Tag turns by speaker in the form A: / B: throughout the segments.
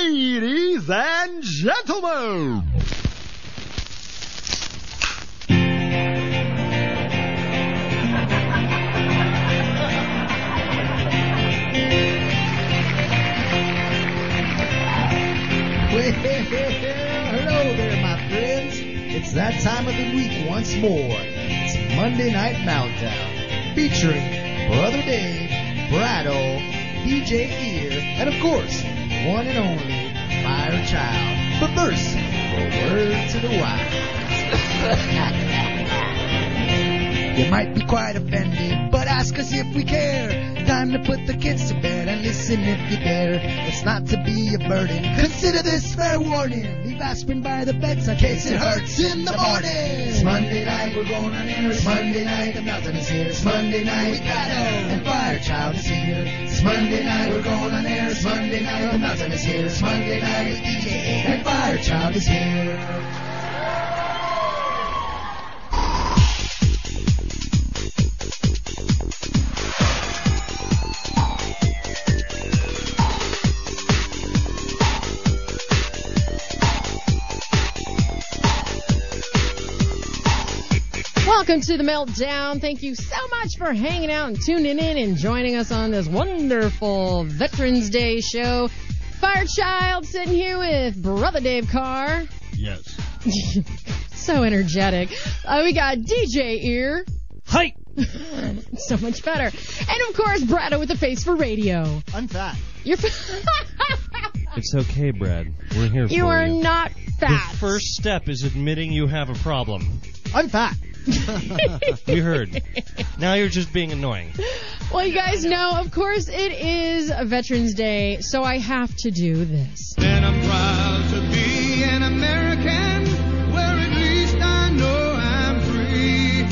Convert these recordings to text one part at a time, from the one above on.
A: Ladies and gentlemen.
B: Well, hello there, my friends. It's that time of the week once more. It's Monday Night Meltdown, featuring Brother Dave, Brado, DJ Ear, and of course, one and only Fire Child. But first, a word to the wise. you might be quite offended, but ask us if we care. Time to put the kids to bed and listen if you dare. It's not to be a burden. Consider this fair warning. Leave aspirin by the bedside in case it hurts in the morning. It's Monday night, we're going on air. It's Monday night, and nothing is here. It's Monday night, we got it. And Fire Child is here. It's Monday night, we're going on air. It's Monday night, and nothing is here. It's Monday night, with DJ and Fire Child is here.
C: Welcome to the Meltdown. Thank you so much for hanging out and tuning in and joining us on this wonderful Veterans Day show. Firechild sitting here with Brother Dave Carr.
A: Yes.
C: so energetic. Uh, we got DJ Ear.
D: Hi.
C: so much better. And of course, Brado with the face for radio.
B: I'm fat.
C: You're
D: It's okay, Brad. We're here for
C: you are
D: you.
C: not fat.
D: The first step is admitting you have a problem.
B: I'm fat.
D: We heard. now you're just being annoying.
C: Well, you guys know, of course, it is Veterans Day, so I have to do this.
E: And I'm proud to be an American, where at least I know I'm free.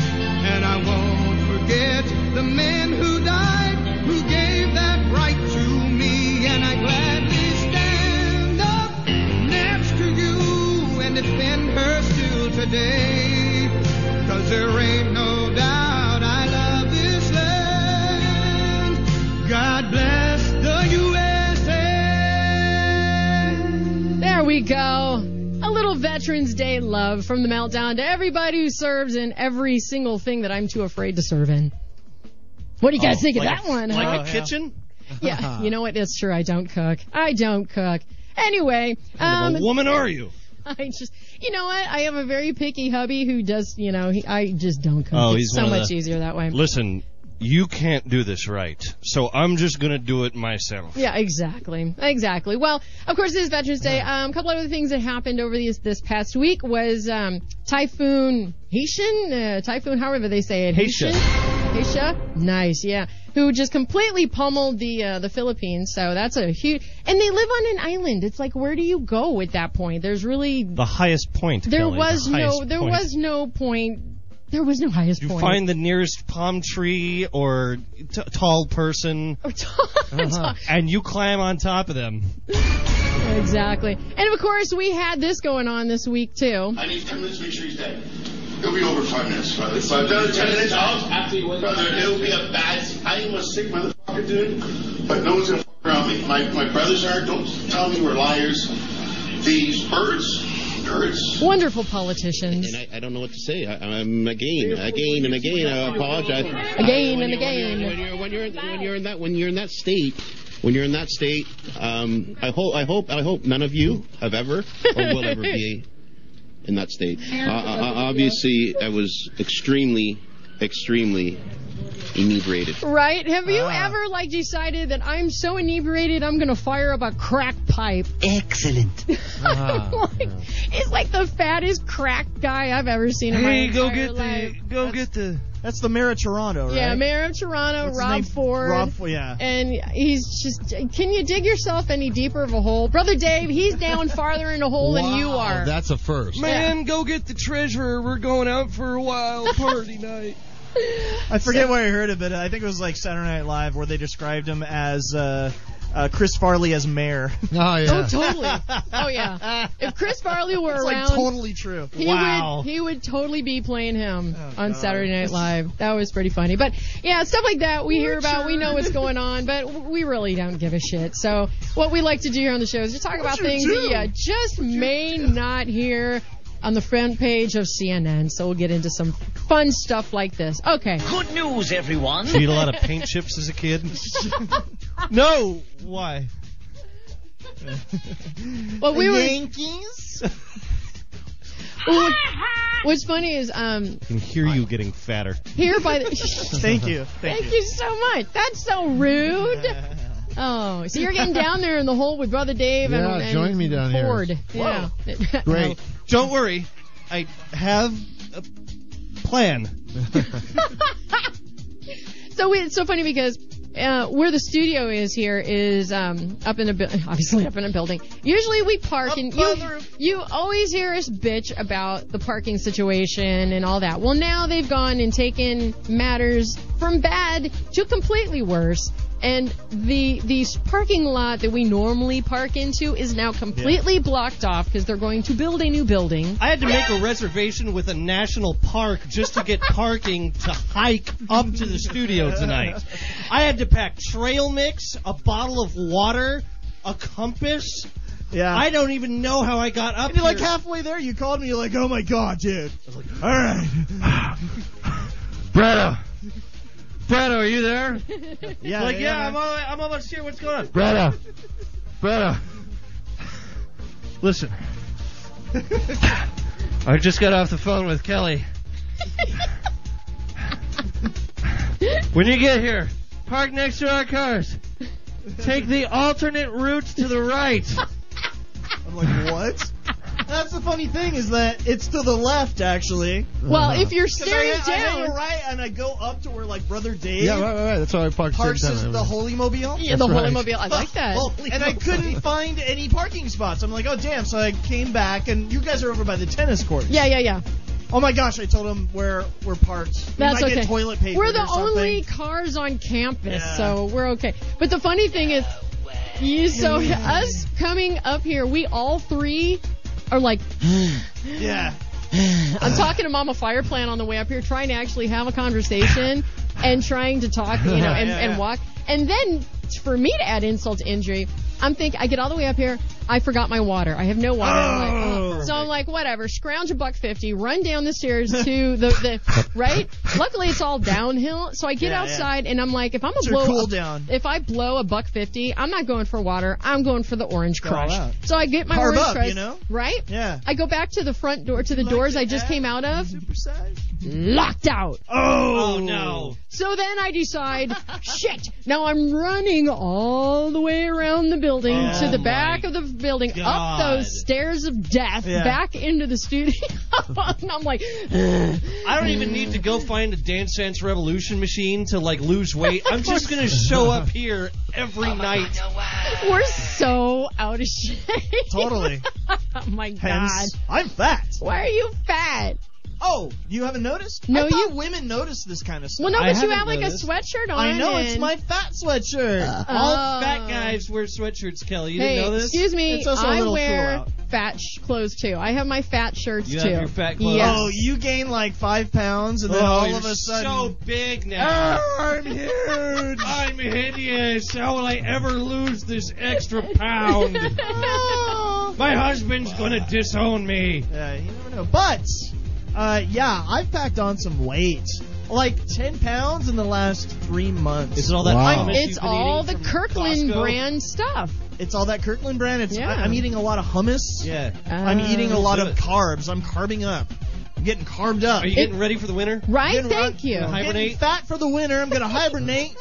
E: And I won't forget the men who died, who gave that right to me. And I gladly stand up next to you and defend her still today. Cause there ain't no doubt I love this land. God bless the USA.
C: There we go. A little Veterans Day love from the meltdown to everybody who serves in every single thing that I'm too afraid to serve in. What do you guys think of that one? huh?
D: Oh, Like a kitchen?
C: yeah, you know what? It's true. I don't cook. I don't cook. Anyway, um,
D: what woman are you?
C: I just, you know what? I have a very picky hubby who does, you know, he, I just don't cook.
D: Oh,
C: it's
D: he's
C: so
D: one of
C: much
D: the-
C: easier that way.
D: Listen, you can't do this right, so I'm just gonna do it myself.
C: Yeah, exactly. Exactly. Well, of course, it is Veterans Day. Um, a couple other things that happened over these, this past week was um, Typhoon Haitian, uh, Typhoon, however they say it.
D: Haitian.
C: Haitian? Nice, yeah. Who just completely pummeled the uh, the Philippines. So that's a huge. And they live on an island. It's like, where do you go at that point? There's really.
D: The highest point.
C: There
D: Kelly,
C: was
D: the
C: no.
D: highest
C: There
D: point.
C: was no point. There was no highest
D: You
C: point.
D: find the nearest palm tree or t- tall person, uh-huh, and you climb on top of them.
C: Exactly. And of course, we had this going on this week too.
F: I need 10 minutes to make sure he's dead. It'll be over in five minutes, brother. Five minutes. Ten minutes out. After you win. Brother, it'll be a bad. I am a sick motherfucker, dude. But no one's gonna fuck around me. My my brothers aren't. Don't tell me we're liars. These birds, birds.
C: Wonderful politicians.
G: And I, I don't know what to say. I, I'm again, again, and again. I apologize.
C: Again and
G: When you're-
C: again.
G: When you're when you're, when you're, when you're in that when you're in that state, when you're in that state, um, I hope I hope I hope none of you have ever or will ever be in that state. Uh, uh, obviously, I was extremely, extremely inebriated.
C: Right? Have you ever like decided that I'm so inebriated I'm gonna fire up a crack pipe?
B: Excellent.
C: like, It's like the fattest crack guy I've ever seen in my
D: Hey, go
C: entire
D: get
C: life.
D: the go get the.
B: That's the mayor of Toronto, right?
C: Yeah, mayor of Toronto,
B: What's his
C: Rob
B: name?
C: Ford.
B: Rob Ford, yeah.
C: And he's just. Can you dig yourself any deeper of a hole, brother Dave? He's down farther in a hole than you are.
H: That's a first.
D: Man, go get the treasurer. We're going out for a wild party night.
B: I forget where I heard it, but I think it was like Saturday Night Live where they described him as uh,
I: uh, Chris Farley as mayor.
B: Oh yeah.
C: Oh, totally. Oh, yeah. If Chris Farley were
I: It's
C: around,
I: like totally true.
C: he
D: Wow.
C: would he would totally be playing him on Saturday Night Live. That was pretty funny. But yeah, stuff like that we hear about. We know what's going on, but we really don't give a shit. So what we like to do here on the show is just talk about things that you just may not hear. On the front page of CNN, so we'll get into some fun stuff like this. Okay.
J: Good news, everyone.
D: Did you eat a lot of paint chips as a kid? no. Why?
C: Well, we were.
I: Yankees.
C: Ooh, What's funny is um
D: I can hear you getting fatter.
C: here by the.
I: Thank you. Thank,
C: Thank you so much. That's so rude. Oh, so you're getting down there in the hole with Brother Dave
B: Yeah,
C: and, and
B: join me down here.
C: Ford. Yeah.
B: Great.
D: Don't worry. I have a plan.
C: so we, it's so funny because uh, where the studio is here is um, up in a bu- obviously up in a building. Usually we park and you you always hear us bitch about the parking situation and all that. Well, now they've gone and taken matters from bad to completely worse. And the the parking lot that we normally park into is now completely blocked off because they're going to build a new building.
D: I had to make a reservation with a national park just to get parking to hike up to the studio tonight. I had to pack trail mix, a bottle of water, a compass.
I: Yeah.
D: I don't even know how I got up
I: And you're like
D: here.
I: halfway there, you called me. You're like, oh my god, dude. I was like, all right.
B: Bretto. Bretto, are you there?
I: Yeah.
D: like, yeah, I'm, all, I'm almost here. What's going on?
B: Bretto. Bretto. Listen. I just got off the phone with Kelly. when you get here, park next to our cars. Take the alternate routes to the right.
I: I'm like, what? That's the funny thing is that it's to the left actually.
C: Well, if you're
I: 'Cause
C: staring
I: Uh-huh. I, I
C: down,
I: hang right and I go up to where like brother Dave
B: Yeah, right, right, right. That's why I parked
I: parks
B: same
I: his,
B: time.
I: the Holy Mobile.
C: yeah, the
B: That's
C: Holy
B: right.
C: Mobile. I like that.
I: and I couldn't find any parking spots. I'm like, oh damn! So I came back, and you guys are over by the tennis court.
C: yeah, yeah, yeah.
I: Oh my gosh! I told him where we're parked. We
C: That's
I: might
C: okay.
I: get toilet paper.
C: We're the
I: or something.
C: only cars on campus,
I: Yeah.
C: so we're okay. But the funny thing is, you, so us coming up here, we all three are like,
I: Yeah.
C: I'm talking to Mama Fire Plan on the way up here, trying to actually have a conversation and trying to talk, you know, and,
I: Yeah,
C: and
I: yeah.
C: walk. And then for me to add insult to injury, I'm think I get all the way up here, I forgot my water. I have no water. I'm like,
I: Oh.
C: so I'm like, whatever, scrounge a buck fifty, run down the stairs to the, the right. Luckily, it's all downhill, so I get
I: Yeah, yeah.
C: outside and I'm like, if I'm gonna
I: It's your
C: blow,
I: cool
C: a-
I: down.
C: if I blow a buck fifty, I'm not going for water. I'm going for the orange
I: Go all
C: crush.
I: out.
C: So I get my
I: Carve
C: orange
I: up,
C: crush,
I: you know?
C: right?
I: Yeah.
C: I go back to the front door, to the
I: Like
C: doors
I: the
C: I just
I: ad-
C: came out of,
I: Supersize. Mm-hmm.
C: locked out.
I: Oh.
D: Oh, no.
C: So then I decide, shit, now I'm running all the way around the building
I: Oh
C: to the
I: my
C: back of the building,
D: God.
C: up those stairs of death,
I: Yeah.
C: back into the studio. and I'm like, "Ugh."
D: I don't even need to go find a Dance Dance Revolution machine to like lose weight. I'm just gonna show up here every night.
C: we're so out of shape.
I: Totally.
C: oh my God.
I: Hence, I'm fat.
C: Why are you fat?
I: Oh, you haven't noticed?
C: No,
I: I thought
C: you-
I: women notice this kind of stuff.
C: Well, no,
D: I
C: but you
D: haven't
C: have like
D: noticed.
C: a sweatshirt on.
I: I know it's
C: and-
I: my fat sweatshirt.
D: Uh.
C: Oh.
D: All fat guys wear sweatshirts, Kelly. You
C: Hey,
D: didn't know this?
C: excuse me.
I: It's also a
C: I
I: little
C: wear
I: cool out.
C: fat sh- clothes too. I have my fat shirts
D: You
C: too.
D: have your fat clothes?
C: Yes.
I: Oh, you gain like five pounds, and
D: Oh,
I: then all
D: you're
I: of a
D: so
I: sudden,
D: big now.
I: "Arr, I'm huge.
D: I'm hideous. How will I ever lose this extra pound? My husband's gonna disown me.
I: Yeah, you never know. But, uh, yeah, I've packed on some weight, like ten pounds in the last three months.
D: Is it all that?
B: Wow.
D: hummus
C: it's
D: you've been
C: all the
D: eating from
C: Kirkland
D: Costco?
C: brand stuff.
I: It's all that Kirkland brand. It's
C: Yeah.
I: I, am eating a lot of hummus.
D: Yeah.
I: I'm eating a lot
D: do
I: of
D: it.
I: carbs. I'm carbing up. I'm getting carbed up.
D: Are you getting ready for the winter?
C: Right?
I: Getting
C: Thank
I: rock-
C: you.
I: I'm getting
D: Hibernate?
I: fat for the winter. I'm gonna hibernate.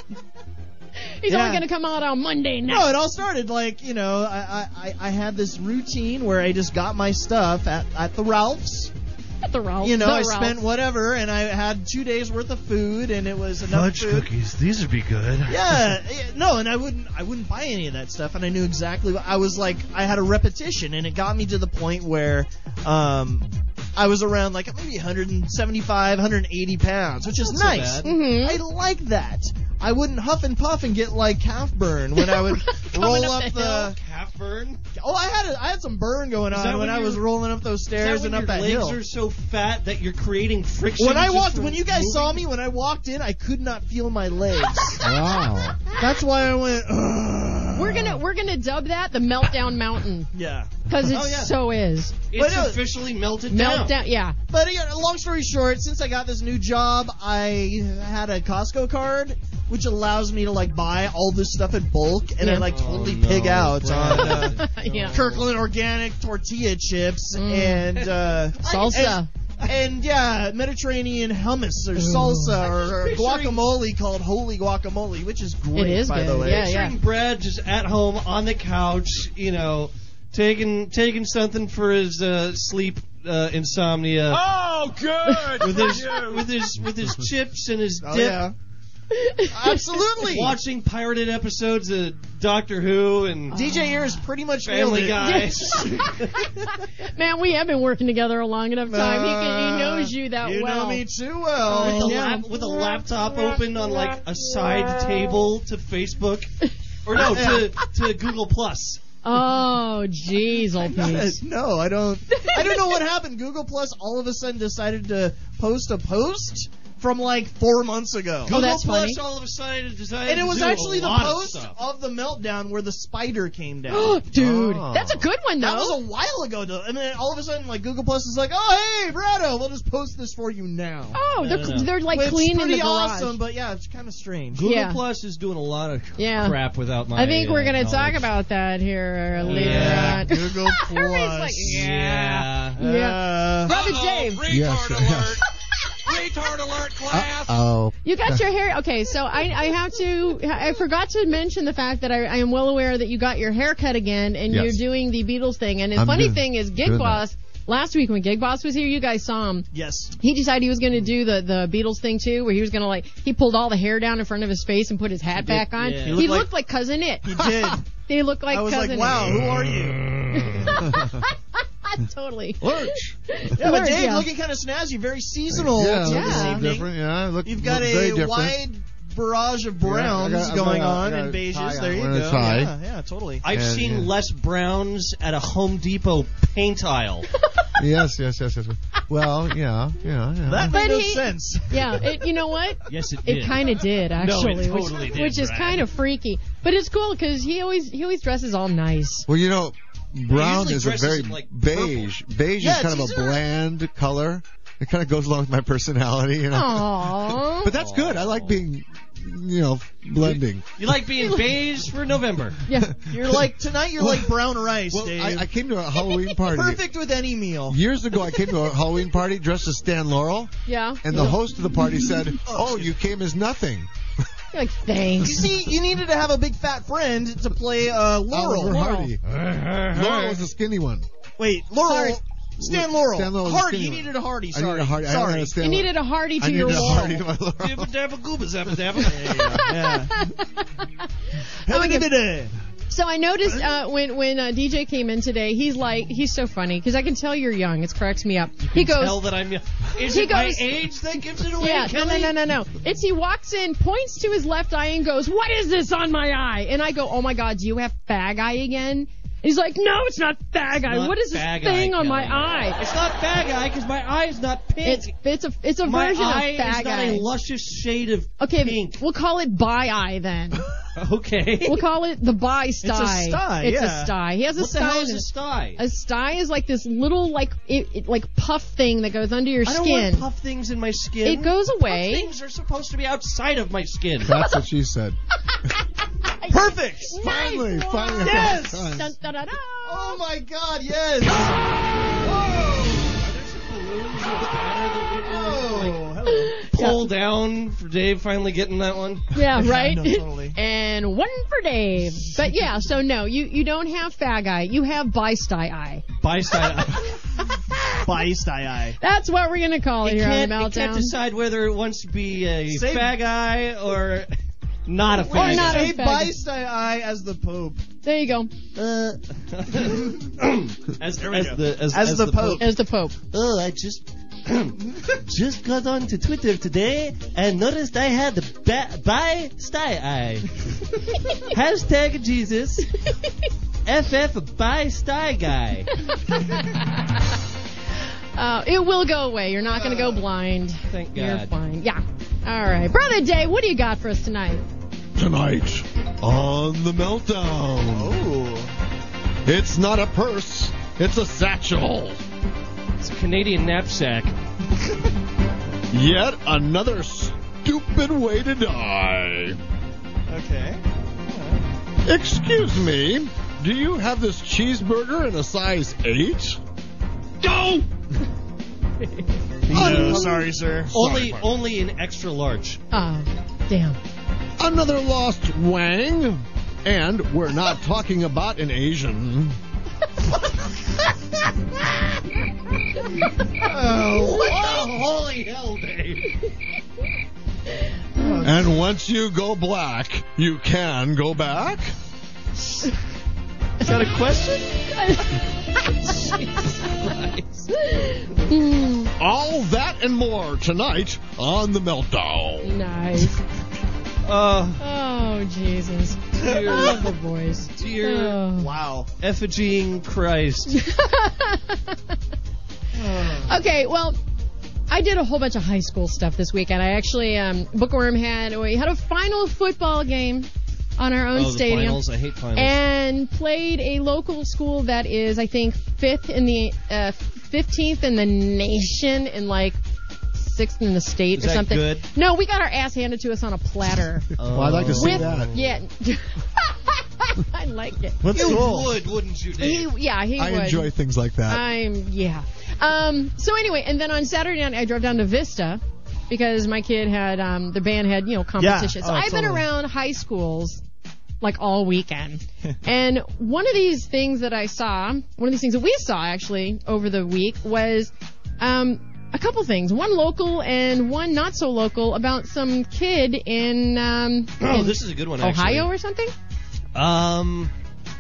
C: He's
I: Yeah.
C: only going to come out on Monday night.
I: No, it all started like you know I, I I- I had this routine where I just got my stuff at at the Ralphs.
C: At the Ralph.
I: You know
C: the
I: I
C: Ralph.
I: spent whatever and I had two days worth of food and it was enough
B: Fudge
I: food.
B: cookies. These would be good.
I: Yeah, yeah, no, and I wouldn't I wouldn't buy any of that stuff and I knew exactly what I was like I had a repetition and it got me to the point where um I was around like maybe 175, 180 pounds, which is nice.
D: bad.
C: Mhm.
I: I like that. I wouldn't huff and puff and get like calf burn when I would roll
C: up
I: up,
C: the
I: the.
C: hill.
D: Half burn.
I: Oh, I had a, I had some burn going
D: Is
I: on
D: that
I: when,
D: when
I: I
D: your-
I: was rolling up those
D: Is
I: stairs
D: that
I: and
D: when your
I: up that
D: legs
I: hill.
D: are so fat that you're creating friction.
I: when I
D: just
I: walked,
D: from
I: when you guys
D: moving?
I: saw me, when I walked in, I could not feel my legs.
B: Wow.
I: That's why I went. "Ugh."
C: We're gonna we're gonna dub that the meltdown mountain
I: Yeah.
C: because it
D: Oh, yeah.
C: so is
I: But
D: it's
I: it was-
D: officially melted down.
C: meltdown. Yeah,
I: But again, long story short, since I got this new job, I had a Costco card, which allows me to like buy all this stuff in bulk, and I
C: Yeah.
I: like totally
D: Oh, no,
I: pig out on uh,
C: yeah.
I: Kirkland organic tortilla chips
C: Mm.
I: and uh,
C: Salsa.
I: and, and, yeah, Mediterranean hummus or salsa or, or
D: picturing-
I: guacamole called holy guacamole, which is great
C: It is
I: by the
C: good,
I: way.
C: yeah, yeah.
D: Picturing Brad just at home on the couch, you know, taking taking something for his uh, sleep uh, insomnia.
J: Oh, good.
D: With his, with his with his chips and his dip,
I: Oh, yeah. Absolutely.
D: watching pirated episodes of Doctor Who and
I: DJ Ears pretty much nailed
D: Family
I: it.
D: Guy.
C: Man, we have been working together a long enough time. he, can,
I: Uh,
C: he knows you that
I: You
C: well.
I: know me too
D: with, a
I: well.
C: Oh.
D: lap, with a laptop open on like a side table to Facebook, or no, to to Google Plus.
C: Oh, jeez, old piece.
I: No, I don't. I don't know what happened. Google Plus all of a sudden decided to post a post from like four months ago.
C: Oh, that's
D: Google
C: funny.
D: Plus all of a sudden decided
I: and it
D: to
I: was
D: do a
I: actually the
D: lot of
I: post
D: stuff.
I: of the meltdown where the spider came down.
C: Dude,
B: Oh.
C: that's a good one
I: That was
C: though.
I: a while ago, though. And then all of a sudden, like Google Plus is like, "Oh, hey, Brado, we'll just post this for you now."
C: oh, they're
D: No, no, no.
C: they're like
I: Which is
C: clean in
I: pretty
C: the garage.
I: awesome, but yeah, it's kind of strange.
D: Google
C: Yeah.
D: Plus is doing a lot of
C: Yeah.
D: crap without my.
C: I think we're
D: uh,
C: gonna talk
D: knowledge.
C: about that here later
D: Yeah,
C: on.
I: Google
C: Everybody's like,
I: Plus.
C: yeah.
D: yeah.
C: Yeah.
I: Uh,
C: Robert Dave,
B: Yes. Oh.
C: you got your hair. Okay, so I, I have to. I forgot to mention the fact that I, I am well aware that you got your hair cut again and
B: Yes.
C: you're doing the Beatles thing. And the
B: I'm
C: funny
B: doing-
C: thing is, Gig
B: doing that.
C: Boss, last week when Gig Boss was here, you guys saw him.
I: yes.
C: he decided he was going to do the the Beatles thing too, where he was going to like he pulled all the hair down in front of his face and put his hat back on.
D: yeah.
C: He,
D: He
C: looked,
I: looked
C: like, cousin it.
I: He did.
C: They look like
I: I was like,
C: cousin
I: "Wow, who are you?"
C: it. totally.
B: Lurch.
I: Yeah, but
C: Lord,
I: Dave,
C: yeah.
I: looking kind of snazzy, very seasonal.
B: Yeah,
I: to
B: look
I: this
C: Yeah.
I: evening.
B: different. Yeah, look,
I: You've got
B: look very
I: a
B: different.
I: wide barrage of browns
B: Yeah, I got- I
I: going
B: got-
I: on
B: I got
I: and
B: a tie
I: beiges.
B: on.
I: There you
B: Wearing a
I: go.
B: tie.
I: Yeah, yeah, totally.
D: I've
B: Yeah,
D: seen
B: yeah.
D: less browns at a Home Depot paint aisle.
B: Yes, yes, yes, yes. Well, yeah, yeah, yeah.
I: That
C: But
I: made no
C: he-
I: sense.
C: Yeah, it, you know what?
D: yes, it did.
C: It kind of did actually,
D: it totally
C: which,
D: did,
C: which is
D: Brad.
C: kind of freaky. But it's cool because he always he always dresses all nice.
B: well, you know, brown
D: usually
B: is a
D: dresses
B: very
D: in, like,
B: beige. Beige
I: Yeah,
B: is kind of
I: it's
B: a
I: easier.
B: bland color. It kind of goes along with my personality, you know.
C: Aww.
B: But that's good. I like being, you know, blending.
D: you like being beige for November.
C: yeah.
I: You're like tonight. You're like brown rice,
B: Well,
I: Dave.
B: I, I came to a Halloween party.
I: Perfect with any meal.
B: Years ago, I came to a Halloween party dressed as Stan Laurel,
C: Yeah.
B: and the host of the party said, "Oh, you came as nothing."
C: You're like
I: You
C: thanks.
I: see, you needed to have a big fat friend to play uh,
B: Oliver
I: Laurel.
B: Hardy. Laurel was the skinny one.
I: Wait, Laurel. Stan Laurel.
B: Stan Laurel was
I: Hardy.
B: skinny
I: You
B: one.
I: needed a Hardy.
B: I
I: Sorry.
B: needed a Hardy. I
I: Sorry.
B: needed a Stan
C: You needed a Hardy
B: I
C: to
B: needed
C: your
B: a
C: wall.
B: Hardy to my Laurel.
I: yeah.
C: Oh,
I: Have a
C: okay.
I: good day.
C: So I noticed uh, when when uh, DJ came in today, he's like he's so funny because I can tell you're young. It cracks me up. He
D: Hell
C: goes,
D: that I'm. Is
C: He
D: it my
C: goes-
D: age that gives it away?
C: yeah, no, no,
D: Kelly?
C: no, no, no. It's he walks in, points to his left eye, and goes, "What is this on my eye?" And I go, "Oh my God, do you have fag eye again?" And he's like, "No, it's not fag eye.
D: not
C: what is this
D: fag
C: thing
D: eye,
C: on my
D: Kelly.
C: eye?"
D: It's not fag eye because my eye is not pink.
C: It's it's a it's a
D: my
C: version of
D: eye
C: fag
D: is not
C: eye.
D: a luscious shade of
C: okay,
D: pink.
C: we'll call it bi eye then.
D: Okay.
C: We'll call it the bi sty.
I: sty,
C: It's a
I: yeah.
C: sty. He has a
D: what the
C: sty.
D: hell
C: in
D: is a
C: it.
D: sty?
C: A sty is like this little like it, it like puff thing that goes under your
D: I don't
C: skin.
D: want puff things in my skin.
C: It goes away.
D: Puff things are supposed to be outside of my skin.
B: That's what she said.
I: Perfect.
B: Finally,
C: Nice
B: finally.
C: one.
I: Yes!
B: Done.
C: Dun, dun, dun, dun.
I: Oh my God! Yes. Oh, hello.
D: Pull down for Dave finally getting that one.
C: Yeah, right.
I: No, totally.
C: and one for Dave. But yeah, so no, you you don't have fag eye. You have bisty eye.
D: By side.
I: Biased eye eye.
C: That's what we're gonna call it,
D: It
C: here on
D: can't,
C: the
D: it can't
C: meltdown.
D: decide whether it wants to be a
I: Say-
D: fag eye or not a
C: Or
D: fag
C: not
D: eye.
C: a
I: Say
C: fag-
I: biased eye eye as the Pope.
C: there you go.
I: Uh,
D: as, as,
I: go.
D: the, as,
I: As the Pope.
C: As the Pope.
D: Oh, I just Just got onto Twitter today and noticed I had ba- bi sty eye. Hashtag Jesus. FF bi sty guy.
C: Uh, it will go away. You're not going to go blind.
D: Uh, Thank
C: You're
D: God.
C: fine. Yeah. All right. Brother Day, what do you got for us tonight?
K: Tonight on the meltdown.
I: Oh.
K: It's not a purse, it's a satchel.
D: It's a Canadian knapsack.
K: Yet another stupid way to die.
I: Okay.
K: Excuse me, do you have this cheeseburger in a size 8? No!
I: No, sorry, sir.
D: Only, only in extra large.
C: Oh, damn.
K: Another lost Wang? And we're not talking about an Asian.
D: Oh, Holy hell, Dave!
K: And once you go black, you can go back?
D: Is that a question?
K: All that and more tonight on The Meltdown.
C: Nice.
D: Uh,
C: Oh, Jesus. I
D: dear,
C: love the voice.
D: dear
C: Oh.
I: Wow.
D: effigying Christ.
C: okay, well, I did a whole bunch of high school stuff this weekend. I actually, um, Bookworm had, we had a final football game on our own
D: Oh, the
C: stadium.
D: finals. I hate finals.
C: and played a local school that is, I think, fifth in the uh, fifteenth in the nation and like sixth in the state
D: Is
C: or
D: that
C: something.
D: good? Oh.
C: No, we got our ass handed to us on a platter.
K: Well, I'd like to see
C: With-
K: that.
C: yeah, I like it.
I: Let's
D: you
I: roll.
D: would, wouldn't you,
C: He,
D: Dave?
C: yeah, he
K: I
C: would.
K: enjoy things like that.
C: I'm yeah. Um. So anyway, and then on Saturday night I drove down to Vista because my kid had um the band had you know competition.
I: Yeah.
C: so
I: Oh,
C: I've been
I: totally.
C: around high schools like all weekend, and one of these things that I saw, one of these things that we saw actually over the week was um. A couple things, one local and one not so local, about some kid in, um,
D: Oh,
C: in
D: this is a good one.
C: Ohio
D: actually.
C: or something.
D: Um,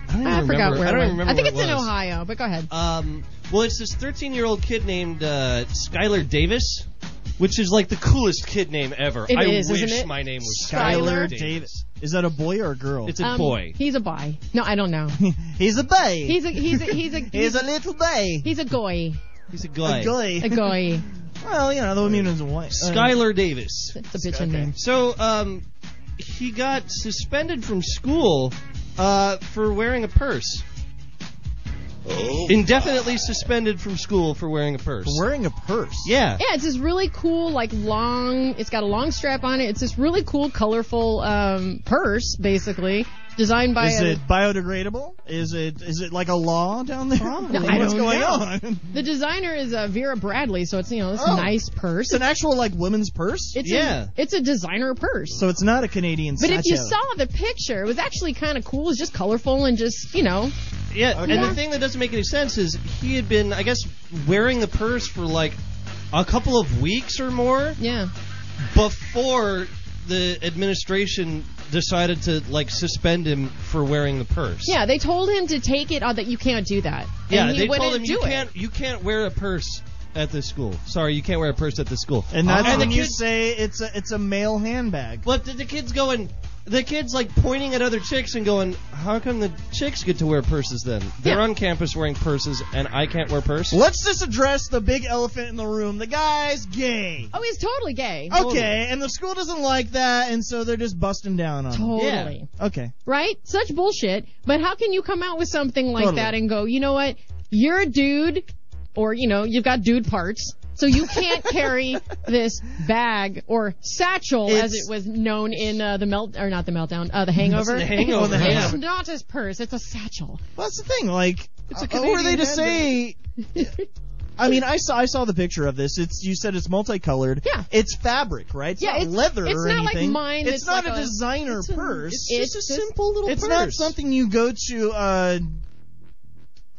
D: I don't even
C: I
D: remember.
C: forgot where.
D: I don't
C: it
D: even
C: was.
D: remember.
C: I think
D: where
C: it's
D: it
C: in
D: was.
C: Ohio, but go ahead.
D: Um, well, it's this 13-year-old kid named uh, Skylar Davis, which is like the coolest kid name ever.
C: It
D: I
C: is,
D: wish
C: isn't it?
D: my name was
I: Skylar
D: Skylar
I: Davis. Is that a boy or a girl?
D: It's a
C: Um,
D: boy.
C: He's a boy. No, I don't know.
I: he's a boy.
C: He's a he's a he's a he's
I: He's
C: a,
I: a little boy.
C: he's a goy.
D: He's a
I: a
D: guy.
I: guy.
C: A goy.
I: Well, you know, the woman is white. Uh,
D: Skylar Davis.
C: That's a bitch in there.
D: So, um, he got suspended from school uh, for wearing a purse. Indefinitely suspended from school for wearing a purse.
I: Wearing a purse.
D: Yeah.
C: Yeah, it's this really cool, like long. It's got a long strap on it. It's this really cool, colorful um, purse, basically designed by.
I: Is
C: a-
I: it biodegradable? Is it is it like a law down there?
C: No, I
I: What's
C: don't
I: going
C: know.
I: on?
C: the designer is uh, Vera Bradley, so it's you know this
I: Oh.
C: nice purse.
I: It's an actual like women's purse.
C: It's
D: yeah.
C: a, it's a designer purse.
I: so it's not a Canadian.
C: but if you
I: satchel.
C: saw the picture, it was actually kind of cool. It's just colorful and just you know.
D: Yeah,
I: Okay.
D: and the thing that doesn't make any sense is he had been, I guess, wearing the purse for like a couple of weeks or more
C: Yeah.
D: before the administration decided to like suspend him for wearing the purse.
C: Yeah, they told him to take it. Uh, that you can't do that.
D: yeah.
C: and he
D: They
C: wouldn't
D: told him
C: do
D: you
C: it.
D: can't you can't wear a purse at the school. Sorry, you can't wear a purse at the school.
I: and that's
D: and the
I: when you
D: kids-
I: say it's a it's a male handbag.
D: But the, the kids going, the kids like pointing at other chicks and going, how come the chicks get to wear purses then? They're
C: Yeah.
D: on campus wearing purses and I can't wear purse.
I: Let's just address the big elephant in the room. The guy's gay.
C: Oh, he's totally gay.
D: totally.
I: Okay, and the school doesn't like that, and so they're just busting down on. him.
C: Totally.
I: Okay.
C: right? Such bullshit. But how can you come out with something like
I: Totally.
C: that and go, you know what? You're a dude, or you know, you've got dude parts, so you can't carry this bag or satchel, as
I: It's-
C: it was known in uh, the melt or not the meltdown, uh, the Hangover.
D: The hangover.
I: the
D: yeah.
C: It's not his purse; it's a satchel.
I: Well, that's the thing. Like,
D: a
I: uh, who are they
D: Canadian
I: to say? I mean, I saw I saw the picture of this. It's you said it's multicolored.
C: Yeah.
I: It's fabric, right? It's
C: Yeah,
I: not
C: it's-
I: leather
C: it's
I: or
C: not like
I: anything.
C: mine that's
I: It's not
C: like
I: a
C: a-
I: designer purse.
C: it's
I: just-
C: just-
I: little. It's not something you go to. uh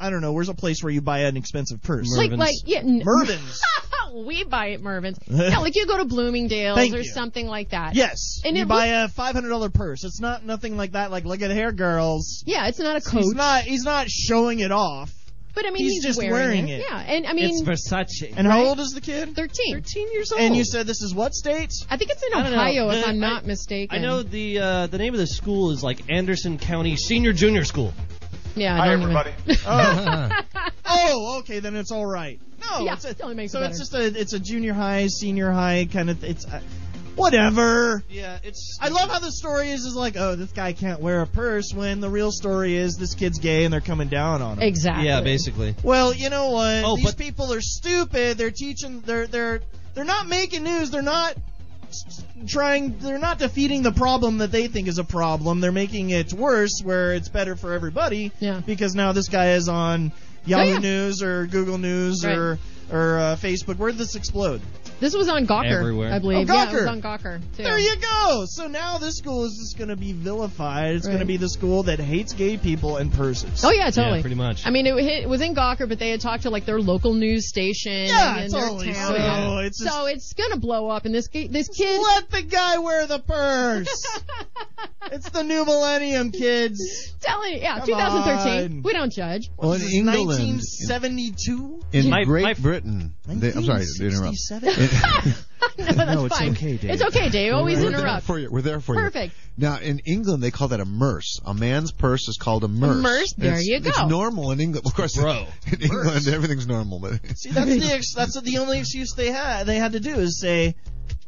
I: I don't know. Where's a place where you buy an expensive purse?
C: Like,
D: Mervin's.
C: like, yeah, n-
I: Mervin's.
C: we buy it, Mervin's. yeah, like you go to Bloomingdale's
I: Thank
C: or
I: you.
C: something like that.
I: yes.
C: And
I: you
C: it
I: buy a five hundred dollar purse. It's not nothing like that. Like look at here, girls.
C: yeah, it's not a
I: He's
C: coat.
I: not. He's not showing it off.
C: But I mean,
I: He's
C: he's,
I: just wearing it.
C: Yeah, and I
L: It's
C: mean,
L: Versace.
I: And how old is the kid?
C: 13.
I: years old. And you said this is what state?
C: I think it's in
D: I don't know.
C: Ohio, if
D: The-
C: I'm
D: I-
C: not mistaken.
D: I know the uh, the name of the school is like Anderson County Senior Junior School.
C: Yeah, I don't
K: everybody.
I: Oh, okay, then it's all right. No,
C: Yeah,
I: it's a,
C: it only makes
I: so
C: it
I: it's
C: better.
I: just a it's a junior high, senior high kind of. It's uh, whatever.
D: Yeah, it's.
I: I love how the story is is like, oh, this guy can't wear a purse when the real story is this kid's gay and they're coming down on him.
C: Exactly.
D: Yeah, basically.
I: Well, you know what?
D: Oh,
I: These
D: but-
I: people are stupid. They're teaching. They're they're they're not making news. They're not s- trying. They're not defeating the problem that they think is a problem. They're making it worse, where it's better for everybody.
C: Yeah.
I: Because now this guy is on Yahoo
C: yeah.
I: News or Google News
C: Right.
I: or or uh, Facebook. Where did this explode?
C: This was on Gawker,
D: Everywhere.
C: I believe.
I: Oh,
C: Yeah, it was
I: Gawker.
C: on Gawker too.
I: There you go. So now this school is just going to be vilified. It's going to
C: Right.
I: be the school that hates gay people and purses.
C: Oh yeah, totally.
D: Yeah, pretty much.
C: I mean, it, hit, it was in Gawker, but they had talked to like their local news station.
I: Yeah,
C: and their
I: totally.
C: town.
I: So it's just-
C: So it's gonna blow up, and this ki- this kid.
I: Let the guy wear the purse. it's the new millennium, kids.
C: Telling you, yeah,
I: Come
C: 2013.
I: on.
C: We don't judge.
K: Well, in
I: This is
K: England,
I: 1972.
K: in
L: My-
K: Great
L: my-
K: Britain, they, I'm sorry to interrupt.
I: 1967?
C: no, that's
K: No, it's
C: fine.
K: okay, Dave.
C: It's okay, Dave. Always
K: we're There
C: interrupt.
K: for you. We're there for you.
C: Perfect.
K: Now, in England, they call that a merce. A man's purse is called a merce.
C: merce, there
K: It's-
C: you
K: It's
C: go.
K: normal in England. Of course,
D: Bro.
K: in England, everything's normal. But
I: See, that's the ex- that's the only excuse they had. They had to do is say,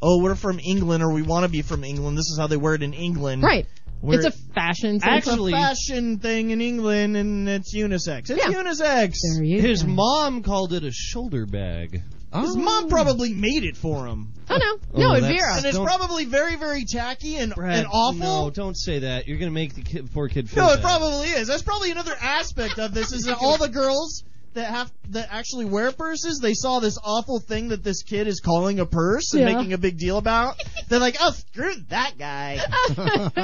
I: "Oh, we're from England, or we want to be from England. This is how they wear it in England."
C: Right.
I: We're-
C: it's a fashion sense.
I: It's a
D: Actually-
I: fashion thing in England, and it's unisex. It's
C: Yeah.
I: unisex.
C: There you
D: His
C: go.
D: mom called it a shoulder bag.
I: His
K: Oh.
I: mom probably made it for him,
C: Oh no, no,
D: Oh,
C: it's
D: that's-
C: Vera.
I: and it's
D: Don't-
I: probably very, very tacky and and
D: No,
I: awful.
D: don't say that. You're gonna make the kid, poor kid feel.
I: No, it
D: bad.
I: probably is. That's probably another aspect of this is that all the girls that have that actually wear purses, they saw this awful thing that this kid is calling a purse and
C: Yeah.
I: making a big deal about. They're like, "Oh, screw that guy."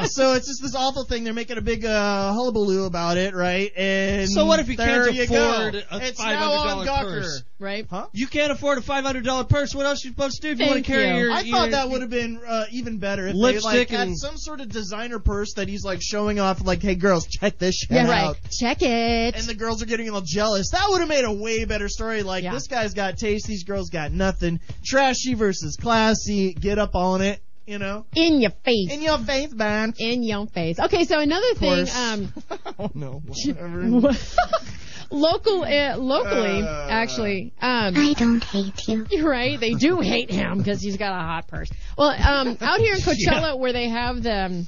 I: so it's just this awful thing. They're making a big uh, hullabaloo about it, right? And
D: So what if you
I: there
D: can't
I: you
D: afford
I: go.
D: a
I: it's now on
D: $500
I: Gawker.
D: purse?
C: right.
D: You can't afford a five hundred dollar purse. What else are you supposed to do if you want
C: Thank
D: to carry
C: you.
D: your?
I: I
D: your-
I: thought that would have been uh, even better if
D: Lipstick
I: they like had
D: and-
I: some sort of designer purse that he's like showing off, like, "Hey girls, check this shit
C: Yeah,
I: out."
C: right. Check it.
I: and the girls are getting all jealous. That would have made a way better story. Like
C: Yeah.
I: this guy's got taste, these girls got nothing. Trashy versus classy. Get up on it, you know.
C: in your face.
I: In your face, man.
C: in your face. Okay, so another thing,
I: Course.
C: um,
I: oh no, whatever.
C: local, uh, locally, actually, um, I don't hate you. You're right. They do hate him because he's got a hot purse. Well, um, out here in Coachella, where they have the um,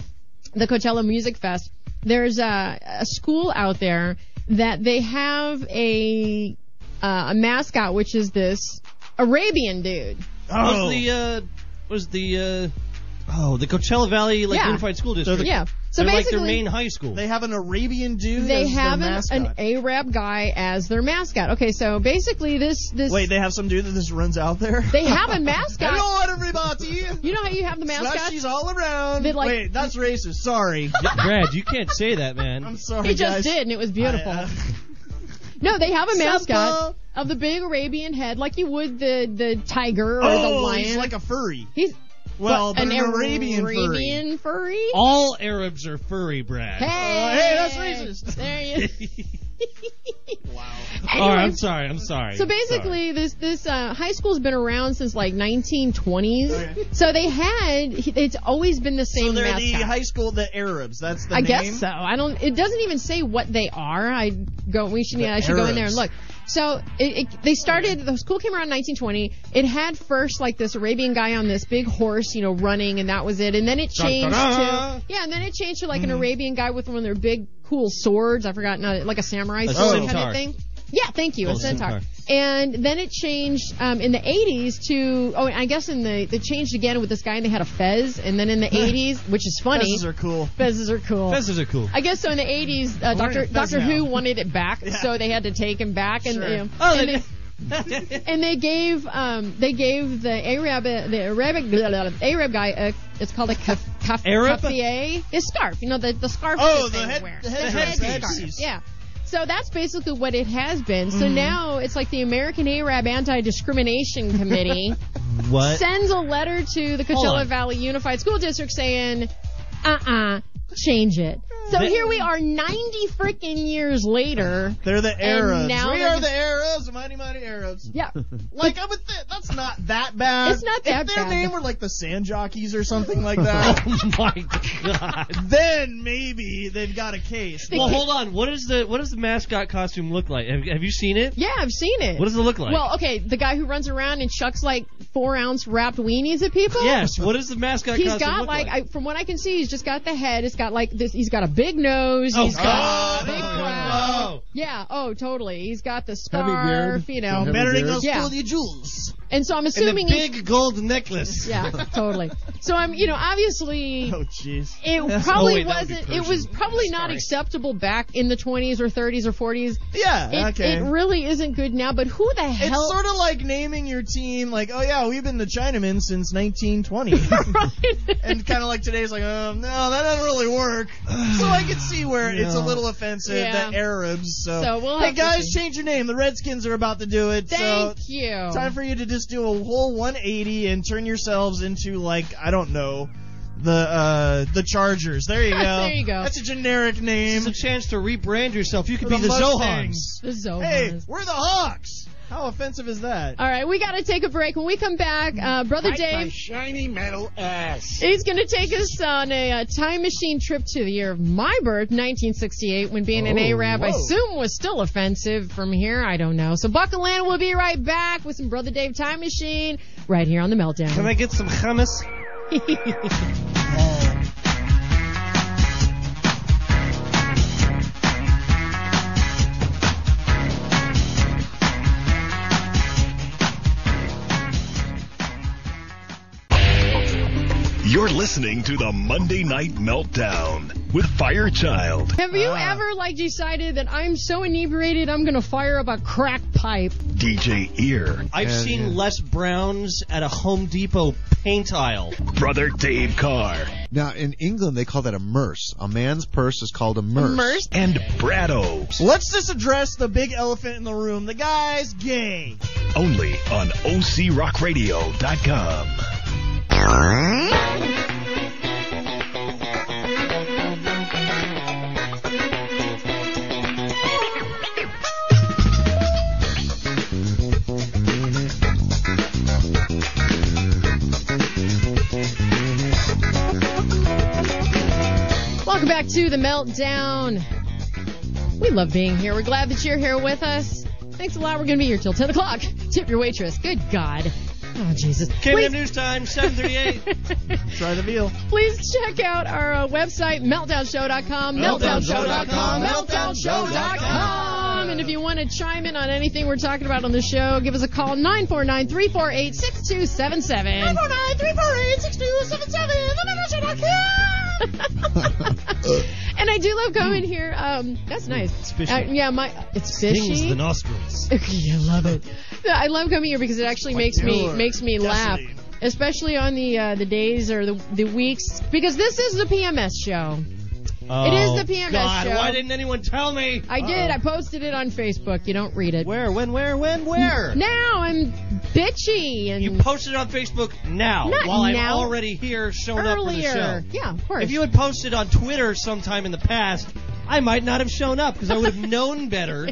C: the Coachella Music Fest, there's a, a school out there that they have a uh, a mascot, which is this Arabian dude.
I: Oh.
D: was the uh, was the uh, oh the Coachella Valley like
C: Yeah.
D: Unified School District.
C: Yeah. So
D: They're like
C: basically,
D: their main high school.
I: they have an Arabian dude.
C: they
I: as their
C: have an,
I: mascot.
C: an Arab guy as their mascot. Okay, so basically this this
I: Wait, they have some dude that just runs out there.
C: They have a mascot.
I: Hello, everybody.
C: you know how you have the mascot?
I: Slashy's all around.
C: They like-
I: Wait, that's racist. Sorry.
D: Brad, you can't say that, man.
I: I'm sorry.
C: He just
I: guys.
C: did, and it was beautiful.
I: I, uh,
C: no, they have a mascot
I: Sample.
C: of the big Arabian head, like you would the the tiger or the
I: oh,
C: lion.
I: he's like a furry.
C: He's-
I: Well,
C: an
I: but an Arabian, furry. Oh,
C: Arabian furry.
D: All Arabs are furry, Brad.
C: Hey,
I: hey, that's racist.
C: There you.
I: Wow.
C: Anyway,
D: All right, I'm sorry. I'm sorry.
C: So basically, this this uh, high school's been around since like 1920s.
I: Okay.
C: So they had it's always been the same
I: So they're
C: mascot.
I: the high school, the Arabs. That's the
C: I
I: name.
C: guess so. I don't. It doesn't even say what they are. I go. We should. I should go in there and look. So it, it, they started. The school came around 1920. It had first like this Arabian guy on this big horse, you know, running, and that was it. And then it changed
D: Dun-dun-dun.
C: to yeah, and then it changed to like an Arabian guy with one of their big cool swords. I forgot, not like a samurai sword kind
D: centaur.
C: of thing. Yeah, thank you, a
D: Oh,
C: centaur.
D: centaur.
C: And then it changed um, in the 80s to oh, and I guess in the they changed again with this guy and they had a fez. And then in the 80s, which is funny,
I: Fezzes are cool.
C: fezzes are cool.
D: Fezzes are cool.
C: I guess so. In the 80s, uh, Doctor
I: wearing a fez
C: Doctor Who
I: now.
C: wanted it back, so they had to take him back, and,
I: Sure.
C: you know,
D: Oh,
C: and,
D: they-
C: they, and they gave um, they gave the Arab uh, the Arabic blah, blah, blah, Arab guy a, it's called a kaf, kaf,
D: Arab?
C: kafiyeh, his scarf. You know the the scarf.
I: Oh,
C: that
I: the
C: they
I: head-
C: wear.
I: the headdress, the headpiece.
C: Yeah. So that's basically what it has been.
I: Mm-hmm.
C: So now it's like the American Arab Anti Discrimination Committee
D: what?
C: sends a letter to the
D: Hold
C: Coachella
D: on.
C: Valley Unified School District saying, uh uh "Uh-uh, change it. So
D: They-
C: here we are, 90 freaking years later.
I: They're the Arabs.
C: now
I: we
C: they're
I: are
C: just-
I: the Arabs, mighty mighty Arabs.
C: Yeah.
I: Like I would think that's not that bad.
C: It's not that
I: If their
C: bad.
I: name were like the Sand Jockeys or something like that,
D: Oh my god.
I: then maybe they've got a case.
D: Well, hold on. What is the what does the mascot costume look like? Have, have you seen it?
C: Yeah, I've seen it.
D: What does it look like?
C: Well, okay, the guy who runs around and chucks like four ounce wrapped weenies at people.
D: yes. What does the mascot
C: He's
D: costume
C: got
D: look
C: like, I, from what I can see, he's just got the head. It's got like this. He's got a big nose.
D: Oh,
C: he's got
D: God.
C: big brow. Yeah. Oh, totally. He's got the scarf.
B: beard.
C: You know.
B: Heavy
I: Better than
B: beard.
I: those
C: Yeah.
I: Claudia Jules.
C: And so I'm
D: and
C: assuming
D: the
C: he's-
D: big gold necklace.
C: Yeah, totally. So I'm, you know, obviously
I: Oh jeez.
C: it probably
D: oh, wait, that would be
C: wasn't. It
D: Persian.
C: was probably not acceptable back in the 20s or 30s or 40s.
I: Yeah.
C: It,
I: okay.
C: it really isn't good now. But who the
I: It's
C: hell?
I: sort of like naming your team like, oh yeah, we've been the Chinamen since 1920, and kind of like today's like, um, no, that doesn't really work. So I can see where it's a little offensive
C: Yeah.
I: the Arabs. So,
C: So we'll
I: hey
C: have to
I: guys,
C: see.
I: change your name. The Redskins are about to do it.
C: Thank
I: so
C: you.
I: time for you to just do a whole 180 and turn yourselves into like I don't know. The uh the Chargers. There you go.
C: There you go.
I: That's a generic
D: It's
I: name.
D: a chance to rebrand yourself. You could be
I: The
D: the,
I: Mustangs.
D: Zohans.
C: The Zohans.
I: Hey, we're the Hawks. How offensive is that?
C: All right, we got to take a break. When we come back, uh, Brother Dave
M: shiny metal ass.
C: He's going to take us on a, uh time machine trip to the year of my birth, 1968, when being an Arab, I
I: Oh,
C: assume was still offensive from here. I don't know. So buckle in. We'll be right back with some Brother Dave time machine right here on the Meltdown.
D: Can I get some hummus?
J: You're listening to the Monday Night Meltdown with Firechild.
C: Have you ever like decided that I'm so inebriated I'm going to fire up a crack pipe?
J: DJ Ear,
D: I've seen Les Browns at a Home Depot paint aisle.
J: Brother Dave Carr,
K: Now, in England, they call that a merce. A man's purse is called a merce.
C: Merce?
J: and Brado.
I: Let's just address the big elephant in the room. The guy's gay.
J: Only on OCRockRadio.com.
C: Welcome back to the Meltdown. We love being here. We're glad that you're here with us. Thanks a lot. We're going to be here till 10 o'clock. Tip your waitress. Good God. Oh, Jesus.
D: KM
C: Please-
D: News Time, 738.
I: Try the meal.
C: Please check out our uh, website, meltdownshow.com, meltdownshow.com, meltdownshow.com. And if you want to chime in on anything we're talking about on the show, give us a call, 949 348 6277. 949 348 6277, And I do love going here. Um, that's nice. It's
D: fishy.
C: yeah, my, it's fishy.
D: Things the nostrils.
C: I love it. I love coming here because it actually makes me
I: pure
C: makes me laugh,
I: gasoline.
C: especially on the uh, the days or the the weeks because this is the PMS show. It is the PMS
D: Oh, God,
C: show.
D: Why didn't anyone tell me?
C: I did. I posted it on Facebook. You don't read it.
D: Where, when, where, when, where?
C: Now I'm bitchy and
D: You posted it on Facebook now,
C: Not
D: while
C: now.
D: I'm already here showing up for the
C: earlier.
D: show.
C: Yeah, of course.
D: If you had posted on Twitter sometime in the past, I might not have shown up because I would have known better.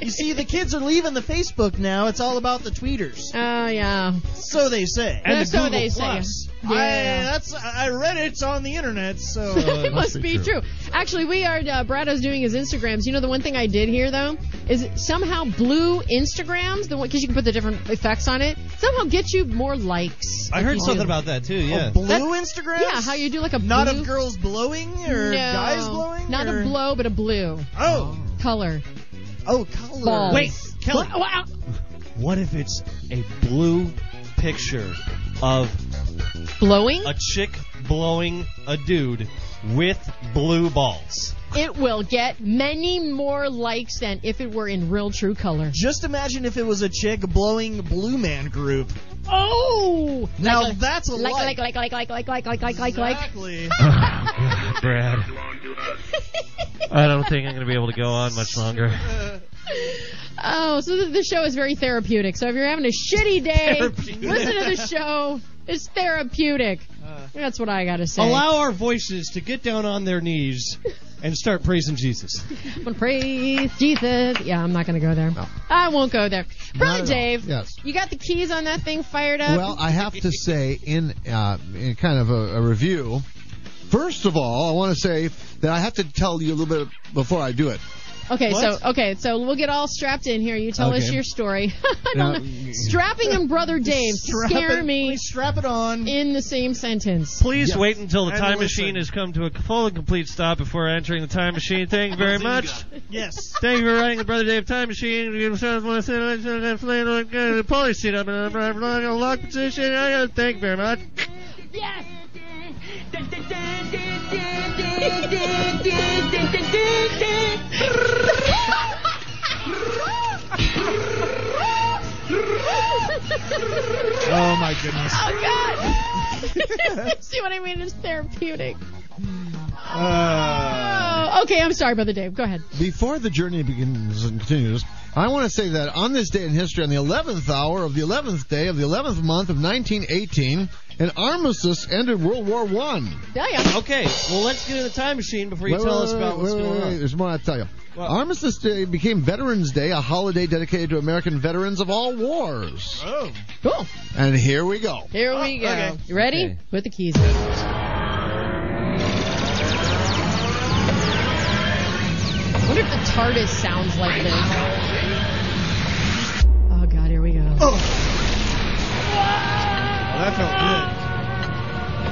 I: You see, the kids are leaving the Facebook now. It's all about the tweeters.
C: Oh yeah.
I: So they say.
D: And the
C: so
D: Google
C: they say.
D: Plus.
I: I,
C: Yeah.
I: that's, I read it on the internet, so.
C: it must be true. Actually, we are. Uh, Brado's doing his Instagrams. You know, the one thing I did here though is somehow blue Instagrams, the one because you can put the different effects on it, somehow get you more likes.
D: I
C: if
D: heard
C: you do
D: something
C: them.
D: about that too. Yeah.
I: Oh, blue Instagram?
C: Yeah, how you do like a blue.
I: Not of girls blowing or
C: no,
I: guys blowing?
C: Not
I: or-
C: a blow, but a blue
I: Oh.
C: color.
I: Oh, color.
C: Balls.
D: Wait, Kelly.
C: Wow, wow.
D: What if it's a blue picture of
C: Blowing?
D: a chick blowing a dude with blue balls?
C: It will get many more likes than if it were in real true color.
I: Just imagine if it was a chick blowing Blue Man Group.
C: Oh!
I: Now
C: like,
I: that's a
C: like,
I: like.
C: like, like, like, like, like, like, like, like, like, like.
I: Exactly.
F: Brad, I don't think I'm going to be able to go on much longer.
C: Oh, so the- the show is very therapeutic. So if you're having a shitty day, listen to the show. It's
K: Uh.
C: therapeutic. That's what I gotta say.
D: Allow our voices to get down on their knees and start praising Jesus.
C: I'm gonna praise Jesus. Yeah, I'm not gonna go there. I won't go there.
K: at
C: Brother
K: all.
C: Dave,
K: Yes.
C: you got the keys on that thing fired up?
K: Well, I have to say, in, uh, in kind of a, a review, first of all, I want to say that I have to tell you a little bit before I do it.
C: okay,
K: What?
C: so okay, so we'll get all strapped in here. You tell us
K: Okay.
C: your story. I
K: Now,
C: don't know. Strapping and Brother Dave
H: Strap
C: scare
H: it-
C: me.
H: Strap it on
C: in the same sentence.
N: Please wait until the
C: And
N: time
C: listen.
N: machine has come to a full and complete stop before entering the time machine. Thank you very much.
H: Yes.
N: Thank you for riding the Brother Dave time machine. You sound more than I should have played on the pulley seat up in a lock position. I gotta Thank you very much.
H: Oh,
J: Yes.
H: Oh my goodness.
C: Oh God! See what I mean? It's therapeutic.
D: Ah.
C: Oh, okay. I'm sorry, Brother Dave. Go ahead.
K: Before the journey begins and continues, I want to say that on this day in history, on the 11th hour of the 11th day of the 11th month of 1918, an armistice ended World War One.
D: Okay, well let's get in the time machine before you
K: Wait,
D: tell
K: wait,
D: us
K: wait,
D: about
K: wait,
D: what's
K: wait,
D: going
K: wait,
D: on.
K: There's more I have to tell you. Armistice Day became Veterans Day, a holiday dedicated to American veterans of all wars.
H: Oh.
K: Cool. And here we go.
C: Here we go.
K: okay.
C: You ready? Put the keys. I wonder if the TARDIS sounds like this. Oh God, here we go.
D: that felt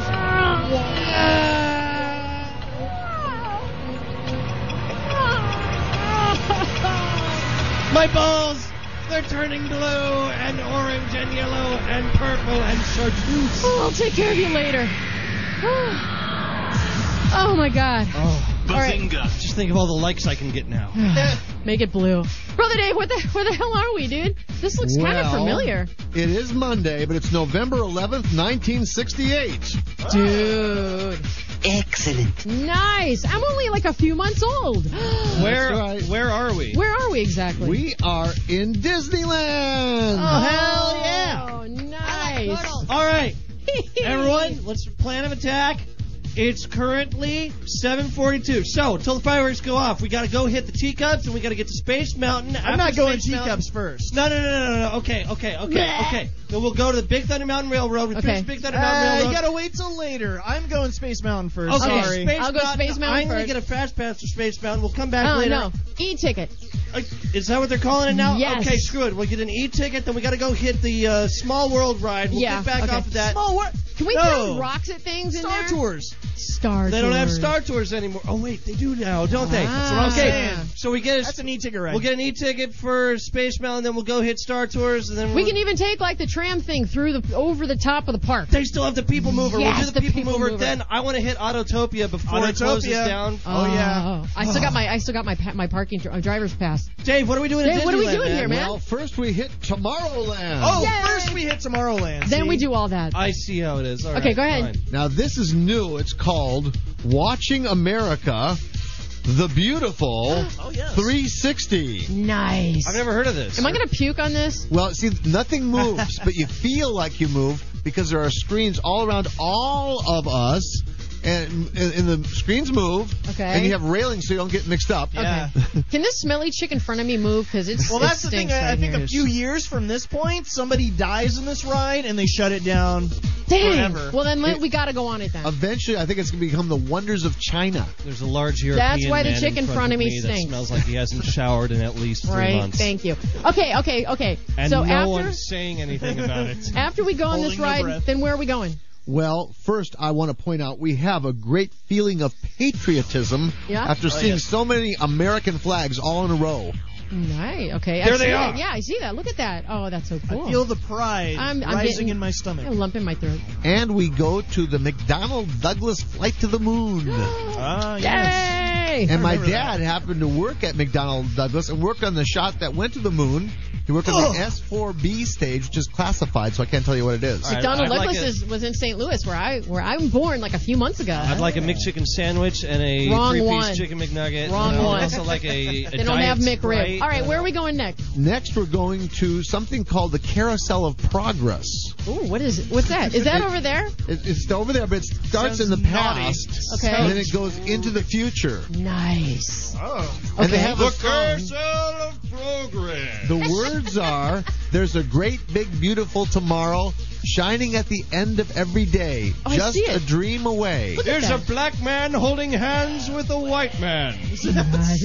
D: good. My balls, they're turning blue and orange and yellow and purple and chartreuse.
C: Oh, I'll take care of you later. Oh my God.
D: Oh,
C: All right.
D: Just think of all the likes I can get now.
C: Make it blue. Brother Dave, what the where the hell are we, dude? This looks kind of
K: Well,
C: familiar.
K: It is Monday, but it's November 11th, 1968.
C: Dude.
K: Excellent.
C: Nice. I'm only like a few months old.
D: Where where are we?
C: Where are we exactly?
K: We are in Disneyland.
C: Oh,
D: hell yeah.
C: Oh, nice.
D: All right, everyone, let's plan of attack. It's currently 7:42. So, till the fireworks go off, we gotta go hit the teacups, and we gotta get to Space Mountain.
H: I'm
D: After
H: not going
D: Space
H: teacups
D: Mountain-
H: first.
D: No, no, no, no, no, no. Okay, okay, okay,
H: Bleh.
D: okay. Then we'll go to the Big Thunder Mountain Railroad. We
H: Okay.
D: finish Big Thunder Mountain
H: Uh,
D: Railroad.
H: you gotta wait till later. I'm going Space Mountain first.
C: Oh.
D: Okay,
H: Sorry.
D: Space
C: I'll go
D: Mountain.
C: Space Mountain
D: I'm gonna
C: first.
D: get a fast pass to Space Mountain. We'll come back
C: Oh,
D: later.
C: no. E-ticket.
D: Uh, Is that what they're calling it now?
C: Yes.
D: Okay, screw it. We'll get an e-ticket, then we gotta go hit the uh, Small World ride. We'll
C: yeah.
D: get back
C: okay.
D: off of that.
C: Can we
D: No.
C: throw rocks at things in
H: Star
C: there?
H: Tours.
C: Star
D: They don't have
C: Tours.
D: Star Tours anymore. Oh wait, they do now, don't they?
C: That's what I'm
D: okay.
C: saying.
D: So we get a,
H: That's an e-ticket ride.
D: we'll get an e-ticket for Space Mountain, then we'll go hit Star Tours, and then
C: We
D: we'll-
C: can even take like the tram thing through the over the top of the park.
D: They still have the people mover.
C: Yes,
D: we'll do the, people, mover. Then I want to hit Autotopia before it closes
H: Autotopia.
D: down.
H: Oh, yeah.
C: I still got my I still got my pa- my parking dr- uh, driver's pass.
D: Oh. Dave, what are we doing?
C: Dave,
D: at
C: what are we
D: Disneyland,
C: doing here, man?
K: Well, first we hit Tomorrowland.
H: Oh,
C: Yay.
H: first we hit Tomorrowland.
C: Then
H: see?
C: we do all that.
D: I see how it is. All
C: Okay,
D: right,
C: go ahead.
D: fine.
K: Now this is new. It's called Watching America, the Beautiful
D: Oh, yes.
K: 360.
C: Nice.
D: I've never heard of this.
C: Am I gonna puke on this?
K: Well, see, nothing moves, but you feel like you move because there are screens all around all of us, and, and, and the screens move,
C: Okay.
K: and you have railings so you don't get mixed up.
D: Yeah.
C: Can this smelly chick in front of me move? Because it's
H: Well,
C: it
H: that's the thing.
C: stinks
H: I, I
C: right
H: think
C: here.
H: a few years from this point, somebody dies in this ride and they shut it down.
C: Dang.
H: forever.
C: Well, then let, we gotta go on it then.
K: Eventually, I think it's going to become the wonders of China.
D: There's a large European
C: That's why the
D: man
C: chick in front of me
D: that
C: stinks.
D: smells like he hasn't showered in at least three
C: right.
D: months.
C: Thank you. Okay. Okay. Okay.
D: and
C: so
D: no
C: after
D: one's saying anything about it.
C: after we go on this
H: Holding their
C: ride,
H: breath.
C: then where are we going?
K: Well, first, I want to point out we have a great feeling of patriotism
C: Yeah? Oh,
K: after seeing so many American flags all in a row.
C: Nice. Okay. I
D: There
C: see
D: they
C: that.
D: are.
C: Yeah, I see that. Look at that. Oh, that's so cool.
H: Feel the pride
C: I'm- I'm
H: rising
C: getting-
H: in my stomach.
C: a lump in my throat.
K: And we go to the McDonnell Douglas flight to the moon.
H: Ah,
C: Yay!
K: And my
H: remember that.
K: dad happened to work at McDonnell Douglas and worked on the shot that went to the moon. He worked on
H: Ugh.
K: the S4B stage, which is classified, so I can't tell you what it is.
D: All right.
C: Donald
D: I'd like
C: Douglas
D: a-
C: is, was in St. Louis, where I where I'm born, like a few months ago.
D: I'd like a McChicken sandwich and a
C: Oh. Wrong
D: three-piece
C: one.
D: chicken McNugget.
C: Wrong
D: and I would
C: one.
D: Also like a, a
C: they don't
D: diet
C: have McRib.
D: Sprite.
C: All right, where are we going next?
K: Next, we're going to something called the Carousel of Progress.
C: Ooh, what is it? What's that? Is that over there?
K: It, it's over there, but it starts
H: Sounds
K: in the
H: naughty.
K: past,
C: Okay.
K: and then it goes into the future.
C: Nice.
A: Oh.
K: And they have a
A: the
K: song.
C: um,
A: Curse of Progress.
K: The words are there's a great big beautiful tomorrow shining at the end of every day.
D: Oh, I
K: just
D: see it.
K: a dream away.
D: Here's a black man holding hands with a white man.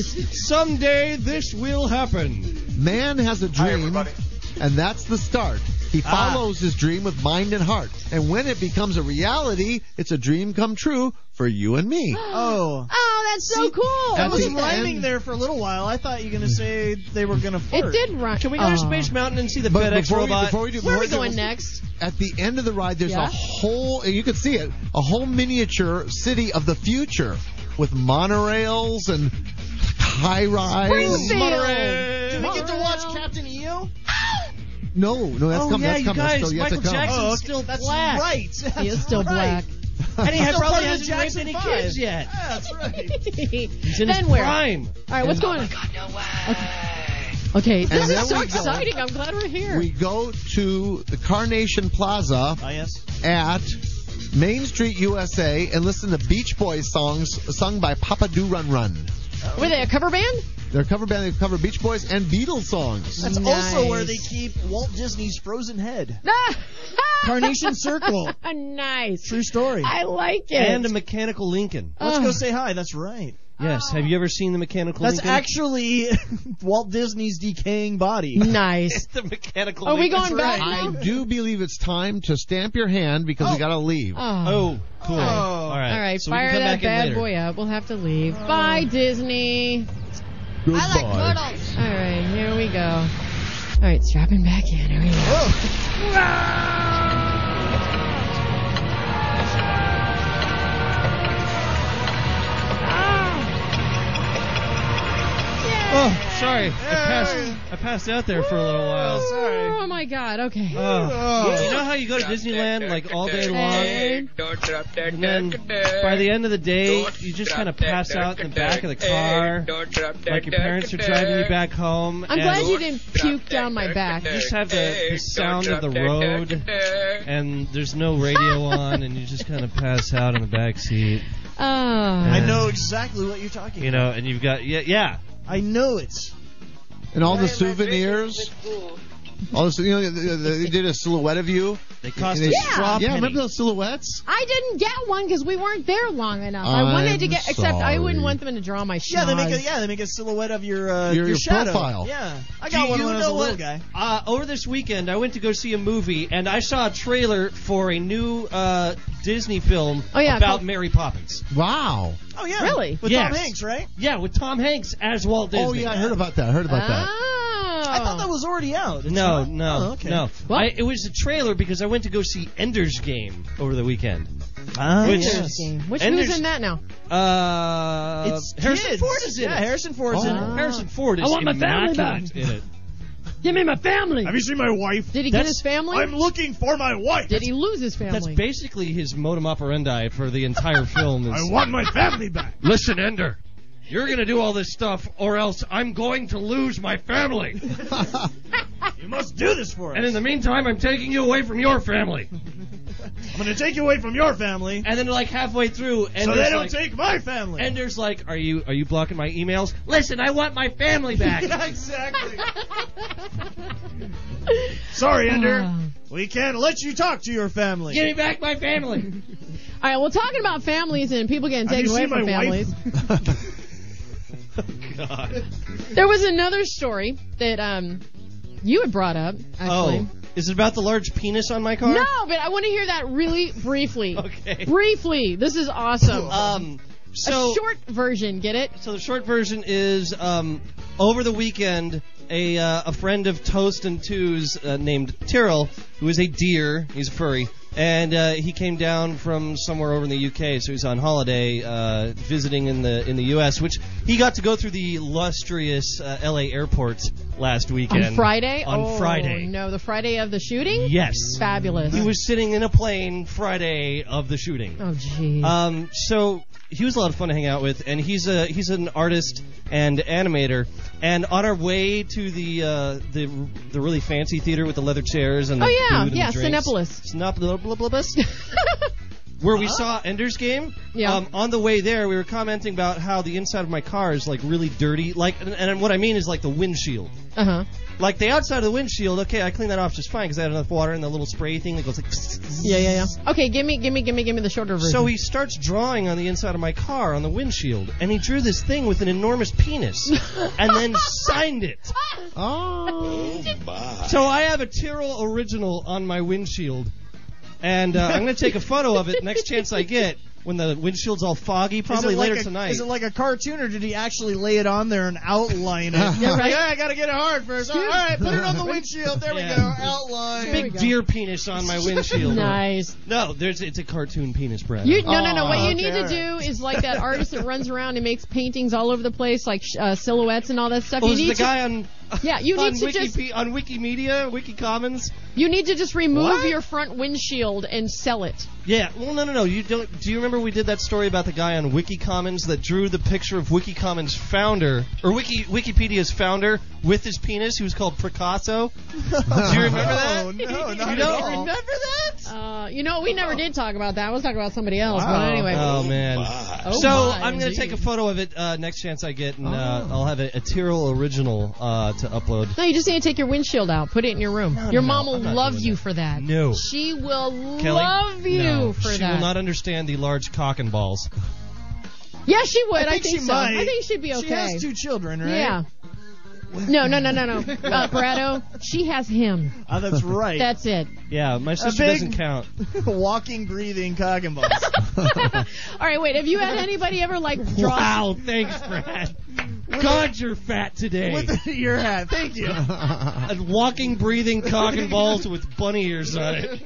D: Someday this will happen.
K: Man has a dream and that's the start. He
D: Ah.
K: follows his dream with mind and heart. And when it becomes a reality, it's a dream come true for you and me.
H: Oh.
C: Oh, that's so cool.
H: I was
K: At the
H: rhyming
K: end-
H: there for a little while. I thought you were gonna say they were gonna flirt.
C: It did run.
D: Can we go to
C: Aw.
D: Space Mountain and see the
K: But
D: FedEx
K: before we-
D: robot?
K: before we do-
C: Where are we
K: before we
C: going
K: do-
C: next?
K: At the end of the ride, there's
C: Yeah?
K: a whole, and you can see it, a whole miniature city of the future with monorails and high rise.
C: Springfield.
H: Did we get to watch Captain E EO?
K: No, no, that's
D: oh
K: coming.
D: yeah,
K: that's
D: you
K: coming.
D: guys,
K: that's still yet
D: Michael
K: to come.
D: Jackson's
H: Oh, okay.
D: still
H: That's
D: black.
H: right. That's
C: He is still
H: right.
C: black.
D: And he
H: Still part
D: had
H: of
D: probably
H: the
D: hasn't raped
H: Jackson
D: any
H: Five.
D: kids yet.
H: Yeah, that's right.
C: then where?
D: Prime.
C: All right, what's going on? Okay, this
K: And
C: is so
K: there we go.
C: exciting. I'm glad we're here.
K: We go to the Carnation Plaza
H: Ah, yes.
K: at Main Street, USA, and listen to Beach Boys songs sung by Papa Do Run Run.
C: Were they a cover band?
K: They're cover band. They cover Beach Boys and Beatles songs.
H: That's also where they
C: Nice.
H: keep Walt Disney's frozen head.
C: Ah!
H: Carnation Circle.
C: nice.
H: True story.
C: I like it.
D: And a mechanical Lincoln.
H: Let's
C: Ah.
H: go say hi. That's right.
D: Yes. Have you ever seen the mechanical
H: That's
D: Lincoln?
H: actually Walt Disney's decaying body.
C: nice.
D: the mechanical.
C: Are we
D: Lincoln.
C: going back
K: I
C: now?
K: do believe it's time to stamp your hand because we gotta leave.
C: Oh.
D: Oh, cool. All right.
C: All right,
D: so we can
C: fire
D: come
C: that
D: back in
C: bad
D: later.
C: boy up. We'll have to leave. Bye, Disney.
K: Goodbye.
C: All right, here we go. All right, strapping back in. Here we go. Ah.
D: Oh, sorry. I passed. I passed out there for a little while.
C: Oh my God. Okay.
D: Oh. You know how you go to Disneyland like all day long,
J: Don't drop that
D: and then by the end of the day you just kind of pass out in the back of the car, like your parents are driving you back home.
C: I'm
D: and
C: glad you didn't puke down my back.
D: You just have the, the sound of the road, and there's no radio on, and you just kind of pass out in the back seat,
C: Oh. I
H: I know exactly what you're talking.
D: you know. And you've got yeah, yeah.
H: about. I know it.
K: And all the souvenirs. All the, you know, they- they they did a silhouette of you.
D: They cost
K: They-
D: a
C: Yeah.
D: straw
K: yeah,
D: penny.
K: remember those silhouettes?
C: I didn't get one because we weren't there long enough. i wanted to
K: I'm
C: get, except I
K: sorry.
C: wouldn't want them to draw my schnoz.
H: Yeah, they make a yeah, they make a silhouette of your uh,
K: Your- your
H: shadow.
K: profile.
H: Yeah, I
D: Do
H: got one
D: you
H: when I was
D: know
H: a little
D: what-
H: guy.
D: Uh, over this weekend, I went to go see a movie, and I saw a trailer for a new uh, Disney film
C: Oh, yeah,
D: about
C: called-
D: Mary Poppins.
K: Wow.
H: Oh yeah,
C: Really?
H: With
D: Yes.
H: Tom Hanks, right?
D: Yeah, with Tom Hanks as Walt Disney.
K: Oh yeah, I heard about that. I heard
C: Ah.
K: about that.
C: Oh.
H: I thought that was already out. It's
D: No,
H: not-
D: no,
H: Oh, okay.
D: no.
C: What?
D: I, it was a trailer because I went to go see Ender's Game over the weekend.
H: Ah,
D: Which-
H: yes.
C: Which
D: And
C: who's
D: there's-
C: in that now?
D: Uh,
H: It's
D: Harrison
H: kids.
D: Ford is in
H: yeah,
D: it. Ah.
H: Harrison Ford's in
C: Oh.
H: it.
D: Harrison Ford is
N: I want my family
D: immaculate
N: back.
D: in it.
N: Give me my family.
I: you seen my wife?
C: Did he get his family?
I: looking for my wife.
C: Did he lose his family?
D: That's basically his modem operandi for the entire film. Is,
I: want my family back.
N: Listen, Ender. You're gonna do all this stuff, or else I'm going to lose my family.
I: You must do this for
N: and in the meantime, I'm taking you away from your family.
I: I'm going to take you away from your family
D: and then like halfway through, and like,
I: take my family.
D: Ender's like, "Are you are you blocking my emails? Listen, I want my family back."
I: Yeah, exactly. Sorry,
C: Uh.
I: Ender. We can't let you talk to your family.
D: Give me back my family.
C: All right, well, talking about families and people getting
I: Have
C: taken
I: you
C: away
I: seen
C: from
I: my wife?
C: families. There was another story that um you had brought up, actually.
D: Oh, is it about the large penis on my car?
C: No, but I want to hear that really briefly.
D: Okay.
C: Briefly. This is awesome.
D: Um. So
C: a short version, get it?
D: so the short version is um, over the weekend, a, uh, a friend of Toast and Two's uh, named Tyrrell, who is a deer, he's a furry, and uh, he came down from somewhere over in the UK, so he's on holiday uh, visiting in the in the US, which he got to go through the lustrous uh, LA airport last weekend.
C: On Friday?
D: On
C: oh,
D: Friday.
C: No, the Friday of the shooting?
D: Yes.
C: Fabulous.
D: He was sitting in a plane Friday of the shooting.
C: oh, jeez.
D: Um, so he was a lot of fun to hang out with, and he's a he's an artist and animator. And on our way to the uh, the the really fancy theater with the leather chairs and the
C: Oh, yeah.
D: food and
C: Yeah,
D: the drinks,
C: Cinepolis.
D: Cinepolis. where we saw Ender's Game.
C: Uh-huh. Yeah.
D: Um, on the way there, we were commenting about how the inside of my car is like really dirty. Like, and, and what I mean is like the windshield.
C: Uh huh.
D: Like the outside of the windshield, okay, I cleaned that off just fine because I had enough water and the little spray thing that goes like.
C: Yeah, yeah, yeah. Okay, give me, give me, give me, give me the shorter version.
D: So he starts drawing on the inside of my car on the windshield, and he drew this thing with an enormous penis, and then signed it.
K: Oh.
D: So I have a Tyrrell original on my windshield, and uh, I'm gonna take a photo of it next chance I get when the windshield's all foggy, probably
I: Is it like
D: later
I: a-
D: tonight.
I: Is it like a cartoon, or did he actually lay it on there and outline it?
D: Yeah, right.
I: I gotta get it hard first. All right, put it on the windshield. There
D: Yeah.
I: we go. Outline.
D: Big deer penis on my windshield.
C: Nice.
D: No, there's it's a cartoon penis, Brad.
C: You, no, no, no. What
I: Oh,
C: you need
I: okay,
C: to do is like that artist that runs around and makes paintings all over the place, like sh- uh, silhouettes and all that stuff.
D: Oh,
C: you
D: is
C: need
D: the
C: to,
D: guy on
C: yeah, you
D: on
C: need to
D: Wiki,
C: just
D: on Wikimedia, WikiCommons.
C: you need to just remove
D: What?
C: your front windshield and sell it.
D: Yeah. Well, no, no, no. You don't. Do you remember we did that story about the guy on WikiCommons that drew the picture of WikiCommons founder or Wiki Wikipedia's founder with his penis, who was called Picasso? do you remember that?
I: Oh no, not
D: You
I: at
D: don't
I: all.
D: remember that?
C: Uh, you know, we never did talk about that. We'll talk about somebody else.
I: Wow.
C: But anyway,
D: Oh man.
C: Oh,
D: so
C: my,
D: I'm gonna
C: indeed.
D: take a photo of it uh, next chance I get, and uh, I'll have a, a Tyrrell original uh, to upload.
C: no, you just need to take your windshield out, put it in your room.
D: No, no,
C: your
D: no,
C: mom will
D: I'm not
C: love
D: doing
C: you
D: that.
C: for that.
D: No.
C: She will
D: Kelly?
C: love you
D: no,
C: for
D: she
C: that.
D: will not understand the large cock and balls.
C: yeah, she would. I
I: I
C: think,
I: think she
C: so.
I: might.
C: I think she'd be okay.
I: She has two children, right?
C: Yeah. No, no, no, no, no. Uh, Brado, she has him.
I: Oh, that's right.
C: That's it.
D: Yeah, my sister
I: big-
D: doesn't count.
I: walking, breathing cock and balls.
C: All right, wait. Have you had anybody ever like draw?
D: Wow, thanks, Brad. God, you're fat today.
I: With your hat. Thank you.
D: a walking, breathing cock and balls with bunny ears on it.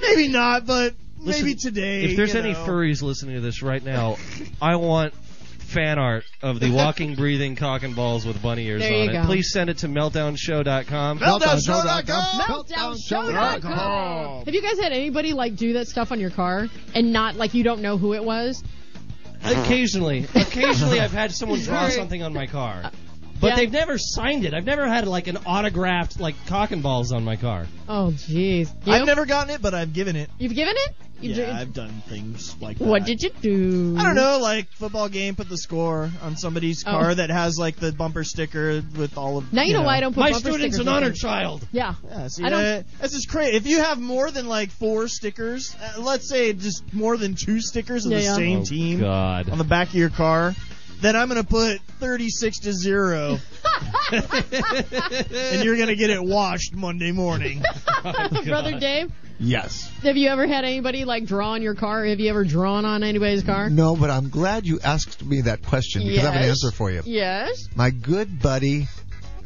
I: Maybe not, but
D: Listen,
I: maybe today.
D: If there's
I: you
D: any
I: know.
D: furries listening to this right now, I want fan art of the walking, breathing cock and balls with bunny ears
C: There
D: on
C: you
D: it.
C: go.
D: Please send it to meltdownshow.com.
C: Meltdownshow.com. Have you guys had anybody like do that stuff on your car and not like you don't know who it was?
D: Occasionally, occasionally I've had someone draw something on my car. But
C: Uh, Yeah.
D: they've never signed it. I've never had like an autographed like cock and balls on my car.
C: Oh, jeez. You?
I: I've never gotten it, but I've given it.
C: You've given it? You
I: yeah,
C: did-
I: I've done things like that.
C: what did you do?
I: I don't know, like football game, put the score on somebody's
C: Oh.
I: car that has like the bumper sticker with all of.
C: Now you know why I don't put
D: my
C: bumper
D: student's
C: stickers
D: an
C: on
D: honor
C: things.
D: child.
C: Yeah.
I: Yeah, see,
C: I don't-
I: that, that's just crazy. If you have more than like four stickers, uh, let's say just more than two stickers of
C: Yeah,
I: the
C: yeah.
K: Oh,
I: same team
D: God.
I: on the back of your car, then I'm gonna put 36 to zero, and you're gonna get it washed Monday morning.
C: Brother Dave,
K: Yes.
C: have you ever had anybody like draw on your car? Have you ever drawn on anybody's car?
K: No, but I'm glad you asked me that question because I have an
C: Yes.
K: answer for you.
C: Yes.
K: My good buddy,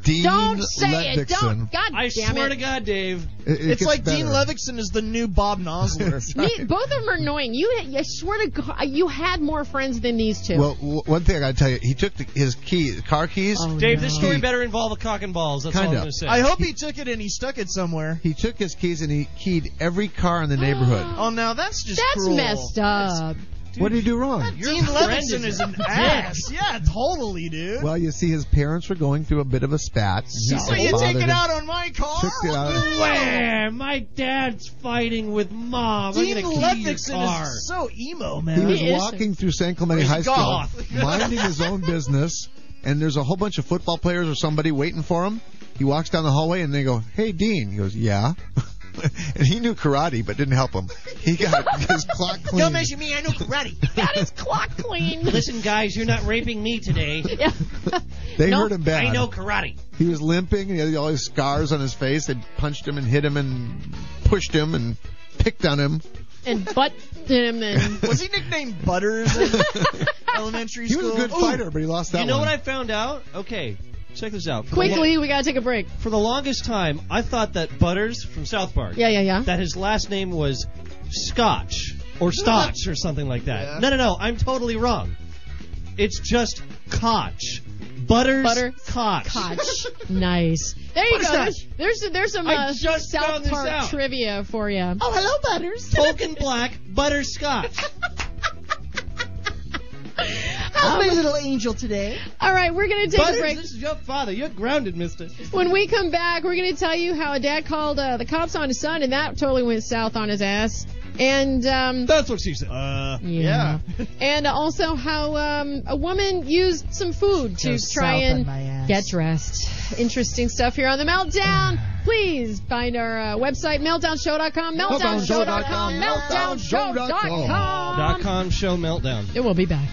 K: Dean
C: Don't say it.
K: Ledvickson.
C: Don't. God
D: I
C: damn
D: swear
C: it.
D: to God, Dave.
K: It- it
I: it's
K: gets
I: like
K: better.
I: Dean Levickson is the new Bob Nosler.
K: That's
C: Me,
K: right.
C: both of them are annoying. You, I swear to God, uh, you had more friends than these two.
K: Well, w- one thing I gotta tell you, he took the, his key, car keys.
C: Oh,
D: Dave,
C: no.
D: this story better involve a cock and balls. That's all I'm
K: Kinda.
D: going to say.
I: I hope he took it and he stuck it somewhere.
K: He took his keys and he keyed every car in the neighborhood.
I: Oh, now that's just
C: That's
I: cruel.
C: messed up.
K: what did he do wrong?
I: Dean Levinson is an
D: dick.
I: ass. Yeah, totally, dude.
K: Well, you see, his parents were going through a bit of a spat. He
I: so you
K: bothered
I: take it
K: him.
I: out on my car?
K: Took it
C: Oh,
K: out on-
D: Where? My dad's fighting with mom.
I: Dean
D: I'm gonna key your
I: Levinson
D: car.
I: is so emo,
K: He
I: man.
K: was
C: He is-
K: walking through San Clemente
I: He's
K: High School,
I: goth.
K: minding his own business, and there's a whole bunch of football players or somebody waiting for him. He walks down the hallway and they go, "Hey, Dean." He goes, "Yeah." and he knew karate, but didn't help him. He got his clock clean.
I: Don't mention me, I know karate.
C: Got his clock clean.
D: Listen, guys, you're not raping me today.
C: Yeah.
K: They
C: No,
K: hurt him bad.
D: I know karate.
K: He was limping and he had all these scars on his face. They punched him and hit him and pushed him and picked on him.
C: and butt him and
I: was he nicknamed Butters in elementary
K: He
I: school?
K: was a good
I: Ooh,
K: fighter, but he lost that
D: Oh, you know
K: one.
D: what I found out? Okay, check this out. For the
C: quickly. We gotta take a break.
D: lo- for the longest time, I thought that Butters from South Park,
C: Yeah, yeah, yeah.
D: that his last name was Scotch or Stotch or something like that.
I: Yeah.
D: No, no, no. I'm totally wrong. It's just Koch. Butters
C: Butter-
D: Koch.
C: Koch. nice. There you go. There's, there's there's some
D: I
C: uh,
D: just
C: South
D: found this
C: Park
D: out.
C: trivia for you.
I: Oh, hello, Butters.
D: Token black butterscotch.
I: I'm my little angel today.
C: Um, All right, we're gonna take a
D: Butters,
C: break.
D: this is your father. You're grounded, mister.
C: When we come back, we're going to tell you how a dad called uh, the cops on his son, and that totally went south on his ass. And um,
D: That's what she said. Uh,
C: yeah. and also how um, a woman used some food to
B: Goes
C: try
B: south on
C: and
B: my ass.
C: get dressed. Interesting stuff here on the Meltdown. Please find our uh, website meltdownshow.com, meltdownshow.com, meltdownshow.com.
D: Dot com show meltdown.
C: It will be back.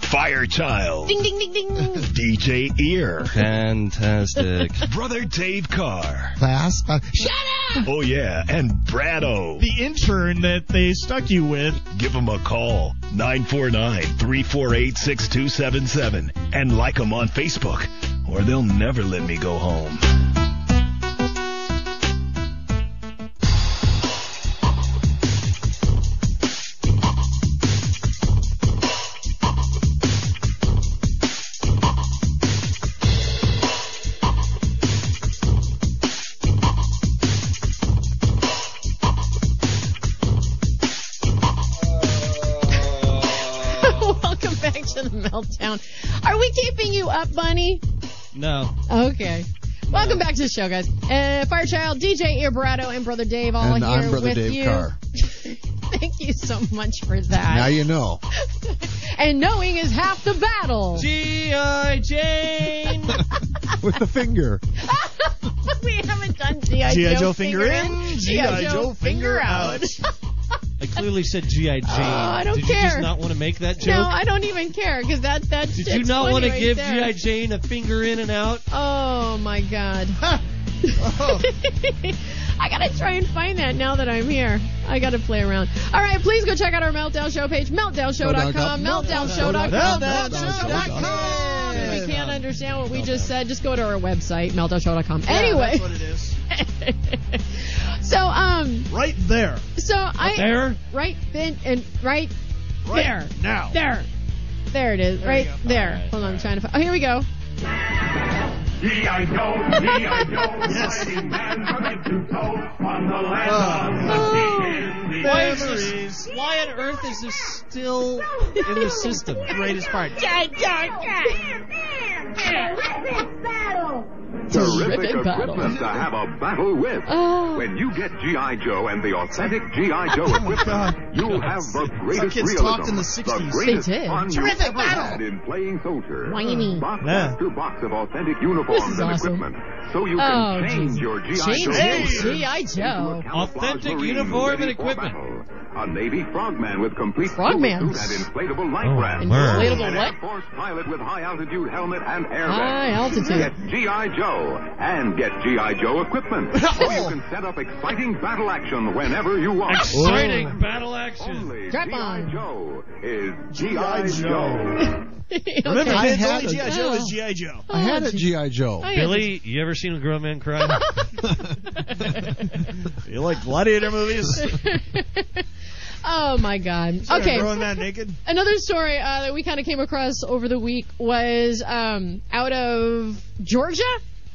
J: Fire Child.
C: Ding ding ding ding.
J: DJ Ear.
D: Fantastic.
J: Brother Dave Carr.
I: Class.
K: Uh,
J: Shut up! Oh, yeah, and Brado.
I: The intern that they stuck you with.
J: Give them a call, 949 348 6277, and like them on Facebook, or they'll never let me go home.
C: Welcome back to the Meltdown. Are we keeping you up, Bunny?
D: No.
C: Okay. Welcome back to the show, guys. Uh, Firechild, DJ Earbrato, and Brother Dave all
K: and
C: here
K: I'm Brother
C: with
K: Dave
C: you.
K: Carr.
C: Thank you so much for
K: Now
C: that.
K: you know.
C: and knowing is half the battle.
D: G.I. Jane.
K: With the finger.
C: we haven't done G.I.
I: G.I.
C: Joe,
I: Joe finger in,
C: G.I. Joe finger out.
D: I clearly said G.I. Jane.
C: Oh, I don't
D: Did you
C: care.
D: just not want to make that joke?
C: No, I don't even care because that that's.
D: Did
C: it's
D: you not want
C: funny
D: to
C: right
D: give
C: there.
D: G.I. Jane a finger in and out?
C: Oh my god. I gotta try and find that now that I'm here. I gotta play around. All right, please go check out our Meltdown Show page, meltdownshow.com, meltdownshow.com, meltdownshow.com. If you can't understand what we just said, just go to our website, meltdownshow.com. Anyway,
I: That's what it is.
C: so um,
I: Right there.
C: so I
D: there?
C: right then and right
I: Right
C: there
I: now.
C: there there it is right
I: you go.
C: there. Hold on, I'm trying to. Find, oh, here we go.
O: G.I. Joe, G.I. Joe, fighting man from head to toe on the land
C: Oh.
O: of the
D: Why, is
O: memories.
D: this, why on earth is this still in the system? Greatest part.
O: Terrific
C: Terrific battle.
O: equipment to have a battle with.
C: Oh.
O: When you get G.I. Joe and the authentic G.I.
I: Oh,
O: Joe equipment, you'll have the greatest
I: kids
O: realism,
I: talked in the 60s.
O: greatest
C: They did.
O: fun you
I: Terrific
O: ever
I: battle.
O: had in playing soldier.
C: Whiny.
O: Box
I: Yeah.
O: after box of authentic
C: This
O: uniforms
C: is
O: and
C: awesome.
O: equipment, so you
C: Oh,
O: can change
C: Jesus.
O: your G.I.
C: Change
O: Joe
C: your
O: soldier
C: G.I.
O: into
C: Joe.
O: a camouflage
D: Authentic
O: Marine
D: uniform
O: ready
D: and
O: for
D: equipment.
O: battle. A Navy frogman with complete silver
C: Frogman.
O: suit and inflatable life
D: Oh,
O: raft.
D: word.
C: Inflatable
O: An
C: what?
O: Air Force pilot with high altitude helmet and airbag.
C: High altitude.
O: Get G.I. Joe and get G.I. Joe equipment. so you can set up exciting battle action whenever you want.
C: Oh.
D: Exciting battle action.
O: Only
C: Strap
O: G.I.
C: on.
O: Joe is G.I. Joe.
C: Okay.
I: Remember, kids,
K: had
I: only
K: a-
I: G.I. Joe is
C: Oh.
I: G.I. Joe.
K: I had a G.I. Joe.
C: I had
N: Billy, you ever seen a grown man cry?
I: You like gladiator movies?
C: oh my god.
I: They're
C: Okay.
I: Growing that naked?
C: Another story uh, that we kind of came across over the week was um, out of Georgia,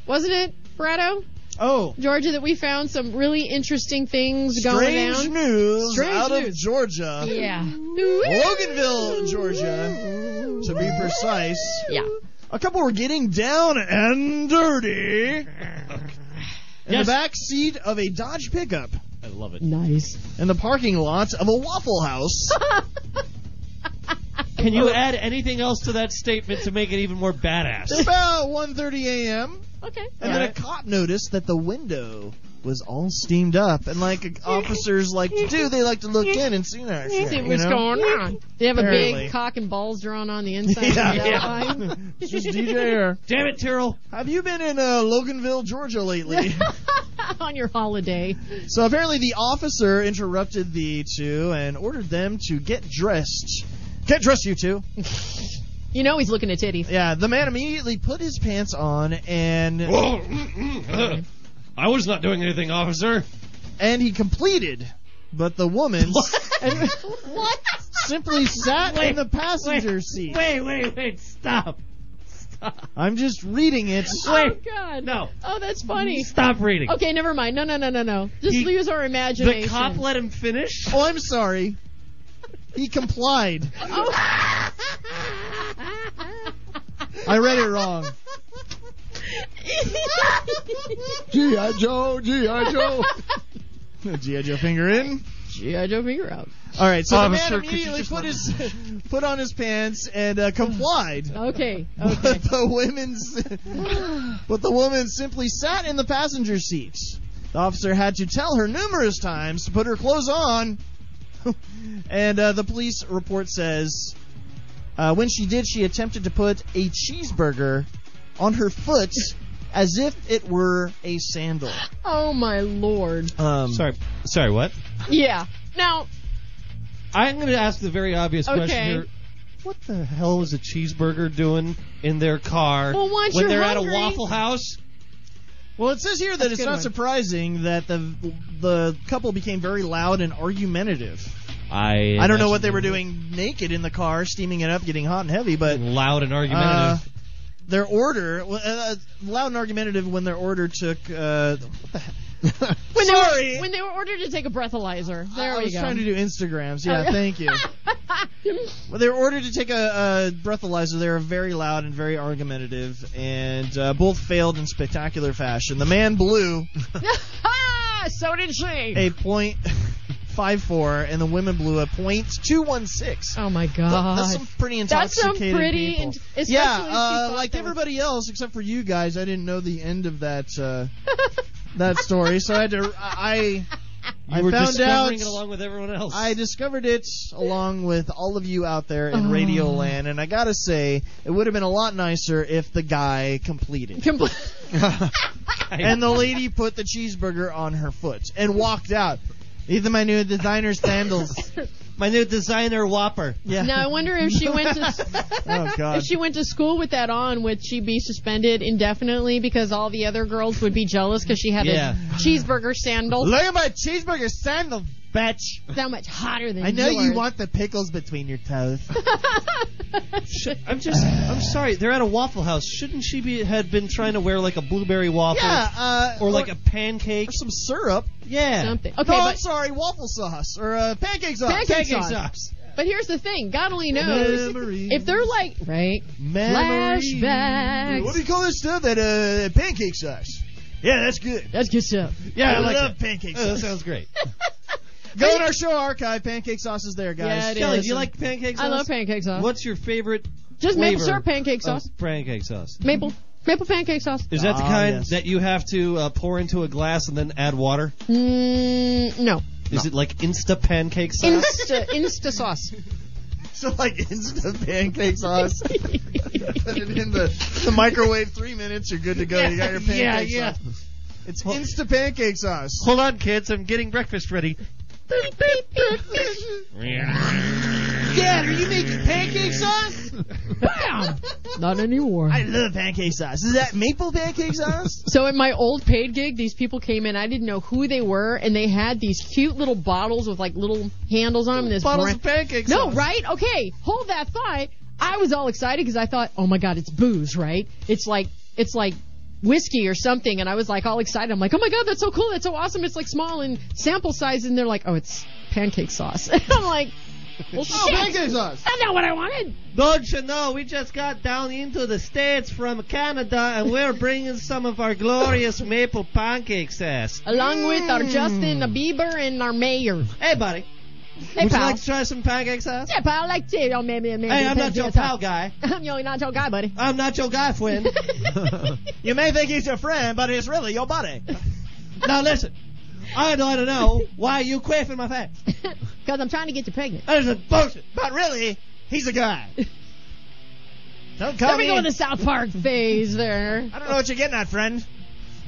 C: wasn't it, Brado?
I: Oh.
C: Georgia, that we found some really interesting things going
I: Strange
C: down.
I: news
C: Strange
I: out of
C: news.
I: Georgia.
C: Yeah.
I: Loganville, Georgia, to be precise.
C: Yeah.
I: A couple were getting down and dirty in
D: Yes.
I: the back seat of a Dodge pickup
D: I love it.
C: Nice.
I: in the parking lot of a Waffle House.
D: Can you add anything else to that statement to make it even more
I: It's
D: badass?
I: about 1:30 a.m.
C: Okay.
I: And then a cop noticed that the window was all steamed up, and like officers like to do, they like to look in and see that shit.
C: See
I: you
C: what's
I: know?
C: going on. They have a
I: Barely.
C: big cock and balls drawn on the inside.
I: Yeah.
C: Is that
I: Yeah.
C: why?
I: It's just DJ Air.
D: Damn it, Terrell.
I: Have you been in uh, Loganville, Georgia lately?
C: on your holiday.
I: so apparently the officer interrupted the two and ordered them to get dressed. Get dressed, you two.
C: You know he's looking at titties.
I: Yeah, the man immediately put his pants on and
N: Whoa, mm, mm, uh, I was not doing anything, officer.
I: and he completed, but the woman and
C: What?
I: simply sat in the passenger seat.
N: Wait, wait, wait, stop.
I: I'm just reading it.
C: Oh God! No. Oh, that's funny.
I: Stop reading.
C: Okay, never mind. No, no, no, no, no. Just
I: He-
C: use our imagination.
I: let him finish? Oh, I'm sorry. He complied.
C: Oh.
I: I read it wrong.
A: G.I. Joe, G.I. Joe.
I: G.I. Joe finger in.
C: G.I. Joe finger out.
I: All right, so
C: Officer,
I: the man
C: could you
I: immediately
C: just
I: put
C: let
I: his put on his pants and uh, complied.
C: Okay.
I: But the women's but the woman simply sat in the passenger seat. The officer had to tell her numerous times to put her clothes on. and uh, the police report says uh, when she did, she attempted to put a cheeseburger on her foot as if it were a sandal.
C: Oh my lord.
I: Um,
D: sorry, sorry, what?
C: Yeah. Now,
D: I'm going to ask the very obvious question
C: Okay.
D: here. What the hell is a cheeseburger doing in their car
I: Well, once
D: when
I: you're
D: they're
I: hungry-
D: at a Waffle House?
I: Well, it says here that
D: That's a
I: it's
D: good
I: not
D: one.
I: surprising that the the couple became very loud and argumentative.
D: I
I: I don't know what they were doing naked in the car, steaming it up, getting hot and heavy, but
D: Loud and
I: uh,
D: argumentative.
I: their order well, uh, uh, loud and argumentative when their order took. Uh, what the heck?
C: when
I: Sorry,
C: they were, when they were ordered to take a breathalyzer. There
I: I
C: we
I: was
C: go.
I: trying to do Instagrams. Yeah,
C: Oh.
I: thank you. Well, they were ordered to take a, a breathalyzer. They were very loud and very argumentative, and uh, both failed in spectacular fashion. The man blew
C: ah, so did she.
I: a point five four, and the women blew a point two one six.
C: Oh my
I: god, Uh, that's some pretty
C: That's some
I: intoxicated
C: pretty
I: people.
C: int- especially
I: yeah,
C: if you
I: uh,
C: thought
I: like
C: that was-
I: everybody else except for you guys, I didn't know the end of that uh, that story, so I had to I. I
D: you were
I: found out
D: discovering it along with everyone else.
I: I discovered it along with all of you out there in
D: Oh.
I: Radio Land, and I gotta say, it would have been a lot nicer if the guy completed. and the lady put the cheeseburger on her foot and walked out. These are my new designer sandals.
D: my new designer whopper.
I: Yeah.
C: Now I wonder if she went to
I: oh God.
C: if she went to school with that on, would she be suspended indefinitely because all the other girls would be jealous because she had
I: Yeah.
C: a cheeseburger sandal?
I: Look at my cheeseburger sandal, bitch.
C: so much hotter than
I: I know you
C: yours.
I: want the pickles between your toes.
D: I'm just, I'm sorry. They're at a Waffle House. Shouldn't she be had been trying to wear like a blueberry waffle?
I: yeah, uh,
D: or like a pancake. Or
I: some syrup.
D: Yeah.
C: Something.
I: no,
C: Okay,
I: I'm
C: but-
I: sorry, waffle sauce or uh, pancake sauce.
C: Pancake Pancake sauce. sauce. But here's the thing, God only knows
I: Memories.
C: if they're like right
I: Memories.
C: flashbacks.
I: What do you call this stuff? That uh, pancake sauce. Yeah, that's good.
C: That's good stuff.
I: Yeah, I,
D: like
I: love
D: it.
I: pancake
D: Oh,
I: sauce.
D: that sounds great.
I: Go in our show archive. Pancake sauce is there, guys.
C: Yeah, it
D: Kelly,
C: is.
D: do you like pancake sauce?
C: I love pancake sauce.
D: What's your favorite?
C: Just maple
D: flavor
C: syrup pancake
D: of
C: sauce.
D: Pancake sauce.
C: Maple maple pancake sauce.
D: Is that the kind that you have to uh, pour into a glass and then add water?
C: Mm, no.
D: Is it like Insta pancake sauce?
C: Insta Insta sauce.
I: So like instant pancake sauce. Put it in the, the microwave three minutes. You're good to go. you got your pancake
N: Yeah, yeah.
I: sauce. It's instant pancake sauce.
N: Hold on, kids. I'm getting breakfast ready.
I: Dad, are you making pancake sauce?
C: Bam! Not anymore.
I: I love pancake sauce. Is that maple pancake sauce?
C: So at my old paid gig, these people came in. I didn't know who they were, and they had these cute little bottles with like little handles on them. And this
I: Bottles
C: brand-
I: of pancake
C: No,
I: sauce.
C: right? Okay, hold that thought. I was all excited because I thought, oh my god, it's booze, right? It's like it's like whiskey or something, and I was like all excited. I'm like, oh my god, that's so cool, that's so awesome. It's like small and sample size, and they're like, oh, it's pancake sauce. I'm like, well,
I: Oh,
C: shit,
I: pancake sauce.
C: that's not what I wanted.
N: Don't you know, we just got down into the States from Canada and we're bringing some of our glorious maple pancake sauce.
C: Along with our Justin Bieber and our mayor.
N: Mm. Hey, buddy.
C: Hey,
N: would
C: pal.
N: you like to try some pancake sauce?
C: Yeah, pal, I like to. Oh, maybe, maybe.
N: Hey, I'm not your pal guy.
C: I'm your not your guy, buddy.
N: I'm not your guy, friend.
I: You may think he's your friend, but it's really your buddy.
N: now, listen. I'd like to know why you quaffing my face.
C: Because I'm trying to get you pregnant.
N: That is a bullshit.
I: But really, he's a guy. Don't call
C: There
I: me.
C: we go with the South Park phase there.
I: I don't know what you're getting at, friend.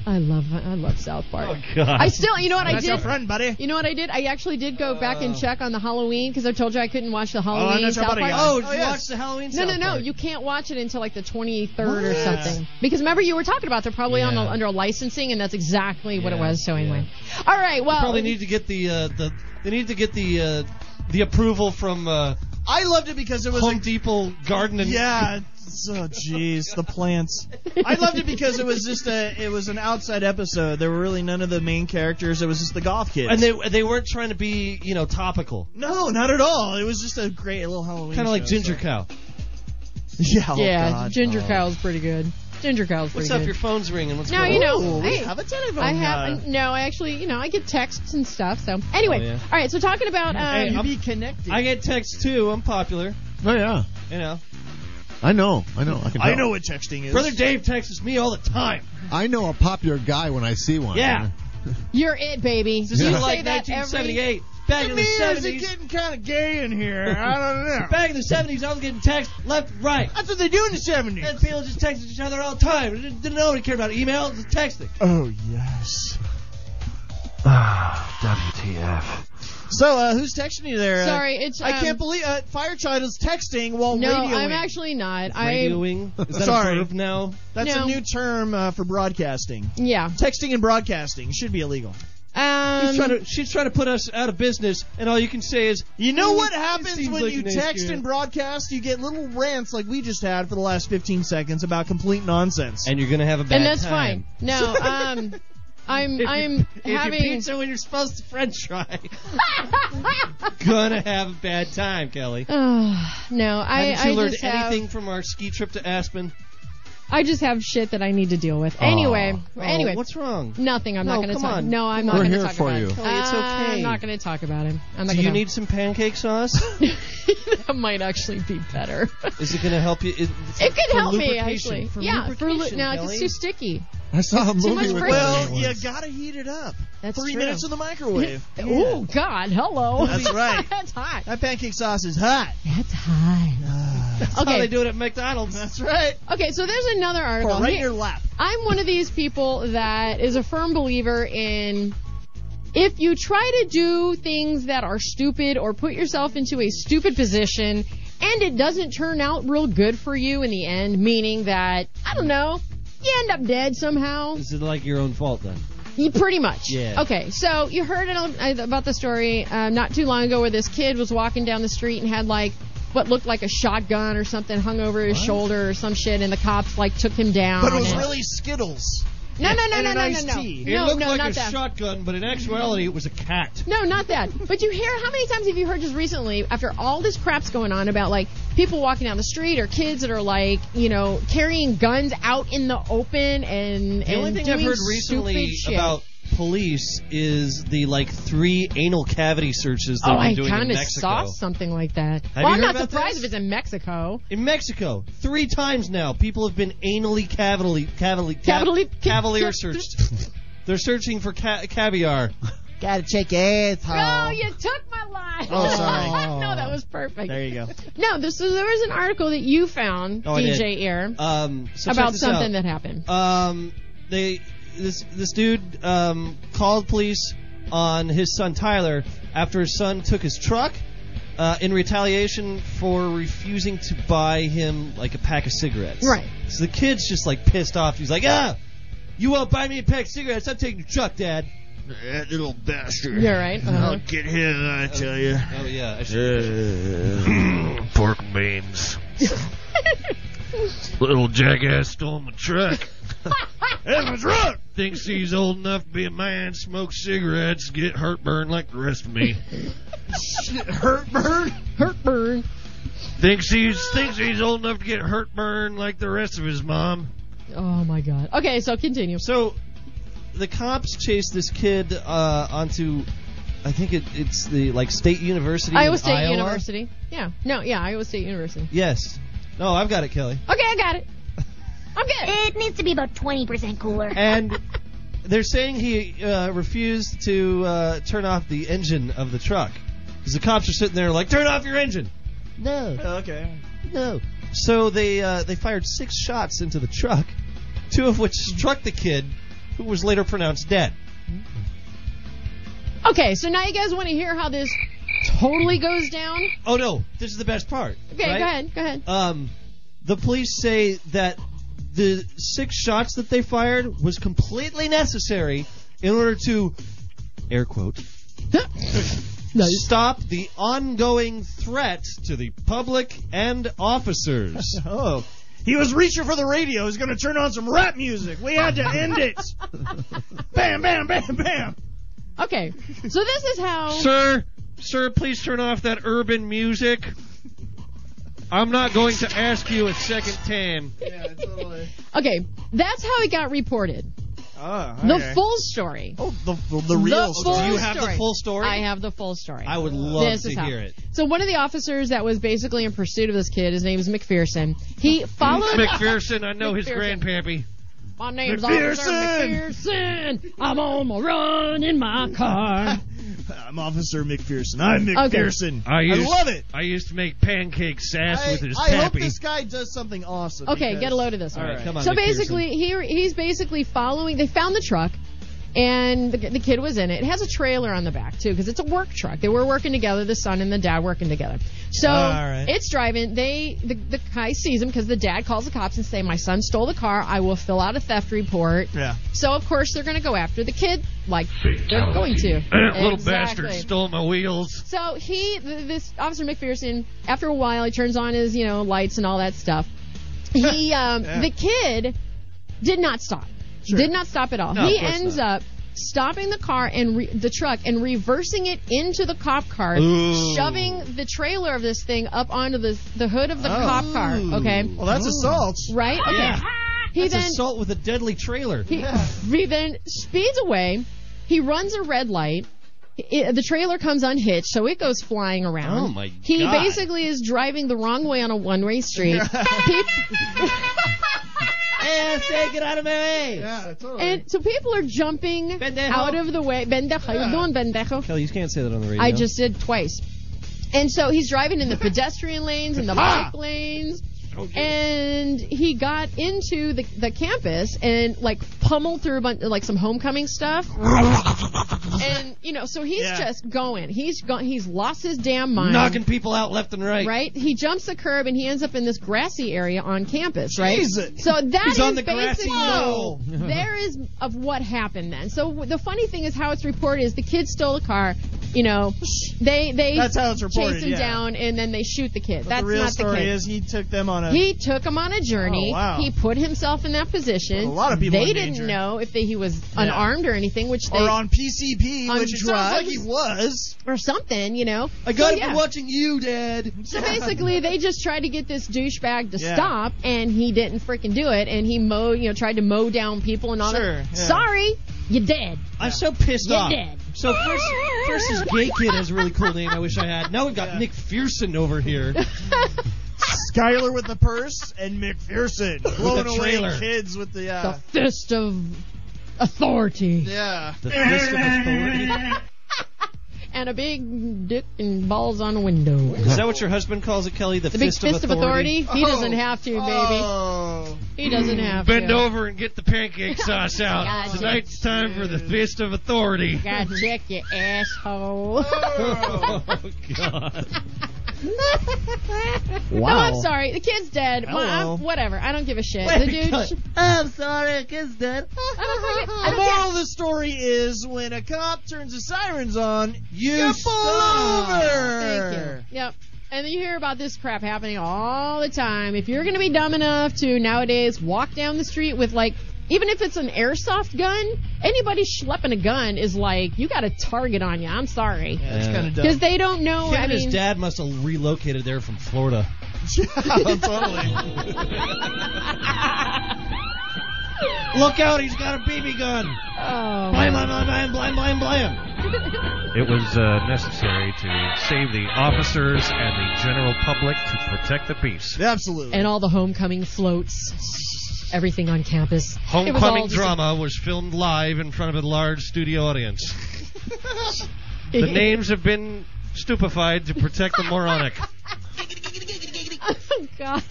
C: I love I love South Park.
N: Oh, God.
C: I still, you know what I
I: That's your
C: did?
I: friend, buddy.
C: You know what I did? I actually did go back and check on the Halloween because I told you I couldn't watch the
I: Oh,
C: Halloween
I: I know your
C: South
I: buddy.
C: Park.
I: guy.
N: Oh, did you
I: yes.
N: watch the Halloween
C: No, no,
N: South
C: no!
N: Park?
C: You can't watch it until like the 23rd or
N: What?
C: something. Because remember, you were talking about they're probably on a,
D: Yeah.
C: under a licensing, and that's exactly what it
D: Yeah,
C: was. So anyway, all right. Well,
D: Probably need to get the uh, the they need to get the uh, the approval from uh,
I: I loved it because it was
D: Home
I: a
D: Depot Garden and
I: yeah, So jeez, the plants. I loved it because it was just a it was an outside episode. There were really none of the main characters. It was just the goth kids.
D: And they they weren't trying to be you know topical.
I: no, not at all. It was just a great little Halloween.
D: Kind of like
I: show,
D: Ginger
I: so-
D: Cow.
I: Yeah. oh
C: yeah,
I: God.
C: Ginger
I: Oh.
C: Cow's pretty good. Ginger Cow's pretty
D: What's
C: good.
D: up? Your phone's ringing. What's
C: No,
D: going
C: you
D: on?
C: know,
I: Ooh, we
C: I
I: have a telephone
C: I have no.
I: now.
C: I actually, you know, I get texts and stuff. So anyway,
D: Oh, yeah.
C: all right. So talking about uh,
D: Hey, I'm-
I: connected.
D: I get texts too. I'm popular.
K: Oh yeah,
D: You know,
K: I know, I know, I can.
I: I
K: tell.
I: know what texting is.
D: brother Dave texts me all the time.
K: I know a popular guy when I see one.
D: Yeah.
C: you're it, baby.
D: This
C: you
D: is
C: say
D: like
C: that every
D: 1978. Back in the
I: is it
D: 70s.
I: getting kind of gay in here? I don't know.
D: Back in the 70s, I was getting texts left, and right.
I: That's what they do in the seventies.
D: And people just texted each other all the time. Didn't didn't know they cared about email, just texting.
I: Oh yes.
N: WTF.
I: So uh, who's texting you there? Uh,
C: Sordy. Sorry, it's.
I: I
C: um,
I: can't believe uh, Firechild is texting while
C: No,
I: radioing.
C: I'm actually not. I
D: Radioing. Is that
I: Sorry.
D: a verb now?
I: That's
C: No.
I: a new term uh, for broadcasting.
C: yeah.
I: Texting and broadcasting should be illegal.
C: Um,
D: She's trying to she's trying to put us out of business, and all you can say is
I: You know
D: Mm,
I: what
D: it
I: happens
D: seems
I: when
D: like
I: you
D: an
I: text
D: issue.
I: and broadcast? You get little rants like we just had for the last 15 seconds about complete nonsense.
D: and you're gonna have a bad
C: and that's
D: time.
C: fine. No, um, I'm
D: If you-
C: I'm
D: if you
C: having.
D: pizza when you're supposed to French fry, gonna have a bad time, Kelly.
C: no, I
D: Haven't you
C: I
D: learned
C: just have.
D: anything from our ski trip to Aspen?
C: I just have shit that I need to deal with. Anyway,
D: Oh,
C: anyway,
D: what's wrong?
C: nothing. I'm
D: No,
C: not going to
D: come
C: talk.
D: on.
C: No, I'm not
K: We're
C: going to
K: here
C: talk
K: for
C: about
K: you.
C: it. Uh,
D: Kelly, it's okay.
C: I'm not going to talk about him. I'm not
D: Do you
C: gonna.
D: need some pancake sauce?
C: that might actually be better.
D: Is it gonna help you? Is,
C: it could
D: for
C: help me
D: lubrication,
C: actually.
D: for
C: yeah, for lu-
D: lubrication,
C: no,
D: Kelly.
C: it's too sticky.
K: I saw
C: too
K: a movie
C: much
K: with
C: friction.
K: that
I: well,
K: in it
I: you
K: once.
I: gotta heat it up.
C: That's
I: Three
C: true.
I: minutes in the microwave.
C: Oh God, hello.
I: That's right.
C: That's hot.
I: That pancake sauce is hot.
C: That's hot.
D: That's how
C: Okay.
D: they do it at McDonald's.
I: That's right.
C: Okay, so there's another
I: Pour
C: article.
I: right in
C: Here-
I: your lap.
C: I'm one of these people that is a firm believer in if you try to do things that are stupid or put yourself into a stupid position and it doesn't turn out real good for you in the end, meaning that, I don't know, you end up dead somehow.
D: Is it like your own fault then?
C: Yeah, pretty much.
D: Yeah.
C: Okay, so you heard it on, uh, about the story uh, not too long ago where this kid was walking down the street and had like what looked like a shotgun or something hung over his shoulder or some shit, and the cops like took him down.
I: But it was
C: and-
I: really Skittles.
C: no, no, no,
I: and
C: no,
I: an
C: no, no,
I: iced
C: no,
I: tea.
D: it
C: no,
D: looked
C: no,
D: like
C: not
D: a
C: that.
D: shotgun, but in actuality, it was a cat.
C: No, not that. But you hear how many times have you heard just recently, after all this crap's going on about like people walking down the street or kids that are like, you know, carrying guns out in the open and
D: The only
C: and
D: thing I've
C: doing
D: heard recently
C: stupid shit.
D: about police is the like three anal cavity searches that
C: Oh,
D: have been
C: I
D: doing in
C: kind of
D: Mexico.
C: saw something like that.
D: Have
C: well,
D: you
C: I'm
D: heard
C: not
D: about
C: surprised
D: this?
C: if it's in Mexico.
D: In Mexico, three times now, people have been anally cavally, cavally, cav-
C: Cavally-
D: cavalier searched. They're searching for ca- caviar.
I: Gotta check your ass,
C: No, you took my line.
I: Oh, sorry.
C: no, that was perfect.
I: There you go.
C: No, this, so there was an article that you found,
D: Oh, I did.
C: DJ Air,
D: Um, so check
C: about
D: this
C: something
D: out.
C: that happened.
D: um, they this this dude um, called police on his son Tyler after his son took his truck uh, in retaliation for refusing to buy him like a pack of cigarettes.
C: Right.
D: So the kid's just like pissed off. He's like, ah, you won't buy me a pack of cigarettes. I'm taking your truck, Dad.
O: That little bastard.
C: You're right. Uh-huh.
O: Get him, I tell you.
D: Oh yeah. I should-
O: Mm, Pork beans. Little jackass stole my truck. That's my truck. Thinks he's old enough to be a man, smoke cigarettes, get heartburn like the rest of me.
I: Heartburn.
C: Heartburn.
O: thinks he's thinks he's old enough to get heartburn like the rest of his mom.
C: Oh my god. Okay, so continue.
D: So the cops chased this kid uh, onto. I think it, it's the like State University. in
C: Iowa State
D: Iowa.
C: University. Yeah. No, yeah, Iowa State University.
D: Yes. No, I've got it, Kelly.
C: Okay, I got it. I'm
P: It
C: good.
P: needs to be about 20% cooler.
D: and they're saying he uh, refused to uh, turn off the engine of the truck because the cops are sitting there like, "Turn off your engine." No,
I: Okay.
D: no. So they uh, they fired six shots into the truck, two of which struck the kid, who was later pronounced dead.
C: Okay, so now you guys want to hear how this totally goes down?
D: Oh no, this is the best part.
C: Okay,
D: right?
C: go ahead. Go ahead.
D: Um, the police say that the six shots that they fired was completely necessary in order to air quote stop the ongoing threat to the public and officers.
I: Oh. He was reaching for the radio. He was going to turn on some rap music. We had to end it. bam, bam, bam, bam.
C: Okay, so this is how.
N: Sir, sir, please turn off that urban music. I'm not going to ask you a second time.
C: Okay, that's how it got reported. The full story.
I: Ah, Oh, the the real story.
C: full
I: Do you have the full story?
C: I have the full story.
D: I would love
C: This
D: to
C: is how-
D: hear it.
C: So one of the officers that was basically in pursuit of this kid, his name is McPherson. He followed.
N: McPherson, I know his
C: McPherson.
N: grandpappy.
C: My name's Officer McPherson. I'm on my run in my car.
I: I'm Officer McPherson. I'm
C: Okay.
I: McPherson.
N: I, used,
I: love it.
N: I used to make pancake sass
I: I,
N: with his
I: I hope
N: pappy.
I: this guy does something awesome.
C: Okay,
I: because-
C: get a load of this.
I: All right, come
C: so basically, he he's basically following. They found the truck, and the, the kid was in it. It has a trailer on the back too, because it's a work truck. They were working together. The son and the dad working together. So
Q: All right.
C: it's driving. They the, the guy sees him because the dad calls the cops and say, "My son stole the car. I will fill out a theft report."
N: Yeah.
C: So of course they're going to go after the kid, like they're going to.
N: That little
C: Exactly.
N: bastard stole my wheels.
C: So he, th- this Officer McPherson, after a while, he turns on his, you know, lights and all that stuff. He, um,
Q: Yeah.
C: the kid, did not stop. Did not stop at all.
Q: No,
C: he
Q: of course
C: ends up stopping the car and re- the truck and reversing it into the cop car,
I: Ooh.
C: shoving the trailer of this thing up onto the the hood of the
I: Oh.
C: cop car. Okay.
I: Well, that's assault.
C: Right. Okay.
D: Yeah.
C: He
D: That's
C: then
D: assault with a deadly trailer.
C: he, he then speeds away. He runs a red light. I the trailer comes unhitched, so it goes flying around.
D: Oh, my
C: He
D: God.
C: basically is driving the wrong way on a one-way street. Peop-
D: Hey, say, get out of my way. Yeah,
I: totally.
C: and so people are jumping out of the way. Bendejo, you're doing bendejo.
D: Kelly, you can't say that on the radio.
C: I just did twice. And so he's driving in the pedestrian lanes and the
D: Ah!
C: bike lanes. And he got into the, the campus and like pummeled through a bunch, like some homecoming stuff. and you know, so he's
D: Yeah.
C: just going. He's gone. He's lost his damn mind.
D: knocking people out left and right.
C: Right? He jumps the curb and he ends up in this grassy area on campus, right?
D: Jesus.
C: So that
D: He's
C: is
D: on the grassy
C: basically
D: knoll.
C: there is of what happened then. So w- the funny thing is how it's reported is the kid stole a car, you know, they they
I: That's how it's reported,
C: chase him
I: yeah.
C: down and then they shoot the kid.
I: But
C: That's
I: the real
C: not
I: story
C: the kid.
I: is he took them on a.
C: He took him on a journey.
I: Oh, wow.
C: He put himself in that position.
I: A lot of people
C: They
I: in
C: didn't
I: danger.
C: know if they, he was unarmed or anything, which they
I: or on PCP,
C: on
I: which it sounds like he was.
C: or something, you know.
I: I gotta
C: So, yeah.
I: be watching you, Dad.
C: So basically, they just tried to get this douchebag to
I: Yeah.
C: stop, and he didn't freaking do it. And he mowed, you know, tried to mow down people and all
D: Sure,
C: that.
D: yeah.
C: Sorry, you're dead.
D: I'm so pissed
C: You're
D: off.
C: dead.
D: So first, first is gay kid has a really cool name. I wish I had. Now we've got Nick Fearson over here.
I: Skyler with the purse and McPherson blowing
D: the
I: away
D: trailer.
I: kids with the.
C: The
I: Uh,
C: fist of authority.
I: yeah.
D: The fist of authority.
C: and a big dick and balls on a window.
D: Is that what your husband calls it, Kelly? The,
C: The big fist of authority. He
I: Oh.
C: doesn't have to, baby. He doesn't have to.
N: Bend over and get the pancake sauce out.
C: Gotcha.
N: Tonight's time for the fist of authority.
C: God, check you asshole.
N: Oh, God.
C: No,
N: Wow.
C: Oh, I'm sorry. The kid's dead. My,
N: Hello.
C: I'm- whatever. I don't give a shit.
I: Wait,
C: the dude.
I: cut.
C: I'm sorry. The kid's dead. I don't
I: The moral of the story is when a cop turns the sirens on, you, pull over.
C: Thank you. Yep. And you hear about this crap happening all the time. If you're going to be dumb enough to nowadays walk down the street with like, even if it's an airsoft gun, anybody schlepping a gun is like, you got a target on you. I'm sorry.
D: that's kinda dumb.
C: Because they don't know.
D: Him
C: Oh, I
D: and
C: mean,
D: his dad must have relocated there from Florida. Look out! He's got a BB gun.
C: Oh.
D: Blam blam blam blam blam blam blam.
R: It was uh, necessary to save the officers and the general public to protect the peace.
I: Absolutely.
C: and all the homecoming floats, everything on campus. It was all
N: Homecoming
C: just-
N: drama was filmed live in front of a large studio audience. the names have been stupefied to protect the moronic.
C: Oh God.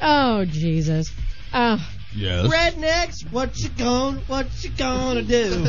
C: Oh Jesus. Oh.
A: Yes.
D: Rednecks, what you going? What you gonna do?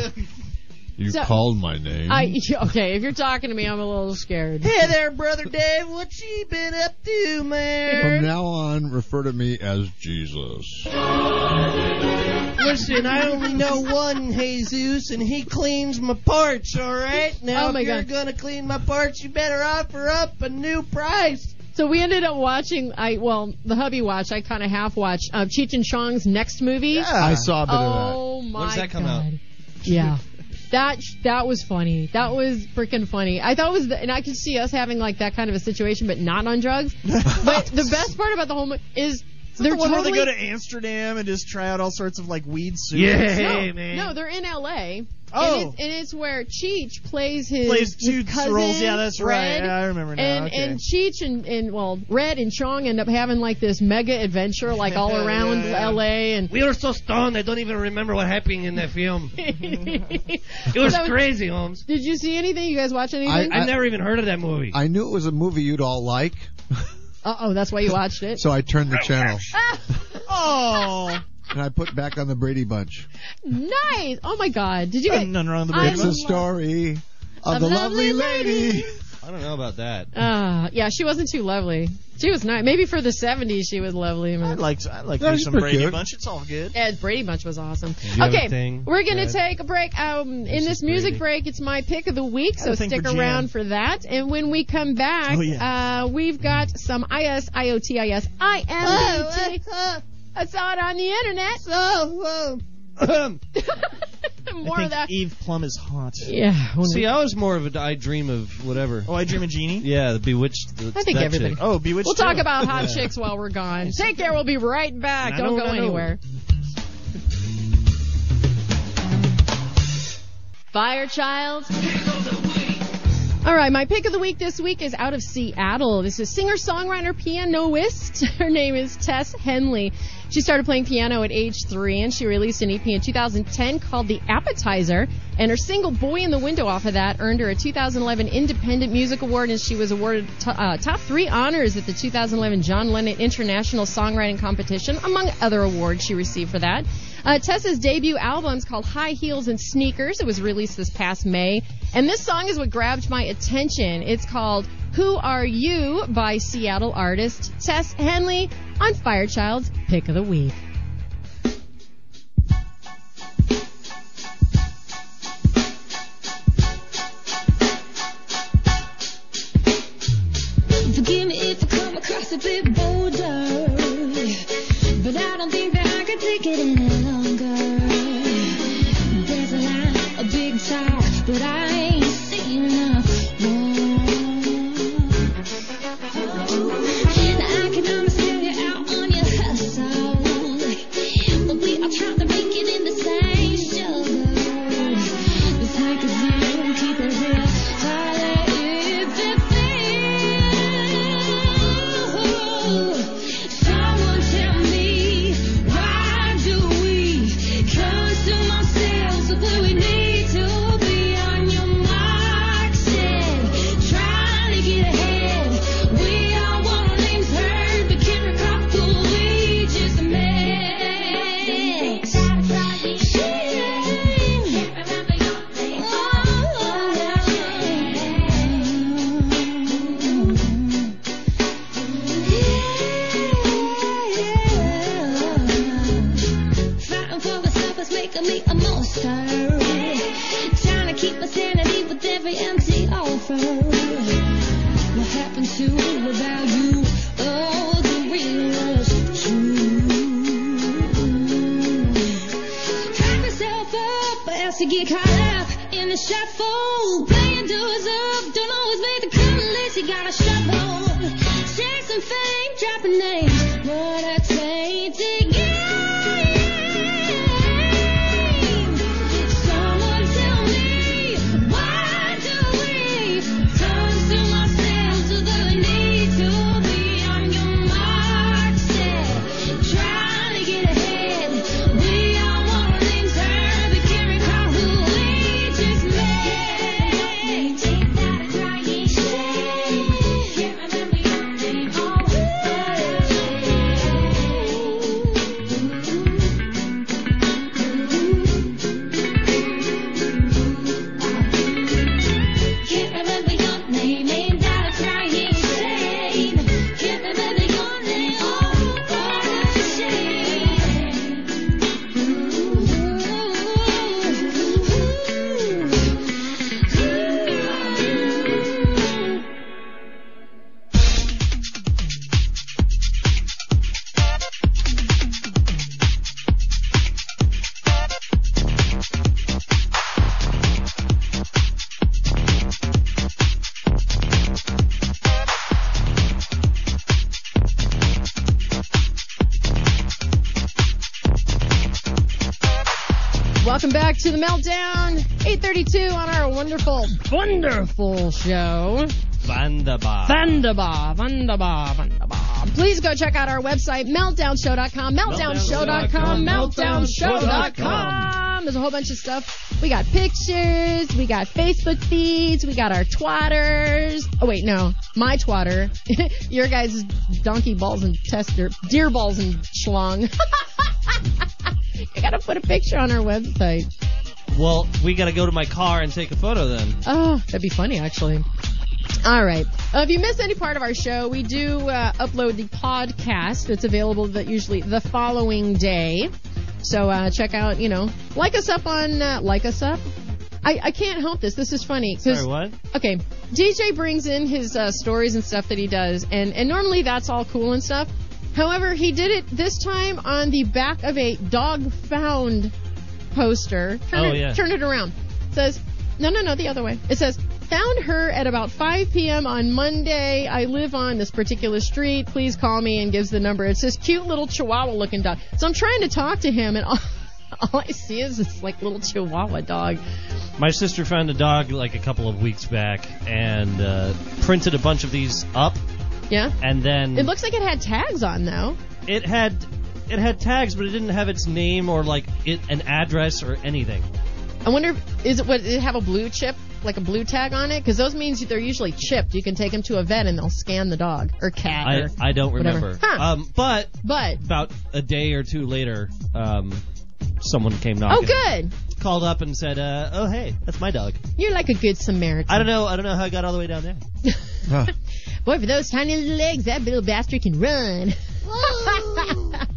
A: You
C: So-
A: called my name.
C: I okay. If you're talking to me, I'm a little scared.
D: Hey there, brother Dave. What you been up to,
A: From
D: man?
A: now on, refer to me as Jesus.
C: Um,
D: Listen, I only know one Jesus, and he cleans my parts. All right. Now,
C: Oh, my
D: if you're
C: God.
D: gonna clean my parts, you better offer up a new price.
C: So we ended up watching. I well, the hubby watched. I kind of half watched uh, Cheech and Chong's next movie.
I: I saw a bit
C: oh,
I: of that.
C: Oh my
D: When's that come
C: God.
D: out?
C: Yeah. That that was funny. That was freaking funny. I thought it was, the, and I could see us having like that kind of a situation, but not on drugs. but the best part about the whole mo- is
I: They're
C: they're
I: the one
C: totally
I: where they go to Amsterdam and just try out all sorts of like weed soups.
C: no, No, they're in L.A.
I: Oh.
C: And it's, and it's where Cheech plays his,
I: Plays
C: his
I: two
C: cousin,
I: roles. Yeah, that's right.
C: Red,
I: Yeah, I remember now.
C: And,
I: Okay.
C: and Cheech and, and, well, Red and Chong end up having, like, this mega adventure, like, all around
N: Yeah, yeah.
C: L.A. and...
N: We were so stoned, I don't even remember what happened in that film.
C: it
N: was crazy, Holmes.
C: Did you see anything? You guys watch anything?
N: I, have never even heard of that movie.
K: I knew it was a movie you'd all like,
C: Uh-oh, that's why you watched it. Ah,
K: so I turned the channel
I: oh,
K: and I put back on the Brady Bunch.
C: nice. Oh, my God. Did you guys...
I: nothing wrong with the
C: I
K: It's
I: Brady
K: the
C: love-
K: story of
C: A
K: the
C: lovely
K: lovely lady.
D: I don't know about that.
C: Uh, yeah, she wasn't too lovely. She was nice. Maybe for the 70s, she was lovely.
I: I
C: but-
I: like I like
K: No,
I: me
K: he's
I: some
K: pretty
I: Brady
K: good.
I: Bunch. It's all good.
C: Yeah, Brady Bunch was awesome.
D: you have a
C: Okay,
D: thing,
C: we're
D: Brad?
C: gonna take a break. Um, in this music break, it's my pick of the week, so
I: a thing
C: stick
I: for Jan.
C: around for that. And when we come back,
I: Oh, yeah.
C: uh, we've got some IS, IOTIS, IMDT. I saw it on the internet. More
I: I
C: of
I: think E-
C: that.
I: Eve Plum is hot.
C: Yeah. when
D: See,
C: we-
D: I was more of a I dream of whatever.
I: Oh, I dream of Genie.
D: Yeah, the Bewitched. The,
C: I think
D: that
C: everybody-
D: chick.
I: Oh, Bewitched.
C: We'll talk
I: too.
C: about hot chicks while we're gone. Take care. We'll be right back.
D: I
C: Don't
D: know,
C: go
D: I know.
C: anywhere. Fire Child. All right, my pick of the week this week is out of Seattle. This is singer, songwriter, pianoist. Her name is Tess Henley. She started playing piano at age three, and she released an EP in 2010 called The Appetizer. And her single Boy in the Window off of that earned her a 2011 Independent Music Award, and she was awarded to uh, top three honors at the 2011 John Lennon International Songwriting Competition, among other awards she received for that. Uh, Tessa's debut album is called High Heels and Sneakers. It was released this past May. And this song is what grabbed my attention. It's called Who Are You by Seattle artist Tess Henley on Firechild's Pick of the Week.
Q: Forgive me if I come across a bit bolder, but I don't think that I can take it any longer. There's a line, a big talk, but I ain't seen enough. Now I can almost feel you out on your hustle, but we are trying to make it in the same struggle. It's like a zero, keep it real, darling, if it fails. Someone tell me, why do we consume ourselves with where we need to be on your marks and trying to get ahead? We all want our names heard, but can't recall who we just met. Can't remember your name. Fighting for myself is making me a monster. Trying to keep my sanity with every empty offer. What happened to about you? Oh, the realest truth. Crack myself up, or else you get caught up in the shuffle. Playing doors up, don't always make the cut unless you got a shovel. Chase and fame, dropping names. What I take to gain. Someone tell me, why do we consume ourselves with the need to be on your mark, set, trying to get ahead? We all want our names heard, but can't recall who we just met. Take that crying shame. Can't remember your name. Oh,
C: Welcome back to the meltdown. 8:32 on our wonderful, wonderful show.
D: Vandabar.
C: Vandabar, Vandabar, Vandabar. Please go check out our website, meltdownshow.com, meltdownshow.com, meltdownshow.com. There's a whole bunch of stuff. We got pictures, we got Facebook feeds, we got our twatters. Oh, wait, no, my twatter. Your guys' donkey balls and tester, deer balls and schlong. I gotta put a picture on our website.
D: Well, we gotta go to my car and take a photo then.
C: Oh, that'd be funny, actually. All right. Uh, if you miss any part of our show, we do uh, upload the podcast. It's available that usually the following day. So uh, check out, you know, like us up on uh, like us up. I, I can't help this. This is funny. 'cause-
D: Sorry, what?
C: Okay, DJ brings in his uh, stories and stuff that he does, and and normally that's all cool and stuff. However, he did it this time on the back of a dog found poster. Turn
S: Oh,
C: it,
S: yeah.
C: Turn it around. It says, no, no, no, the other way. It says, found her at about 5 p.m. on Monday. I live on this particular street. Please call me and gives the number. It's this cute little chihuahua looking dog. So I'm trying to talk to him, and all, all I see is this like little chihuahua dog.
D: My sister found a dog like a couple of weeks back and uh, printed a bunch of these up,
C: Yeah?
D: and then
C: It looks like it had tags on, though.
D: it had it had tags, but it didn't have its name or like it an address or anything.
C: I wonder, if- is it what? Did it have a blue chip, like a blue tag on it? Because those means they're usually chipped. You can take them to a vet and they'll scan the dog or cat.
D: I,
C: or
D: I don't
C: whatever.
D: remember.
C: Huh.
D: Um, but
C: but
D: about a day or two later, um, someone came
C: oh,
D: knocking.
C: good.
D: Called up and said, uh, "Oh hey, that's my dog."
C: You're like a good Samaritan.
D: I don't know. I don't know how I got all the way down there.
C: Boy, for those tiny little legs, that little bastard can run.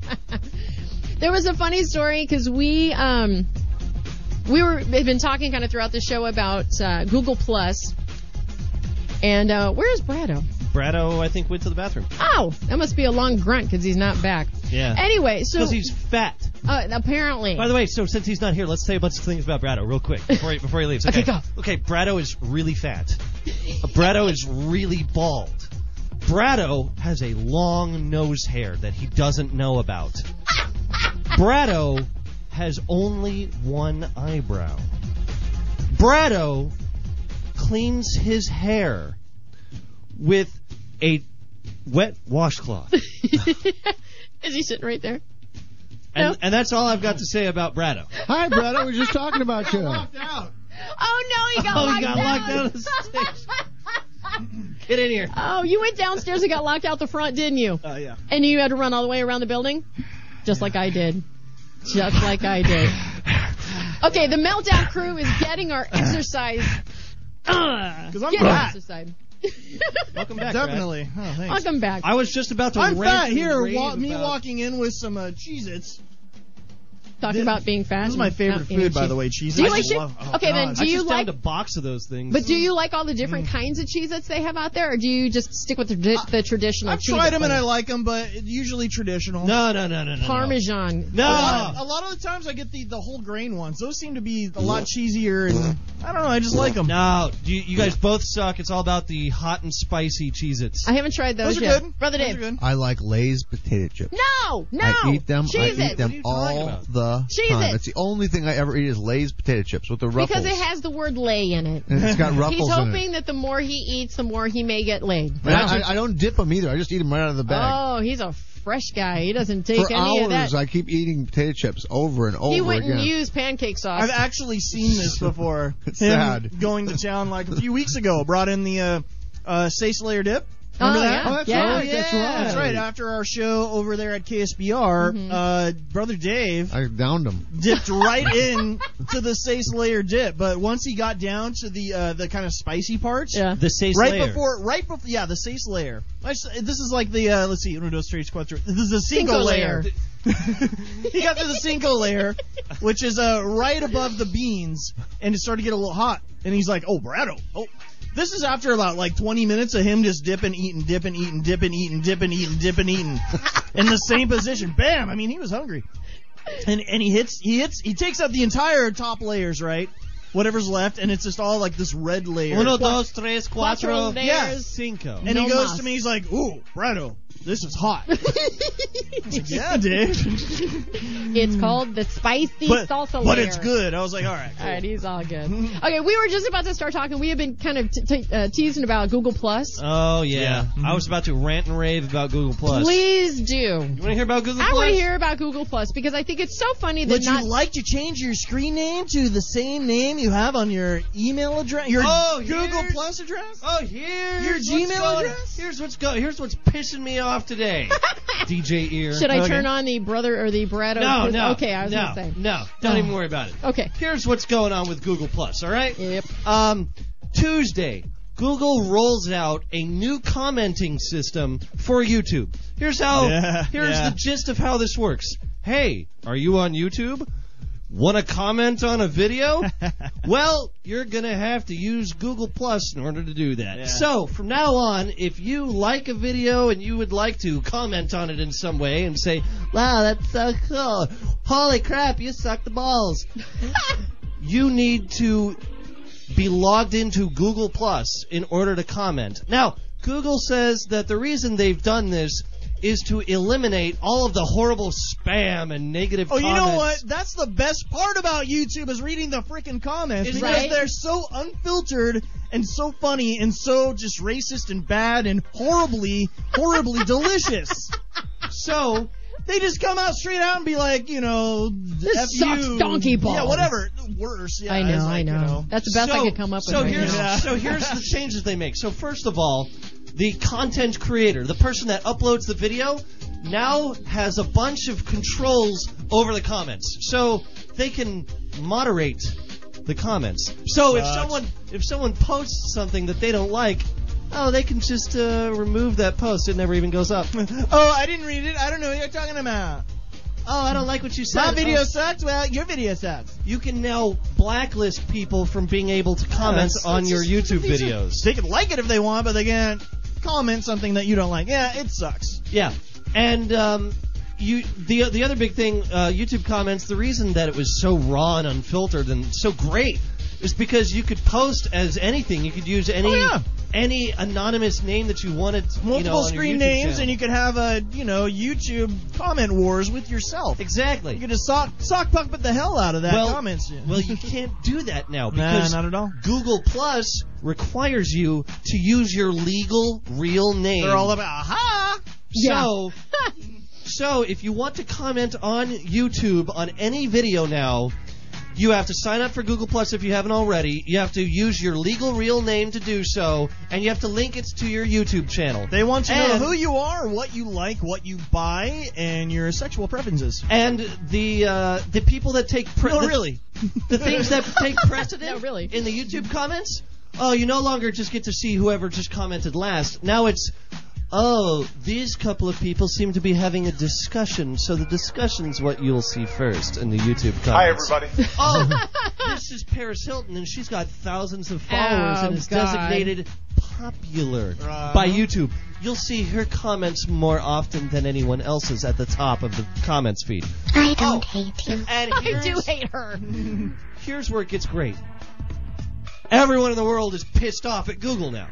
C: there was a funny story because we um we were had been talking kind of throughout the show about uh, Google Plus, and uh, where is Brado?
D: Brado, I think, went to the bathroom.
C: Oh, that must be a long grunt because he's not back.
D: Yeah.
C: Anyway, so
D: Because he's fat.
C: uh, apparently.
D: By the way, so since he's not here, let's say a bunch of things about Brado real quick before he, before he leaves. Okay,
C: go.
D: Okay, Brado is really fat. Brado is really bald. Brado has a long nose hair that he doesn't know about. Brado has only one eyebrow. Brado cleans his hair with a wet washcloth.
C: is he sitting right there?
D: And, and that's all I've got to say about Brado.
T: Hi, Brad. I was just talking about you.
C: Oh no, he got
D: Oh,
C: locked
D: he got locked out of the Get in here.
C: Oh, you went downstairs and got locked out the front, didn't you?
D: Oh yeah.
C: And you had to run all the way around the building, just like I did, just like I did. Okay, the meltdown crew is getting our exercise. Because
I: I'm
C: Get
I: fat.
C: exercise.
D: Uh, Welcome back.
I: Definitely.
D: Brad.
I: Oh, thanks.
C: Welcome back.
D: I was just about to.
I: I'm
D: rant
I: fat
D: and
I: here.
D: rave
I: Wa- me
D: about-
I: walking in with some uh, Cheez-Its.
C: Talking about being fat.
I: This is my
C: and
I: favorite
C: Mm, not eating
I: food, by
C: cheese.
I: the way, Cheez-Its.
C: Do you
I: I
C: like
I: just
C: Cheez-
I: love- oh,
C: Okay, then
I: God.
C: do
I: I
C: you
I: just
C: like?
D: found a box of those things.
C: But do you like all the different
I: Mm.
C: kinds of Cheez-Its they have out there, or do you just stick with the, tradi- the traditional?
I: I've
C: Cheez-It
I: tried them and I
C: flavors?
I: like them, but usually traditional.
D: No, no, no, no, no.
C: Parmesan.
I: A
D: No.
I: lot, a lot of the times I get the, the whole grain ones. Those seem to be a lot cheesier and I don't know. I just like them.
D: No, you, you guys both suck. It's all about the hot and spicy Cheez-Its.
C: I haven't tried those,
I: Those are
C: yet.
I: good.
C: Brother
I: Those are
C: Dave.
I: good.
K: I like Lay's potato chips.
C: No, no.
K: I eat them.
C: Cheez-It.
K: I eat
C: What are
K: them
C: you talking
K: all
C: about?
K: the
C: Cheez-It.
K: time. It's the only thing I ever eat is Lay's potato chips with the ruffles.
C: Because it has the word lay in it.
K: and it's got
C: He's
K: ruffles in it.
C: hoping that the more he eats, the more he may get laid.
K: And I, I- I don't dip them either. I just eat them right out of the bag.
C: Oh, he's a fresh guy. He doesn't take
K: For
C: any of
K: hours,
C: that.
K: I keep eating potato chips over and over
C: he wouldn't
K: again.
C: use pancake sauce.
I: I've actually seen this before.
K: It's
I: Him
K: sad.
I: Going to town like a few weeks ago, brought in the uh, uh, Stace Layer dip. Remember
C: Oh,
I: that?
C: yeah. Oh, that's Yeah. right,
I: Yeah,
C: that's right.
I: That's right. After our show over there at KSBR, uh, brother Dave
K: I downed them.
I: dipped right in to the Stace Layer dip. But once he got down to the uh, the kind of spicy parts,
C: Yeah.
D: The Sace
I: right
D: layer.
I: before, right before, yeah, the Sace Layer. I s- This is like the uh, let's see, uno dos tres cuatro. This is the
C: Cinco
I: Cinco
C: layer.
I: Layer. he got to the cinco layer, which is uh, right above the beans, and it started to get a little hot. And he's like, "Oh, Brado, oh." This is after about like 20 minutes of him just dipping, eating, dipping, eating, dipping, eating, dipping, eating, dipping, eating, in the same position. Bam! I mean, he was hungry, and and he hits, he hits, he takes up the entire top layers, right? Whatever's left, and it's just all like this red layer.
D: Uno, dos, tres, cuatro,
C: Cuatro layers.
D: cinco.
I: And
C: No
I: he goes
C: mas.
I: to me, he's like, "Ooh, Brado, this is hot. It's like, yeah, dude.
C: It's called the spicy
I: but,
C: salsa
I: but
C: layer.
I: it's good. I was like, all right.
C: All right, he's all good. Okay, we were just about to start talking. We have been kind of t- t- uh, teasing about Google Plus.
D: Oh yeah, I was about to rant and rave about Google Plus.
C: Please do. You want
D: to hear about Google
C: I
D: Plus?
C: want to hear about Google Plus because I think it's so funny that
H: Would
C: not
H: you like to change your screen name to the same name you have on your email address? Your
D: oh,
H: Google
D: here's-
H: Plus address?
D: Oh, here's
H: Your
D: what's
H: Gmail
D: going-
H: address?
D: Here's what's go. Here's what's pissing me off today. DJ ear.
C: should I turn on the brother or the Brad?
D: No,
C: O'Cruz-
D: no.
C: Okay, I was
D: no,
C: gonna say.
D: No, don't even worry about it.
C: Okay.
D: Here's what's going on with Google Plus, all right? Yep. Um, Tuesday, Google rolls out a new commenting system for YouTube. Here's how
I: Yeah,
D: here's
I: yeah.
D: the gist of how this works. Hey, are you on YouTube? Want to comment on a video? well, you're going to have to use Google Plus in order to do that. So, from now on, if you like a video and you would like to comment on it in some way and say, wow, that's so cool. Holy crap, you suck the balls. you need to be logged into Google Plus in order to comment. Now, Google says that the reason they've done this is to eliminate all of the horrible spam and negative
I: Oh, you
D: comments.
I: know what? That's the best part about YouTube is reading the freaking comments
D: Is
I: because
D: right?
I: they're so unfiltered and so funny and so just racist and bad and horribly, horribly delicious.
D: So
I: they just come out straight out and be like, you know,
C: This
I: F
C: sucks
I: you.
C: donkey balls.
I: Yeah, whatever. Worse. Yeah,
C: I know,
I: it's like,
C: I know.
I: You know.
C: That's the best I
D: So-
C: could come up with
D: So
C: right
D: here's
C: now.
D: so here's the changes they make. So first of all, the content creator, the person that uploads the video, now has a bunch of controls over the comments. So they can moderate the comments. So if
I: Sucks.
D: someone if someone posts something that they don't like, oh, they can just uh, remove that post. It never even goes up.
I: Oh, I didn't read it. I don't know what you're talking about.
D: Oh, I don't like what you said.
I: My video
D: Oh.
I: sucks. Well, your video sucks.
D: You can now blacklist people from being able to comment
I: That's-
D: on
I: that's
D: your
I: just-
D: YouTube
I: these are-
D: videos.
I: They can like it if they want, but they can't comment something that you don't like. Yeah, it sucks.
D: Yeah, and um, you the the other big thing, uh, YouTube comments. The reason that it was so raw and unfiltered and so great is because you could post as anything. You could use any
I: Oh, yeah.
D: any anonymous name that you wanted.
I: Multiple
D: you know, on your
I: screen
D: YouTube
I: names,
D: channel.
I: and you could have a you know YouTube comment wars with yourself.
D: Exactly.
I: You could just sock sock puppet the hell out of that
D: well,
I: comments.
D: well, you can't do that now
I: Nah,
D: because
I: not at all.
D: Google Plus requires you to use your legal real name.
I: They're all about aha.
D: So, so if you want to comment on YouTube on any video now, you have to sign up for Google Plus if you haven't already. You have to use your legal real name to do so, and you have to link it to your YouTube channel.
I: They want you to
D: And-
I: know who you are, what you like, what you buy, and your sexual preferences.
D: And the uh, the people that take pre-
I: No,
D: the-
I: really.
D: the things that take precedent
C: No, really.
D: in the YouTube comments. Oh, you no longer just get to see whoever just commented last. Now it's oh these couple of people seem to be having a discussion, so the discussion's what you'll see first in the YouTube comments.
O: Hi, everybody.
D: Oh, this is Paris Hilton, and she's got thousands of followers
C: Oh,
D: and is
C: God.
D: designated popular by YouTube. You'll see her comments more often than anyone else's at the top of the comments feed. Oh,
P: I don't hate you.
D: And
C: I
D: here's,
C: do hate her.
D: here's where it gets great. Everyone in the world is pissed off at Google now.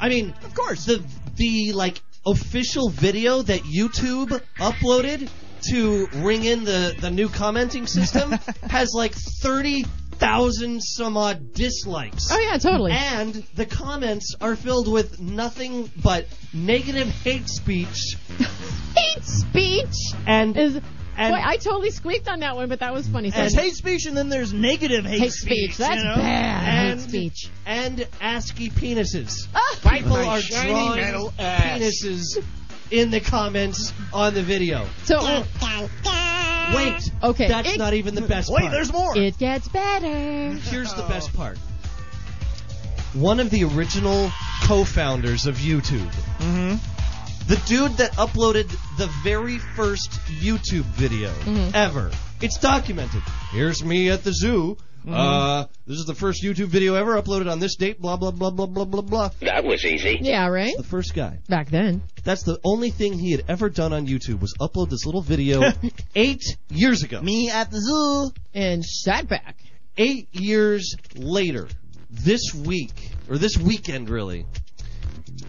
D: I mean, of course, the the like official video that YouTube uploaded to ring in the the new commenting system has like thirty thousand some odd dislikes.
C: Oh yeah, totally.
D: And the comments are filled with nothing but negative hate speech
C: hate speech
D: and
C: is.
D: and
C: Boy, I totally squeaked on that one, but that was funny. So
I: There's hate speech, and then there's negative hate,
C: hate speech. That's
I: you know?
C: bad.
D: And-
C: hate speech.
D: and ASCII penises.
C: Ah,
D: People
I: My
D: are
I: shiny
D: drawing
I: metal ass.
D: penises in the comments on the video.
C: so
D: Wait,
C: okay.
D: that's
C: it,
D: not even the best
I: Wait,
D: part.
I: there's Oh. more.
C: It gets better.
D: Here's the best part. One of the original co-founders of YouTube,
I: mm-hmm.
D: the dude that uploaded the very first YouTube video
I: Mm-hmm.
D: ever. It's documented. Here's me at the zoo.
I: Mm-hmm.
D: Uh, this is the first YouTube video ever uploaded on this date. Blah blah blah blah blah blah blah.
O: That was easy.
C: Yeah, right.
D: The first guy.
C: Back then.
D: That's the only thing he had ever done on YouTube was upload this little video eight years ago.
I: Me at the zoo.
C: And sat back.
D: Eight years later, this week or this weekend really,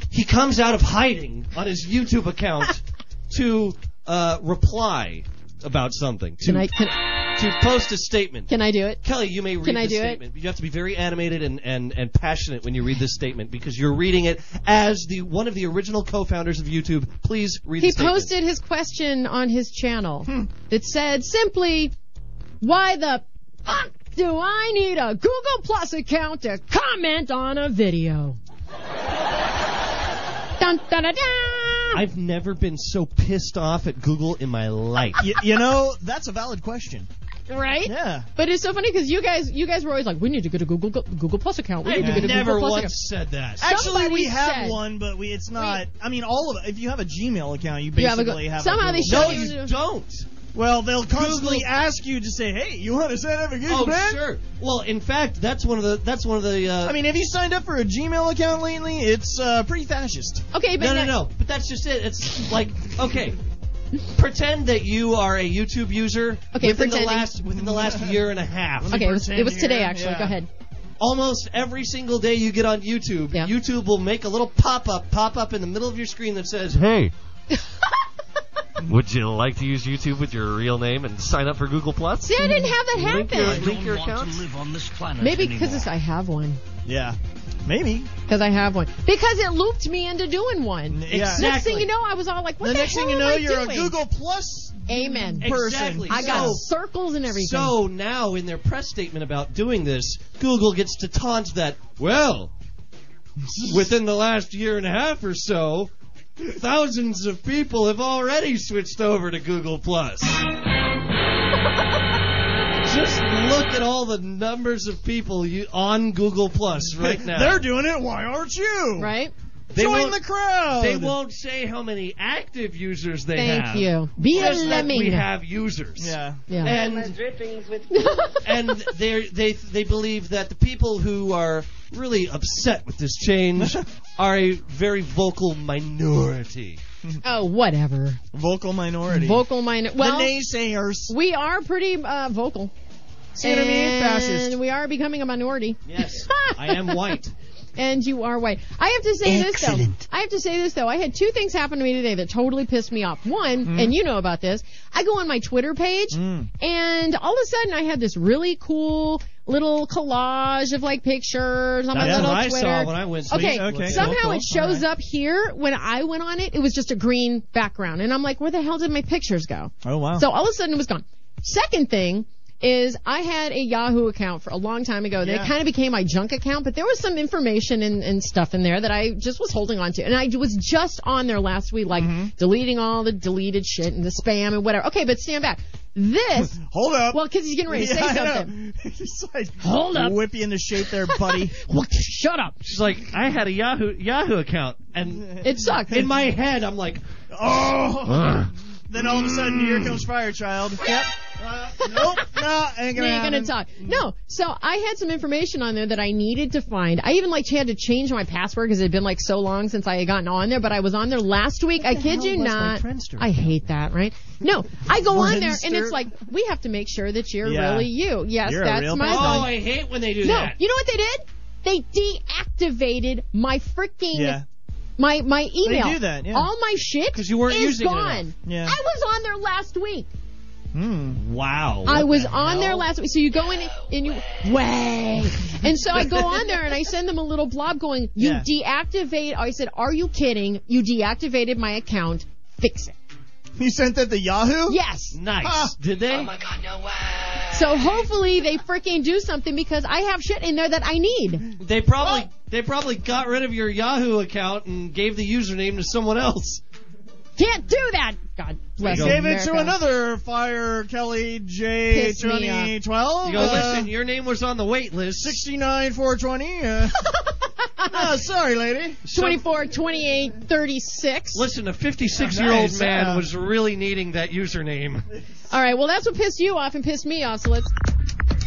D: He comes out of hiding on his YouTube account to uh, reply about something. To,
C: Can I-
D: to post a statement.
C: Can I do it?
D: Kelly, you may read
C: Can I
D: this
C: do it?
D: statement. You have to be very animated and, and, and passionate when you read this statement because you're reading it as the one of the original co-founders of YouTube. Please read
C: He
D: the statement.
C: posted his question on his channel
D: Hmm.
C: that said simply, Why the fuck do I need a Google Plus account to comment on a video? dun, dun, dun, dun.
D: I've never been so pissed off at Google in my life.
I: Y- you know, that's a valid question.
C: Right?
I: Yeah.
C: But it's so funny because you guys, you guys were always like, we need to get a Google Google Plus account. We need to
I: I've
C: get a
I: never
C: Google Plus
I: once
D: said that.
I: Actually,
C: Somebody
I: we have
C: said-
I: one, but we, it's not. I mean, all of if you have a Gmail account, you
C: You have a
I: basically
C: go-
I: have.
C: somehow
I: a
C: they
I: Google-
C: shove you
I: No,
C: to-
I: you
D: don't.
I: Well, they'll constantly
D: Google-
I: ask you to say, "Hey, you want to sign up for Google?"
D: Oh
I: man?
D: sure. Well, in fact, that's one of the that's one of the. Uh,
I: I mean, have you signed up for a Gmail account lately? It's uh, pretty fascist.
C: Okay,
D: no, no, no. But that's just it. It's like okay. Pretend that you are a YouTube user
C: Okay,
D: within
C: pretending.
D: the last within the last year and a half.
C: Okay, it was, it was today actually. Go ahead.
D: Almost every single day you get on YouTube, YouTube will make a little pop up pop up in the middle of your screen that says,
R: Hey. Would you like to use YouTube with your real name and sign up for Google Plus?
C: See, I didn't have that
R: Link
C: happen.
R: your-
C: I don't
R: link your
C: want to
R: account.
C: Maybe because I have one.
I: Yeah. Maybe.
C: Because I have one. Because it looped me into doing one.
I: Yeah.
C: Next thing
I: Exactly.
C: you know, I was all like, what
I: the
C: the,
I: next
C: hell
I: thing
C: am
I: you know,
C: I
I: you're
C: doing?
I: a Google Plus.
C: Amen.
I: Exactly.
C: I got
I: So-
C: circles and everything.
D: So now, in their press statement about doing this, Google gets to taunt that, well, within the last year and a half or so, thousands of people have already switched over to Google Plus. Just look at all the numbers of people you, on Google Plus right now.
I: They're doing it. Why aren't you?
C: Right.
D: They
I: Join
D: won't-
I: the crowd.
D: They won't say how many active users they
C: Thank
D: have.
C: you. Be a
D: just that We
C: lemming.
D: have users.
I: Yeah.
C: Yeah.
D: And and they they they believe that the people who are really upset with this change are a very vocal minority.
C: oh, whatever.
I: Vocal minority.
C: Vocal minor. Well,
I: the naysayers.
C: we are pretty uh, vocal.
I: See what I mean? Fascist.
C: And we are becoming a minority.
D: Yes, I am white.
C: And you are white. I have to say this
D: Excellent.
C: though. I have to say this though. I had two things happen to me today that totally pissed me off. One,
Q: Mm.
C: and you know about this. I go on my Twitter page,
Q: Mm.
C: and all of a sudden I had this really cool little collage of like pictures on my
D: That's
C: little
D: what I
C: Twitter.
D: saw when I went to
C: Okay,
D: sleep. Okay,
C: somehow
D: cool, cool.
C: it shows up here. When I went on it, it was just a green background, and I'm like, where the hell did my pictures go?
I: Oh wow.
C: So all of a sudden it was gone. Second thing is I had a Yahoo account for a long time ago. That
Q: Yeah.
C: kind of became my junk account, but there was some information and, and stuff in there that I just was holding on to. And I was just on there last week, like
I: Mm-hmm.
C: deleting all the deleted shit and the spam and whatever. Okay, but stand back. This.
I: Hold up.
C: Well, because he's getting ready to
I: Yeah,
C: say
I: I know.
C: something.
I: It's like,
C: Hold up.
I: Whip you into shape there, buddy.
C: Shut up.
N: She's like, I had a Yahoo Yahoo account, and
C: It sucked.
D: In my head, I'm like,
I: oh. then all of a sudden, here comes Firechild.
D: oh,
I: Yep. Uh, nope. No, ain't
C: We
I: gonna
C: ain't
I: happen.
C: gonna talk. No, so I had some information on there that I needed to find. I even like had to change my password because it had been like so long since I had gotten on there. But I was on there last week. I
Q: the
C: kid
Q: hell
C: you
Q: was my
C: not.
Q: Friendster
C: I hate that, right? No, I go on there and
Q: Friendster?
C: it's like we have to make sure that you're
Q: Yeah.
C: really you. Yes,
Q: You're a
C: that's
Q: real
C: my.
Q: person.
C: son.
Q: Oh,
D: I hate when they do
C: no,
D: that.
C: you know what they did? They deactivated my freaking
D: Yeah.
C: my my email.
D: do that, yeah.
C: All my shit
D: 'Cause you weren't
C: is
D: using it
C: gone.
D: enough. Yeah.
C: I was on there last week.
I: Hmm.
D: wow.
C: I
D: what
C: was
D: the
C: on
D: hell?
C: there last week. So you go in and, and you way, and so I go on there and I send them a little blob going, "You
Q: Yeah.
C: deactivate." I said, "Are you kidding? You deactivated my account. Fix it."
I: You sent that to Yahoo?
C: Yes.
D: Nice. Did they? Oh my god, no way.
C: So hopefully they freaking do something because I have shit in there that I need.
D: They probably they probably got rid of your Yahoo account and gave the username to someone else.
C: Can't do that. God bless
I: Gave it to
C: America.
I: another Fire Kelly J uh,
C: Piss me off.
I: 2012.
D: You go, listen, your name was on the wait list.
I: 69 420. Uh, oh, sorry, lady.
C: 24, 28, 36.
D: Listen, a 56 year old
I: Nice,
D: man
I: yeah.
D: was really needing that username.
C: All right, Uh, well that's what pissed you off and pissed me off. So let's.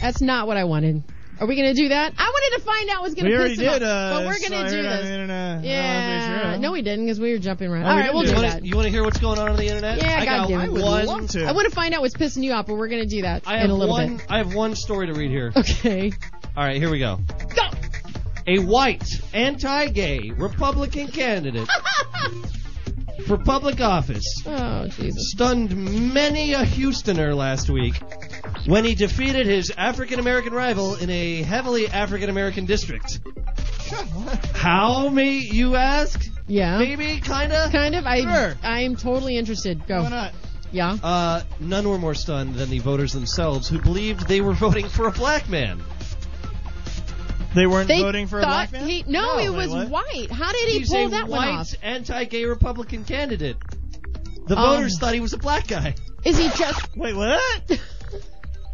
C: That's not what I wanted. Are we gonna do that? I wanted to find out what's gonna
I: We
C: piss
I: already
C: him
I: did.
C: off,
I: Uh,
C: but we're gonna
I: so I
C: do
I: heard on the
C: this.
I: internet.
C: Yeah.
I: Uh,
C: no, we didn't because we were jumping around.
D: Oh,
C: All
D: we
C: right,
D: didn't
C: we'll
D: do
C: do
D: it.
C: that.
D: You want to hear what's going on on the internet?
C: Yeah,
D: I got
C: goddamn.
D: one.
C: I want to find out what's pissing you off, but we're gonna do that
D: I
C: in
D: have
C: a little
D: one.
C: bit.
D: I have one story to read here.
C: Okay.
D: All right, here we go. Go. a white, anti gay Republican candidate for public office
C: oh, Jesus.
D: stunned many a Houstoner last week when he defeated his African American rival in a heavily African American district. How, me, you ask?
C: Yeah.
D: Maybe, kinda?
C: Kind of. I,
D: Sure.
C: I'm totally interested. Go.
D: Why not?
C: Yeah.
D: Uh, none were more stunned than the voters themselves, who believed they were voting for a black man.
I: They weren't
C: They
I: voting for a
C: thought
I: black man.
C: he no,
D: No,
C: it
D: wait,
C: was
D: what?
C: white. How did he
D: He's
C: pull
D: a
C: that one
D: white
C: off?
D: anti-gay Republican candidate. The
C: Oh.
D: voters thought he was a black guy.
C: Is he just?
I: Wait, what?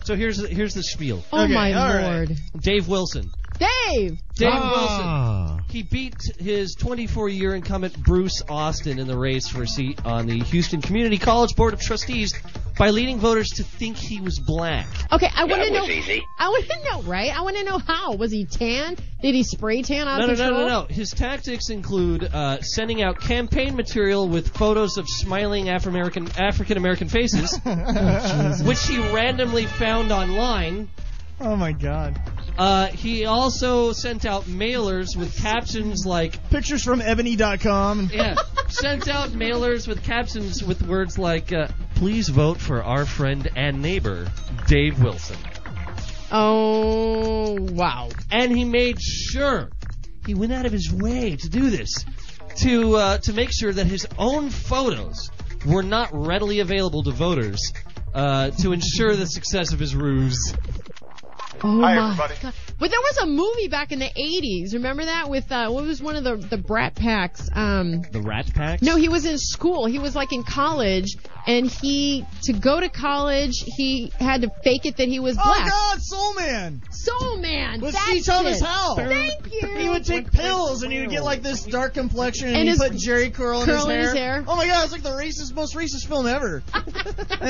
D: So here's the, here's the spiel.
C: Oh my
I: all right.
C: lord,
D: Dave Wilson.
C: Dave!
D: Dave
N: Ah.
D: Wilson. He beat his 24-year incumbent Bruce Austin in the race for a seat on the Houston Community College Board of Trustees by leading voters to think he was black.
C: Okay, I want to know. I want to know, right? I want to know how. Was he tan? Did he spray tan out
D: No,
C: of
D: no, no,
C: control?
D: no, no. His tactics include uh, sending out campaign material with photos of smiling African African American faces, which he randomly found online.
I: Oh my god.
D: Uh, he also sent out mailers with captions like
I: Pictures from ebony.com.
D: yeah, sent out mailers with captions with words like uh, "Please vote for our friend and neighbor Dave Wilson,"
C: Oh wow.
D: and he made sure he went out of his way to do this to uh, to make sure that his own photos were not readily available to voters uh, to ensure the success of his ruse.
C: Oh
O: Hi,
C: my
O: everybody.
C: God. But there was a movie back in the '80s. Remember that with uh, what was one of the the Brat Packs? Um,
D: The Rat Pack.
C: No, he was in school. He was like in college, and he to go to college, he had to fake it that he was
I: Oh
C: black.
I: god, Soul Man.
C: Soul man.
I: With
C: that's
I: C. Thomas
C: it.
I: Howell.
C: Thank you.
I: He would take pills and he would get like this dark complexion and,
C: And
I: he
C: his-
I: put Jerry curl,
C: curl in
I: in,
C: his
I: his
C: hair.
I: Oh my god, it's like the racist, most racist film ever. and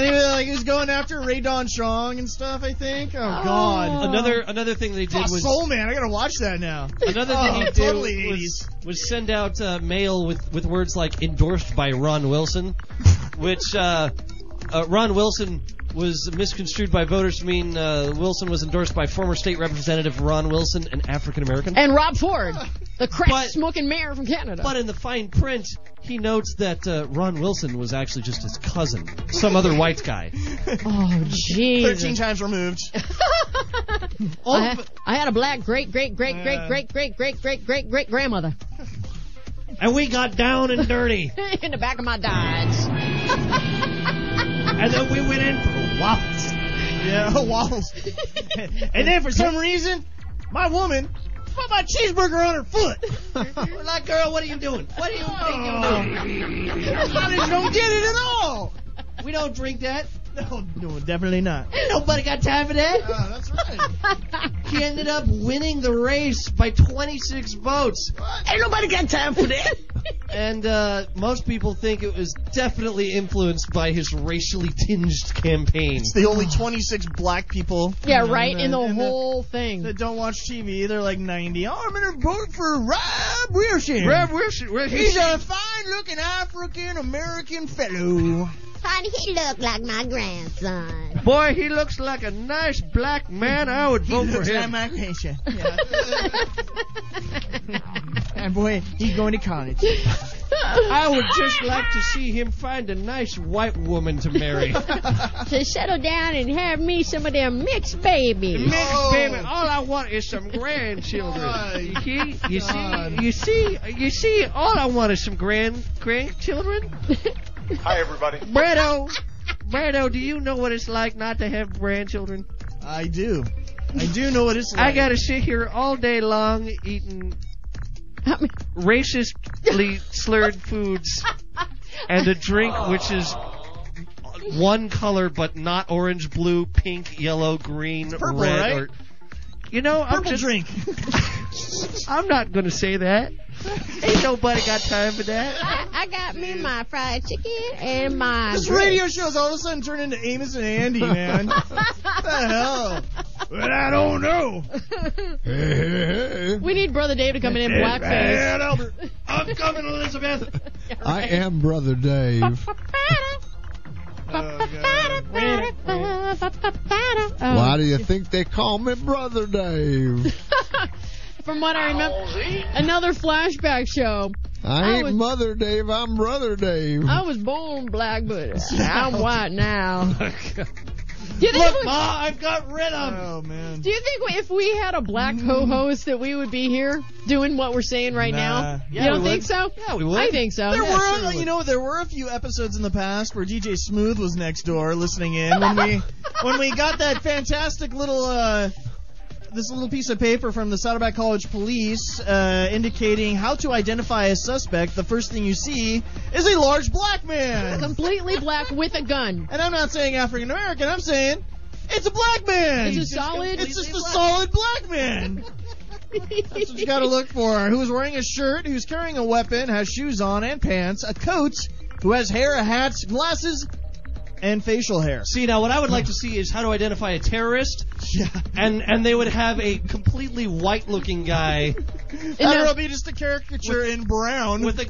I: he was like, he was going after Ray Don Strong and stuff. I think. Oh, god.
D: Uh, Another another thing they did
I: Oh,
D: was
I: Soul Man. I gotta watch that now.
D: Another
I: Oh,
D: thing he did
I: totally
D: was, was send out uh, mail with, with words like endorsed by Ron Wilson, which uh, uh, Ron Wilson was misconstrued by voters to mean uh, Wilson was endorsed by former state representative Ron Wilson, an African American.
C: And Rob Ford, the crack
D: But-
C: smoking mayor from Canada.
D: But in the fine print, he notes that uh, Ron Wilson was actually just his cousin, some other white guy.
C: oh
I: Thirteen
C: jeez.
I: times removed.
D: All
C: I,
D: of-
C: I had a black great great great great great great great great great great grandmother
D: and we got down and dirty,
C: in the back of my Dodge.
D: and then we went in for waffles.
I: Yeah, waffles. and then for some reason, my woman put my cheeseburger on her foot.
D: We're like, girl, what are you doing? What are you thinking?
I: I just don't get it at all.
D: We don't drink that.
I: No, no, definitely not.
D: Ain't nobody got time for that.
C: Uh.
I: Oh, that's right.
D: He ended up winning the race by 26 votes. Ain't nobody got time for that. and uh, most people think it was definitely influenced by his racially tinged campaign.
I: It's the only 26 black people.
C: Yeah,
I: you know,
C: right in the
I: that-
C: whole thing.
I: That don't watch TV, they're like 90. Oh, I'm gonna vote for Rob Wilson. He's a fine-looking African-American fellow.
P: Honey, he looked like my grandson.
N: Boy, he looks like a nice black man. I would vote for
I: Looks like
N: him.
I: my patient. Yeah. and boy, he's going to college.
D: I would just like to see him find a nice white woman to marry.
C: to settle down and have me some of them mixed babies.
N: Mix,
I: Oh.
N: baby, all I want is some grandchildren. You see, you see,
I: God.
N: you see, you see, all I want is some grand grandchildren.
O: Hi, everybody.
N: Bredo, Bredo, do you know what it's like not to have grandchildren?
I: I do. I do know what it's like.
N: I gotta sit here all day long eating racistly slurred foods and a drink which is one color but not orange, blue, pink, yellow, green,
I: purple,
N: red,
I: right?
N: or you know, I'm
I: purple
N: just
I: drink.
N: I'm not gonna say that. Ain't nobody got time for that.
C: I, I got me my fried chicken and my.
I: this radio show's all of a sudden turned into Amos and Andy, man. what the hell? Well, I don't know.
C: we need Brother Dave to come in and blackface.
I: Albert.
N: I'm coming, Elizabeth.
K: I am Brother Dave.
C: Oh, Oh.
K: Why do you think they call me Brother Dave?
C: Oh. from what I remember. Another flashback show.
K: I
C: was-
K: ain't Mother Dave, I'm Brother Dave.
C: I was born black, but I'm white now. Do you think
D: Look,
C: we-
D: Ma,
I: Ah,
D: I've got rid of. Oh
I: man.
C: Do you think we- if we had a black
I: Mm.
C: co-host that we would be here doing what we're saying right
I: Nah.
C: now?
I: Yeah,
C: you don't
I: we
C: think
I: would.
C: so?
I: Yeah, we would.
C: I think so.
I: There
C: Oh, Yeah,
I: were,
C: sure we
I: you
C: would.
I: know, there were a few episodes in the past where DJ Smooth was next door listening in when we when we got that fantastic little uh, this little piece of paper from the Saddleback College Police uh, indicating how to identify a suspect. The first thing you see is a large black man,
C: completely black with a gun.
I: And I'm not saying African American. I'm saying it's a black man.
C: It's a solid-
I: It's just a solid black man. That's what you gotta look for. Who's wearing a shirt, who's carrying a weapon, has shoes on and pants, a coat, who has hair, a hat, glasses, and facial hair.
D: See now, what I would like to see is how to identify a terrorist. Yeah. And and they would have a completely white-looking guy.
I: And it'll be just a caricature in brown.
D: With a,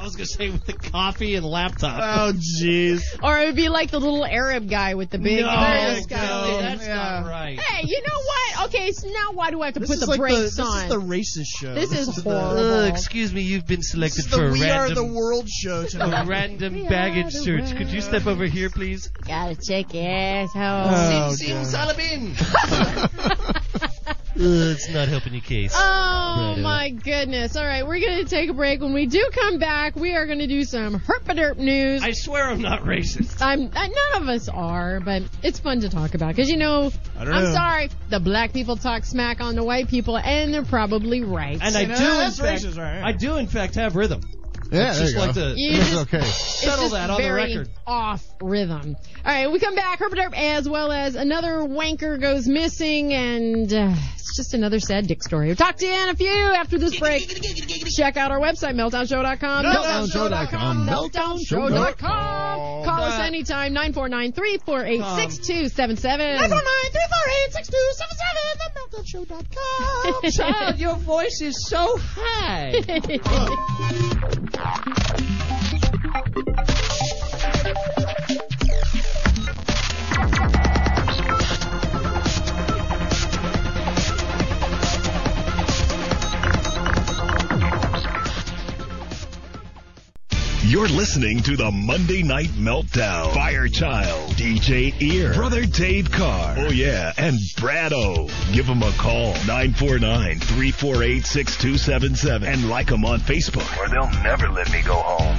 D: I was gonna say with the coffee and laptop.
I: Oh jeez.
C: Or it would be like the little Arab guy with the big
D: No,
C: mask.
D: Kelly, that's not right.
C: Hey, you know what? Okay, so now why do I have to
I: This
C: put
I: is
C: the
I: like the,
C: brakes
I: this
C: on?
I: is the racist show.
C: This is
I: the-
C: horrible.
N: Uh, excuse me, you've been selected
I: This is
N: for
I: the
N: a
I: We Are
N: random,
I: the World show tonight.
N: a random baggage search. Could you step over here, please?
C: Gotta check your asshole.
I: Uh.
N: Oh,
C: Sim-
N: God.
D: Salabin.
N: Uh, it's not helping your case.
D: Uh,
C: Oh
N: Righto.
C: my goodness. All right, we're going to take a break. When we do come back, we are going to do some herpaderp news.
D: I swear I'm not racist.
C: I'm I, none of us are, but it's fun to talk about because you know,
I: Oh,
D: I don't
C: I'm
D: know.
C: sorry, the black people talk smack on the white people, and they're probably right.
D: And I do, in fact, I do in fact have rhythm.
C: Yeah,
D: It's
C: there
D: just
C: you
D: like
C: go.
D: to
C: You That's just-
K: okay.
D: settle
C: it's just
D: that on the
C: very
D: record.
C: Off rhythm. All right, we come back. Herb Derp, as well as another wanker goes missing, and uh, it's just another sad dick story. We'll talk to you in a few after this break. Check out our website, meltdownshow.com.
K: Meltdownshow.com.
C: Meltdownshow.com. Call us anytime, 949 348 6277.
I: 949 348
C: Child,
D: your voice is so high.
J: You're listening to the Monday Night Meltdown. Firechild, DJ Ear, Brother Dave Carr. Oh, yeah, and Brad O. Give them a call, 949 348 6277, and like them on Facebook, or they'll never let me go home.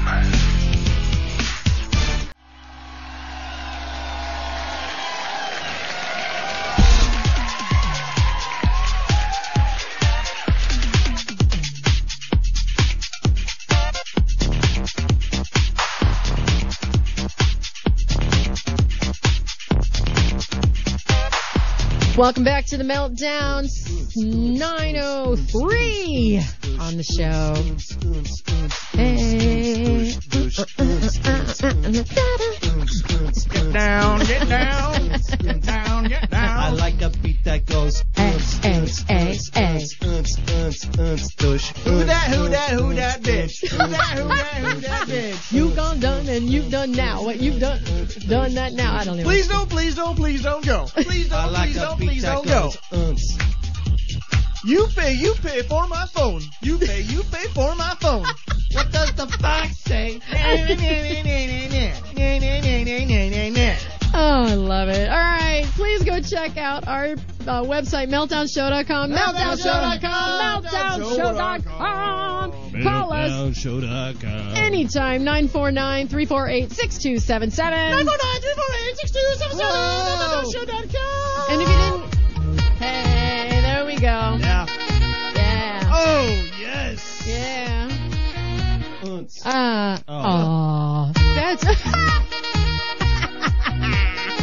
C: Welcome back to the Meltdown s- 903 on the show. Hey.
Q: Get
D: down,
Q: get down,
D: get down, get down. I like a beat that goes.
C: X, X, X, X.
D: Who
I: that, who that, who that bitch? Who that, who that, who that bitch?
C: You gone done and you done now. What you done done that now? I don't even.
I: Please don't, please don't, please don't go. Please
D: I
I: don't,
D: like
I: please
D: a
I: don't,
D: beat
I: please
D: that
I: don't go.
D: goes, "Unts."
I: You pay, you pay for my phone. You pay, you pay for my phone. What does the fox say? Nah, nah, nah, nah, nah, nah, nah, nah, nah, nah, nah, nah.
C: Oh, I love it. All right, please go check out our uh, website meltdownshow.com. Meltdownshow.com. Meltdownshow.com. Call us anytime 949 348 6277.
I: 949
C: And if you didn't. Hey, there we go.
I: Yeah.
C: Yeah.
I: Oh, yes.
C: Yeah.
D: Unts.
C: Uh,
D: Oh.
C: aw. That's.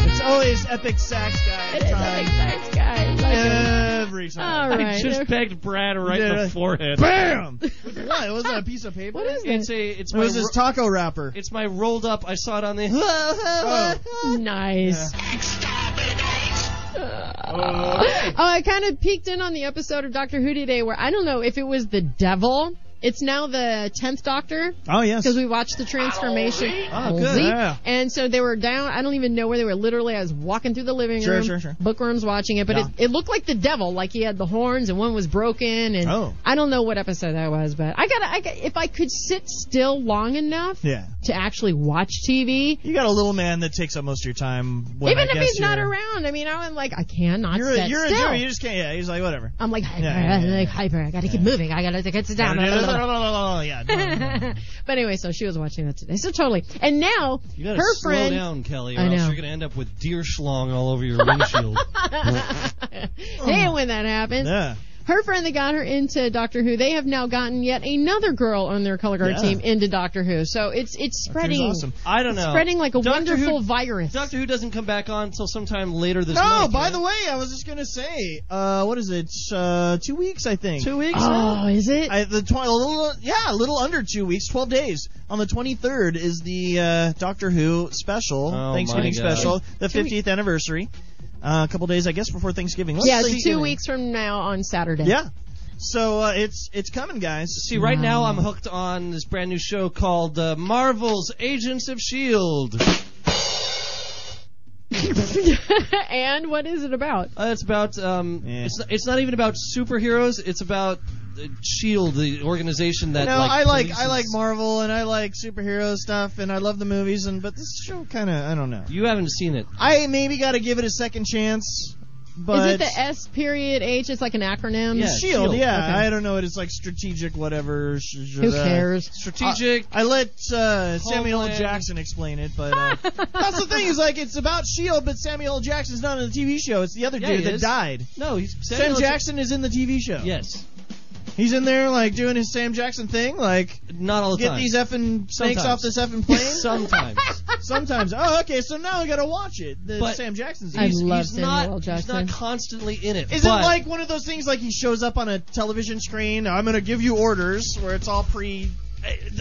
I: It's always epic sax guy.
C: It is
I: time.
C: epic sax guy. Love it.
I: Every time.
C: All right.
D: I just
C: there-
D: pegged Brad right in
I: Yeah.
D: the forehead.
I: Bam! What? Was that a piece of paper? What is
D: It's a. It's
I: It
D: my.
I: was his
D: ro-
I: taco wrapper.
D: it's my rolled up. I saw it on the.
I: Oh.
C: Nice. Oh, I kind of peeked in on the episode of Doctor Who today where I don't know if it was the devil It's now the tenth Doctor.
I: Oh, yes.
C: Because we watched the transformation.
I: Oh, good,
C: Halsey.
I: yeah.
C: And so they were down. I don't even know where they were. Literally, I was walking through the living
I: Sure,
C: room.
I: sure, sure.
C: Bookworms watching it, but
I: Yeah.
C: it, it looked like the devil. Like he had the horns and one was broken. And
I: Oh.
C: I don't know what episode that was, but I gotta. I got, if I could sit still long enough
I: Yeah.
C: to actually watch TV.
I: You got a little man that takes up most of your time. When
C: Even
I: I
C: if
I: guess
C: he's not
I: you're-
C: around, I mean, I'm like, I cannot
I: You're a,
C: sit
I: you're a
C: still.
I: Jew. You just can't. Yeah, he's like, whatever.
C: I'm like hyper,
I: Yeah, yeah,
C: like hyper. I gotta keep moving. I gotta get sit down.
I: yeah.
C: but anyway, so she was watching that today. So totally. And now
D: You gotta
C: her
D: slow
C: friend.
D: down, Kelly, or
C: I
D: else
C: know.
D: you're gonna end up with deer schlong all over your windshield.
C: hey, when that happens.
D: yeah.
C: Her friend that got her into Doctor Who, they have now gotten yet another girl on their color guard
D: Yeah.
C: team into Doctor Who. So it's it's spreading.
D: I don't
C: it's
D: know.
C: Spreading like a
D: Doctor
C: wonderful
D: Who,
C: virus. Oh,
D: Doctor Who doesn't come back on until sometime later this
I: no,
D: month.
I: by the way, I was just gonna say, uh, what is it? Uh, two weeks, I think. Two
D: weeks
C: Oh, is it?
I: I, the tw- a little, yeah, a little under two weeks, twelve days. On the twenty third is the uh, Doctor Who special,
D: Oh,
I: Thanksgiving
D: my God.
I: special, the
C: Two weeks.
I: fiftieth anniversary. Uh, a couple days, I guess, before Thanksgiving. Let's
C: yeah,
I: see.
C: it's two weeks from now on Saturday.
I: Yeah. So uh, it's it's coming, guys. Mm.
D: See, right now I'm hooked on this brand new show called uh, Marvel's Agents of S.H.I.E.L.D.
C: and what is it about?
D: Uh, it's about um, it's it's not even about superheroes. It's about uh, Shield, the organization that.
I: no,
D: like,
I: I like I
D: polices-
I: like Marvel and I like superhero stuff and I love the movies and but this show kind of I don't know.
D: You haven't seen it.
I: I maybe got to give it a second chance. But
C: is it the S period H? It's like an acronym.
I: Shield, yeah. I don't know. It is like strategic, whatever. Who
C: cares?
D: uh, Strategic.
I: I, let uh, Samuel L.
D: Homeland.
I: Jackson explain it, but uh, that's the thing. Is like it's about Shield, but Samuel E L. Jackson's not in the TV show. It's the other
D: Yeah,
I: dude
D: he
I: that
D: is.
I: died.
D: No, he's
I: Sam Jackson is in the TV show.
D: Yes,
I: He's in there like doing his Sam Jackson thing, like
D: not all the
I: get
D: time.
I: these effing snakes
D: Sometimes.
I: off this effing plane.
D: Sometimes.
I: Sometimes. Oh, okay. So now I gotta watch it. The
D: But
I: Sam Jackson's. in it.
C: I
D: He's-
C: love
D: he's
C: Samuel
D: not-
C: L. Jackson.
D: He's not constantly in it.
I: Is
D: but-
I: it like one of those things like he shows up on a television screen? I'm gonna give you orders where it's all pre.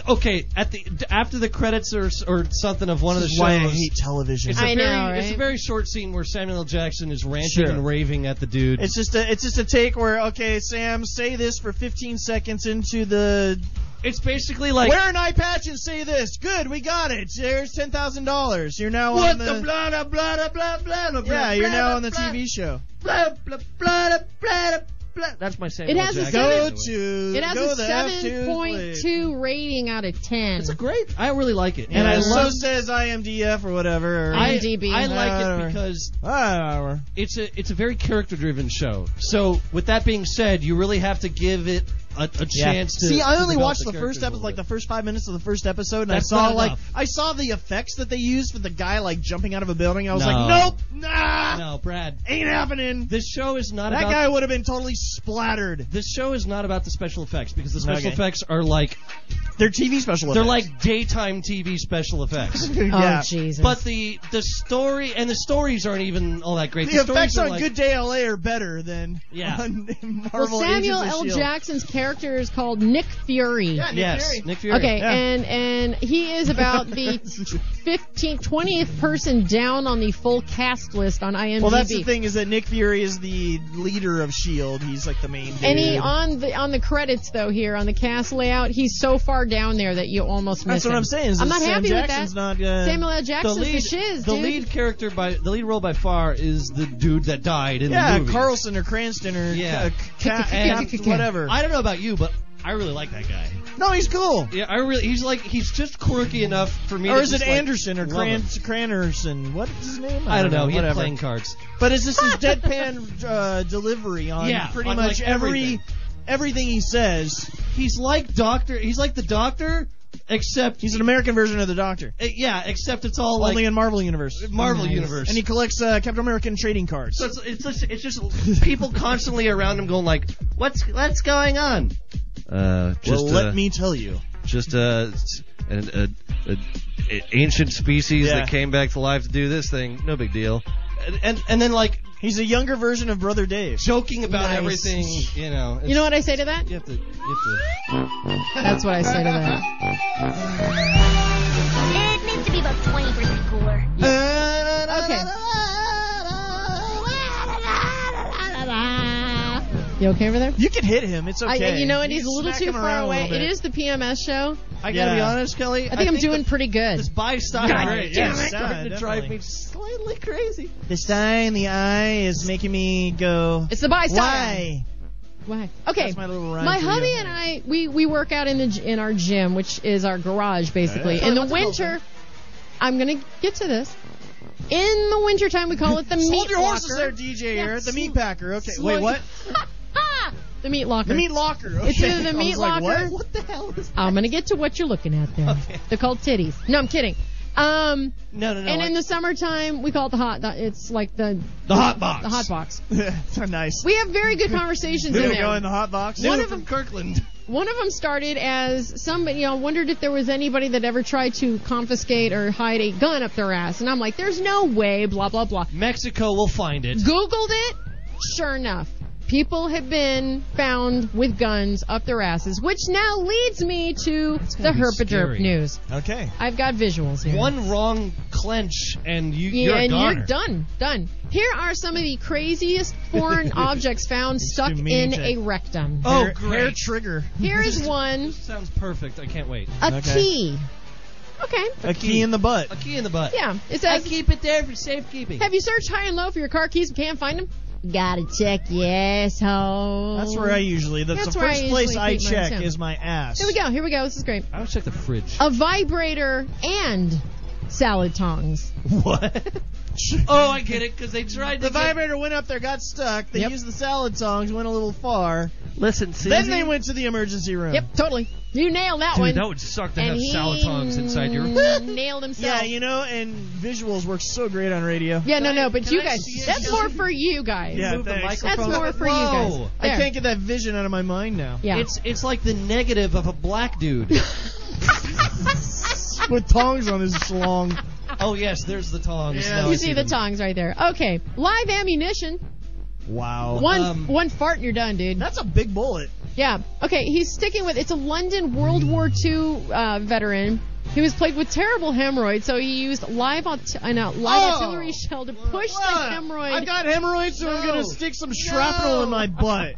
D: okay at the after the credits or or something of one of the
I: This
D: shows?
I: is why I hate television.
D: It's a
C: I
D: very,
C: know,
D: It's a
C: right?
D: very short scene where Samuel L. Jackson is ranting
I: Sure.
D: and raving at the dude.
I: It's just a it's just a take where okay Sam say this for 15 seconds into the
D: It's basically like
I: wear an eye patch and say this good we got it there's ten thousand dollars you're now
D: what
I: on the,
D: the blah blah blah blah blah blah blah.
I: yeah you're
D: blah,
I: now
D: blah,
I: on the
D: blah,
I: TV show
D: Blah blah blah blah blah. That's my Samuel
C: It
D: L.
C: has a
D: Jackson.
I: go
C: Seven-
I: to
C: It has
I: go
C: a
I: the
C: seven point
I: F2's league.
C: two rating out of ten.
D: It's a great. I really like it.
I: and
D: I
I: it so
D: love.
I: says IMDF or whatever or,
D: I,
C: IMDb.
D: I
I: Uh,
D: like it because
I: Ah, or-
D: it's a it's a very character driven show. So with that being said, you really have to give it a, a chance to
I: see. I
D: to
I: only
D: develop
I: watched the,
D: characters
I: first
D: a
I: episode,
D: little
I: like the
D: bit.
I: first five minutes of the first episode, and
D: That's
I: I saw
D: not
I: like
D: enough.
I: I saw the effects that they used for the guy like jumping out of a building. I was
D: No.
I: like, nope, nah,
D: No, Brad.
I: ain't happening.
D: This show is not
I: that
D: about
I: guy would have been totally splattered.
D: This show is not about the special effects because the special
I: Okay.
D: effects are like
I: They're TV special.
D: they're
I: effects.
D: like daytime TV special effects.
C: Oh
I: yeah.
C: Jesus!
D: but the the story and the stories aren't even all that great.
I: The
D: stories
I: effects
D: are
I: on
D: like,
I: Good Day LA are better than
D: Yeah.
I: on
C: well,
I: Marvel
C: Samuel
I: Agents of
C: L.
I: S.H.I.E.L.D..
C: Jackson's character is called Nick Fury.
I: E Yeah, Nick
D: Yes,
I: Fury.
D: Nick Fury.
C: Okay,
I: Yeah.
C: and and he is about the 15th, 20th person down on the full cast list on IMDb.
I: Well, that's the thing is that Nick Fury is the leader of Shield. E He's like the main. Dude.
C: And he on the on the credits though here on the cast layout, he's so far down there that you almost miss
I: That's what
C: him.
I: I'm saying. Is
C: I'm
I: that
C: not
I: Sam
C: happy
I: Jackson's
C: with that.
I: Not, uh,
C: Samuel L.
D: the
C: Jackson's the,
D: lead,
C: shiz,
D: the
C: dude.
D: lead character by the lead role by far is the dude that died in
I: yeah,
D: the movie.
I: Carlson or Cranston or
D: Yeah.
I: yeah. ca-
D: And-
I: Cap- whatever.
D: I don't know about you, but I really like that guy.
I: no, he's cool.
D: Yeah, I really he's like he's just quirky enough for me.
I: Or
D: to
I: is it
D: just, like,
I: Anderson or
D: love
I: Cran-
D: him.
I: Cranerson? What's his name?
D: I don't know. He had
I: Whatever.
D: playing cards.
I: But is this his deadpan uh, delivery on
D: Yeah,
I: pretty
D: on,
I: much
D: like,
I: every
D: everything.
I: everything he says?
D: He's like Doctor. He's like the Doctor, except
I: He's an American version of the Doctor,
D: Uh, yeah, except it's all
I: only
D: like
I: in Marvel universe.
D: Marvel universe.
I: And he collects uh, Captain American trading cards.
D: so it's, it's just it's just people constantly around him going like, "What's what's going on?"
N: Uh, just
I: well, let
N: uh,
I: me tell you.
N: just uh, s- an a, a, a ancient species
I: Yeah.
N: that came back to life to do this thing. No big deal.
D: And and, and then like
I: He's a younger version of Brother Dave.
D: joking about
C: Nice.
D: everything, you know.
C: You know what I say to that?
D: You have to. You have
C: That's what I say to that.
P: It needs to be about 20% cooler.
C: Okay. You okay over there?
I: You can hit him. It's
C: I-
I: okay.
C: you know, and he's a
I: can
C: little
I: smack
C: too
I: him
C: far
I: around a
C: away.
I: little
C: It
I: bit.
C: is the PMS show.
I: I gotta be honest, Kelly.
C: I think
I: I
C: I am
I: think
C: doing pretty good. This
I: by style,
C: God, damn it.
I: to drive me
C: slightly crazy.
I: The sty in the eye is making me go.
C: It's the by style.
I: Why?
C: Why? Okay.
I: That's my little rhyme
C: My
I: for you.
C: hubby and I, we we work out in the g- in our gym, which is our garage basically.
I: Yeah.
C: In the
I: That's cool,
C: winter, I'm gonna get to this. In the wintertime, we call it the meat
I: Hold your horses
C: locker.
I: there, DJ.
C: Yeah,
I: You're at the
C: sl-
I: meat packer. Okay.
C: slow
I: Wait,
C: your-
I: what?
C: The meat locker.
I: The meat locker. Okay.
C: It's either the
I: I was
C: meat
I: like,
C: locker.
I: What? what the hell is
C: I'm gonna get to what you're looking at there. They're called titties. No, I'm kidding. Um,
I: no, no, no.
C: and
I: I-
C: in the summertime, we call it the hot. It's like the
I: The hot box.
C: The hot box.
I: it's a nice.
C: We have very good conversations
I: Here
C: in
I: we
C: there.
I: go in the hot box.
C: One
I: New
C: of
I: from
C: them-
I: Kirkland.
C: One of them started as somebody, you know, wondered if there was anybody that ever tried to confiscate or hide a gun up their ass. And I'm like, there's no way, blah, blah, blah.
D: Mexico will find it.
C: Googled it. Sure enough, people have been found with guns up their asses, which now leads me to the herpaderp news.
I: Okay.
C: I've got visuals here.
D: One wrong clench and you,
C: yeah,
D: you're a
C: and
D: goner.
C: you're done. Done. Here are some of the craziest foreign objects found stuck
D: too
C: in
D: mean to-
C: a rectum.
D: Oh,
C: Here-
D: great.
I: trigger.
C: Here is one.
D: Sounds perfect. I can't wait.
C: A key. Okay.
I: A key in the butt.
D: A key in the butt.
C: Yeah. It says.
D: I keep it there for safekeeping.
C: Have you searched high and low for your car keys and can't find them? Gotta check your asshole.
I: That's where I usually. That's,
C: That's
I: the
C: where I
I: first place
C: usually
I: I
C: keep mine,
I: check
C: too.
I: is my ass.
C: Here we go. Here we go. This is great.
D: I would check the fridge.
C: A vibrator and salad tongs.
D: What? oh, I get it because they tried
I: The
D: to. get-
I: vibrator went up there, got stuck. They
C: Yep.
I: used the salad songs, went a little far.
D: Listen, Susie.
I: Then they went to the emergency room.
C: Yep, totally. You nailed that
R: Dude,
C: one.
R: that would suck to
C: and
R: have
C: he
R: salad tongs inside your.
C: nailed himself.
I: Yeah, you know, and visuals work so great on radio.
C: Yeah, no, no, but
D: Can
C: you
D: I
C: guys,
D: see it?
C: that's more for you guys.
I: Yeah,
D: Move the
I: thanks.
C: That's
D: microphone.
C: more for you
D: Whoa.
C: guys.
I: I
C: There.
I: can't get that vision out of my mind now.
C: Yeah.
D: It's it's like the negative of a black dude.
I: With tongs on his long.
D: oh yes, there's the tongs. Now I
C: you see the
D: them.
C: tongs right there. Okay, live ammunition.
I: Wow.
C: One
D: Um,
C: one fart and you're done, dude.
I: That's a big bullet.
C: Yeah. Okay, he's sticking with it's a London World War II uh, veteran. He was plagued with terrible hemorrhoids, so he used live aut- uh, no, live
I: Oh.
C: artillery shell to push
I: Ah,
C: the hemorrhoid.
I: I got hemorrhoids, so I'm
D: No.
I: gonna stick some shrapnel in my butt.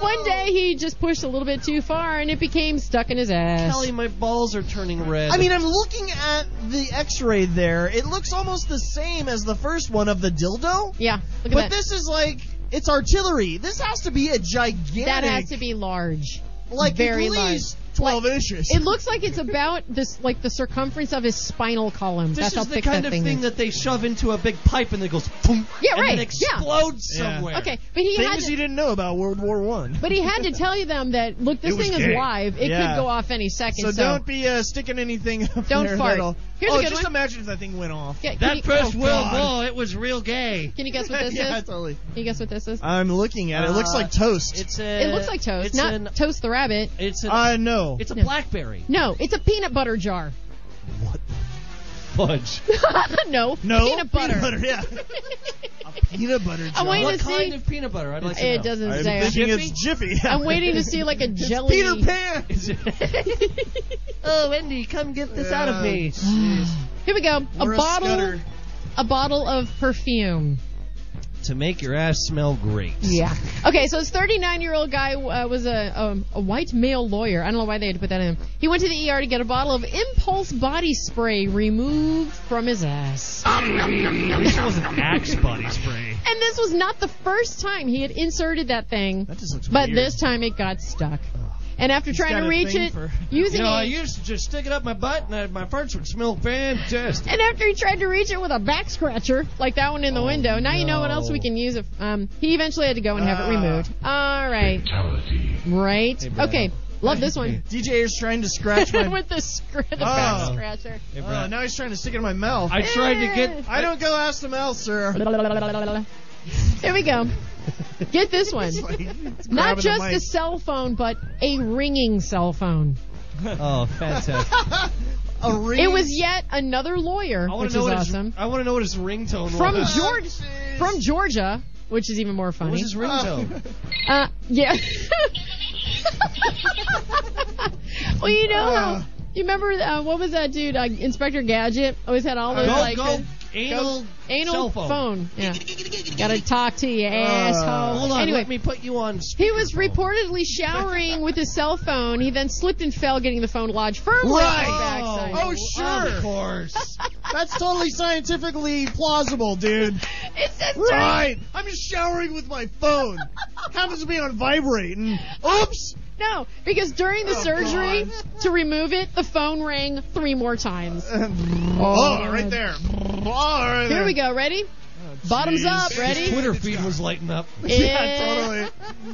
C: One day he just pushed a little bit too far and it became stuck in his ass.
D: Kelly, my balls are turning red.
I: I mean, I'm looking at the X-ray there. It looks almost the same as the first one of the dildo,
C: Yeah, look at
I: but
C: that.
I: this is like it's artillery. This has to be a gigantic,
C: that has to be large.
I: like
C: very
I: at
C: large.
I: least 12 inches.
C: It looks like it's about this, like the circumference of his spinal column.
D: this
C: That's how
D: is the
C: thick
D: kind
C: that
D: of
C: thing,
D: thing
C: is.
D: that they shove into a big pipe and it goes. boom,
C: Yeah,
D: and
C: right,
D: It
C: yeah.
D: explodes
I: Yeah.
D: somewhere.
C: Okay, but he had.
I: Things
C: To,
I: you didn't know about World War One.
C: but he had to tell you them that look, this
R: It was
C: thing
R: gay.
C: is live. It
I: Yeah.
C: could go off any second.
I: So,
C: So,
I: don't be uh, sticking anything up
C: Don't
I: there
C: fart.
I: that'll-
C: Here's a
I: oh,
C: good
I: just
C: one.
I: imagine if that thing went off.
C: Yeah, can
D: That
C: you-
D: first
I: Oh,
D: World
I: God.
D: War, it was real gay.
C: Can you guess what this
I: yeah, Uh,
C: is?
I: totally.
C: Can you guess what this is?
I: I'm looking at it. It looks
D: Uh,
I: like toast.
D: It's a.
C: it looks like toast,
D: It's
C: not
D: an.
C: toast the rabbit.
D: It's a.
I: I know.
D: it's a
C: No.
D: blackberry.
C: No, it's a peanut butter jar.
D: Fudge.
C: no,
I: no
C: peanut butter.
I: yeah. peanut butter.
C: I'm
I: jar.
C: waiting
D: what
C: to see-
D: kind of peanut butter? I'd like to
C: It
D: know.
C: doesn't
I: I'm
C: say.
I: thinking it's Jiffy.
C: I'm waiting to see like a
I: It's
C: jelly.
I: Peter Pan.
D: Oh, Wendy, come get this out of me.
C: Here we go.
I: Or
C: a
I: a
C: bottle.
I: scudder.
C: A bottle of perfume.
D: To make your ass smell great.
C: Yeah. Okay, so this 39 year old guy uh, was a, um, a white male lawyer. I don't know why they had to put that in. He went to the ER to get a bottle of impulse body spray removed from his ass.
R: This wasn't Axe body spray.
C: And this was not the first time he had inserted that thing,
I: That just looks
C: but
I: weird.
C: this time it got stuck. And after trying
I: got
C: to
I: a
C: reach
I: thing
C: it
I: for-
C: using
D: You know, I
C: a-
D: used to just stick it up my butt and I, my farts would smell fantastic.
C: And after he tried to reach it with a back scratcher, like that one in
I: Oh,
C: the window, now you know what else we
D: no.
C: can use. If, um, he eventually had to go and have
I: Ah.
C: it removed. All right. Right.
D: Brad.
C: okay. Love this one.
I: DJ is trying to scratch my.
C: With the, scr- the back
I: Oh.
C: scratcher.
D: Hey,
I: Oh,
D: Brad.
I: now he's trying to stick it in my mouth.
D: I tried to get.
I: I don't go ask them else, sir.
C: Here we go. Get this one. Not
I: grabbing the
C: just
I: mic.
C: a cell phone, but a ringing cell phone.
D: Oh, fantastic!
I: A ring.
C: It was yet another lawyer,
D: I want
C: which
D: to know
C: is
D: what
C: awesome.
D: his. I want to know what his ringtone
C: From
D: was.
C: George, from Georgia, which is even more
D: What was
C: funny.
D: his ringtone?
C: Uh, yeah. well, you know how You remember uh, what was that dude? Uh, Inspector Gadget always had all those
D: Go-
C: like
D: go
C: uh,
D: anal cell
C: anal
D: phone.
C: Yeah, gotta talk to
I: Uh,
C: you, asshole.
D: uh, hold on,
C: anyway,
D: let me put you on.
C: He was reportedly showering with his cell phone. He then slipped and fell, getting the phone lodged firmly in his backside.
I: Oh, sure.
D: Of course.
I: That's totally scientifically plausible, dude.
C: It's just
I: right. I'm just showering with my phone. Happens to be on vibrate. And, oops.
C: No, because during
I: Oh,
C: the surgery to remove it, the phone rang three more times.
I: Uh-huh. Oh, right there. Oh, right
C: Here
I: there.
C: we go. Ready? Bottoms up.
D: His
C: Ready?
D: Twitter feed was lighting up.
I: Oh, Yeah, totally.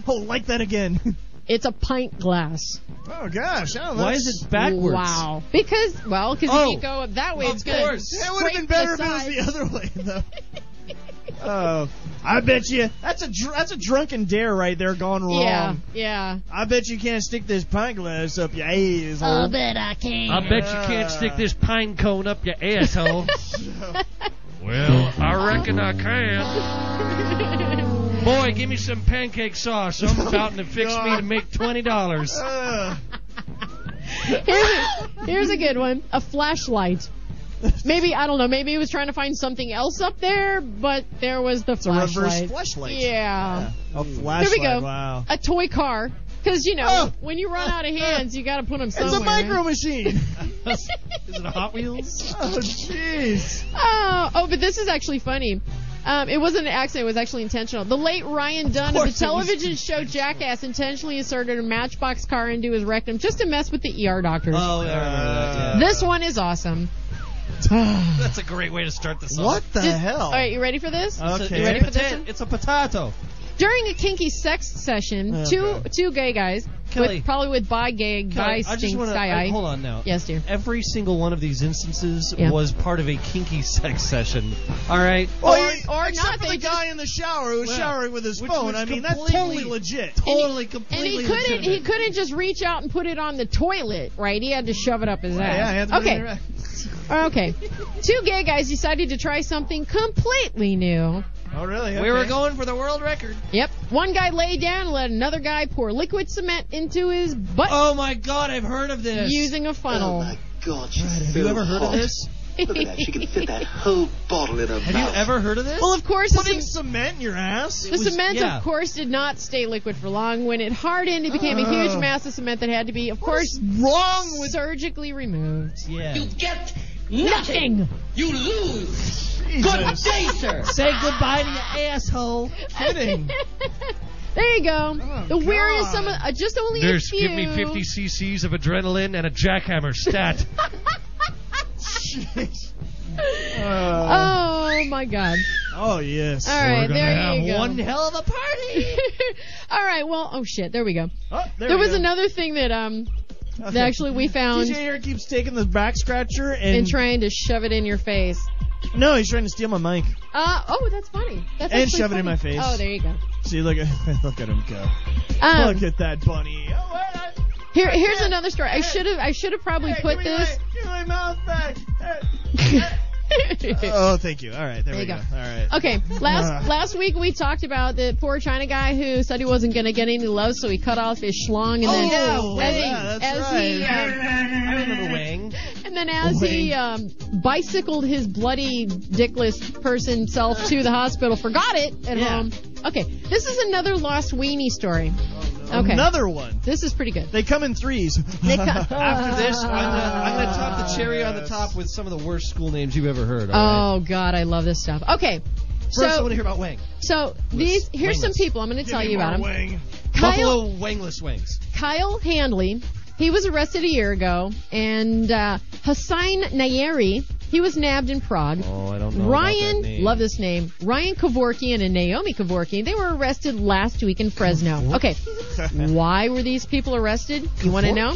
I: Oh, like that again.
C: It's a pint glass.
I: Oh gosh. Oh,
D: Why
I: that's-
D: is it backwards?
C: Wow. Because well, because if
I: Oh.
C: you go up that way,
I: Of
C: it's good.
I: course. It would've been
C: Scrape
I: better if it was
C: side.
I: the other way, though. Oh, I bet you that's a dr- that's a drunken dare right there gone wrong.
C: Yeah, yeah.
I: I bet you can't stick this pint glass up your ass.
C: I'll bet I can.
N: I bet you can't stick this pine cone up your asshole. well, I reckon I can. Boy, give me some pancake sauce. I'm about to fix me to make twenty dollars.
C: Here's a, here's a good one. A flashlight. Maybe I don't know. Maybe he was trying to find something else up there, but there was the
I: a reverse
C: flashlight.
I: flashlight.
C: Yeah.
I: A flashlight.
C: There we go.
I: Wow.
C: A toy car. Because you know,
I: Oh.
C: when you run out of hands, you got to put them
I: It's
C: somewhere.
I: a micro machine.
D: Is it a Hot Wheels?
I: oh jeez.
C: Oh, oh, but this is actually funny. Um, it wasn't an accident. It was actually intentional. The late Ryan Dunn of, the
D: course it was.
C: television show Jackass intentionally inserted a matchbox car into his rectum just to mess with the ER doctors.
D: Oh, yeah, I remember that. Yeah.
C: This one is awesome.
D: That's a great way to start this.
I: What the
C: Did-
I: hell?
C: All right, you ready for this?
D: Okay.
C: You ready for this
D: Potato-
C: one?
D: It's a potato.
C: During a kinky sex session,
D: Okay.
C: two two gay guys,
D: Kelly.
C: with, probably with bi gay
D: I-
C: guy
D: I just
C: sting
D: want
C: sky
D: to
C: eye.
D: hold on now.
C: Yes, dear.
D: Every single one of these instances
C: Yeah.
D: was part of a kinky sex session. All right.
I: Or,
C: or
I: except
C: not,
I: for
C: they
I: the guy in the shower who was
D: Yeah.
I: showering with his
D: Which
I: phone.
D: was
I: I mean, that's
D: completely-
I: totally legit.
D: Totally,
C: And
D: completely.
C: he couldn't he
D: legitimate.
C: couldn't just reach out and put it on the toilet, right? He had to shove it up his ass.
I: Yeah, I had to put it
C: okay.
I: in your-
C: Okay. Two gay guys decided to try something completely new.
I: Oh, really?
D: We were
I: Okay.
D: going for the world record.
C: Yep. One guy lay down and let another guy pour liquid cement into his butt
D: Oh my God, I've heard of this.
C: using a funnel.
U: God, she's
D: Have
U: so
D: you ever heard of
U: hot.
D: this?
U: Oh, Look at that. She can fit that whole bottle in her
D: Have
U: mouth.
D: you ever heard of this?
C: well, of course, the,
I: Putting
C: ce-
I: cement in your ass?
C: the cement,
D: yeah.
C: of course, did not stay liquid for long. When it hardened, it became a huge
I: Ugh.
C: mass of cement that had to be, of course,
I: Uh. Wrong with
C: surgically removed.
D: Yeah.
U: get nothing. You lose.
I: Jesus.
U: day, sir.
D: Say goodbye to your asshole.
I: Kidding.
C: There you go.
I: Oh,
C: the weirdest, some,
I: God.
C: uh, just only
N: Nurse,
C: a few.
N: give me 50 cc's of adrenaline and a jackhammer stat.
I: Jeez. Uh,
C: Oh my God!
I: oh, yes.
C: All
N: We're
C: right,
N: gonna
C: there
N: have
C: you go.
N: one
D: Hell of a party.
C: All right, well, oh shit, there we go.
I: Oh, there
C: There,
I: we
C: was
I: go.
C: another thing that um
I: Okay.
C: that actually we found
I: TJ here keeps taking the back scratcher and,
C: and trying to shove it in your face.
I: no, he's trying to steal my mic.
C: Uh oh, that's funny. That's
I: And
C: actually
I: shove it
C: funny.
I: in my face.
C: Oh, there you go.
I: See, look at look at him go.
C: Um,
I: look at that bunny. Oh, wait, I-
C: Here, here's another story. I should have I should have probably
I: hey,
C: put
I: give me
C: this.
I: My, give me my mouth back. Uh, oh, thank you. All right,
C: There
I: there, we
C: you
I: go.
C: go.
I: All right.
C: Uh, Okay, last
I: Ugh.
C: last week we talked about the poor China guy who said he wasn't going to get any love, so he cut off his schlong and then
I: Oh,
C: as
I: yeah,
C: he
I: that's
C: as he
I: right.
C: um,
D: I remember Wang.
C: And then as he um, bicycled his bloody dickless person self to the hospital, forgot it at
I: Yeah.
C: home. Okay, this is another lost weenie story. Okay,
I: Another one.
C: this is pretty good.
I: They come in threes.
C: They come-
D: uh, After this, I'm gonna, I'm gonna top the cherry on the
I: Yes.
D: top with some of the worst school names you've ever heard. all right?
C: Oh God, I love this stuff. Okay,
D: First, I want
C: so
D: to hear about Wang.
C: so these here's some people I'm going to tell you about them. Kyle
D: Buffalo Wangless Wangs.
C: Kyle Handley, he was arrested a year ago, and uh, Hussein Nayeri, he was nabbed in Prague.
D: Oh, I don't know.
C: Ryan, love this name. Ryan Kevorkian and Naomi Kevorkian, they were arrested last week in Fresno. Okay. Why were these people arrested? You want to know?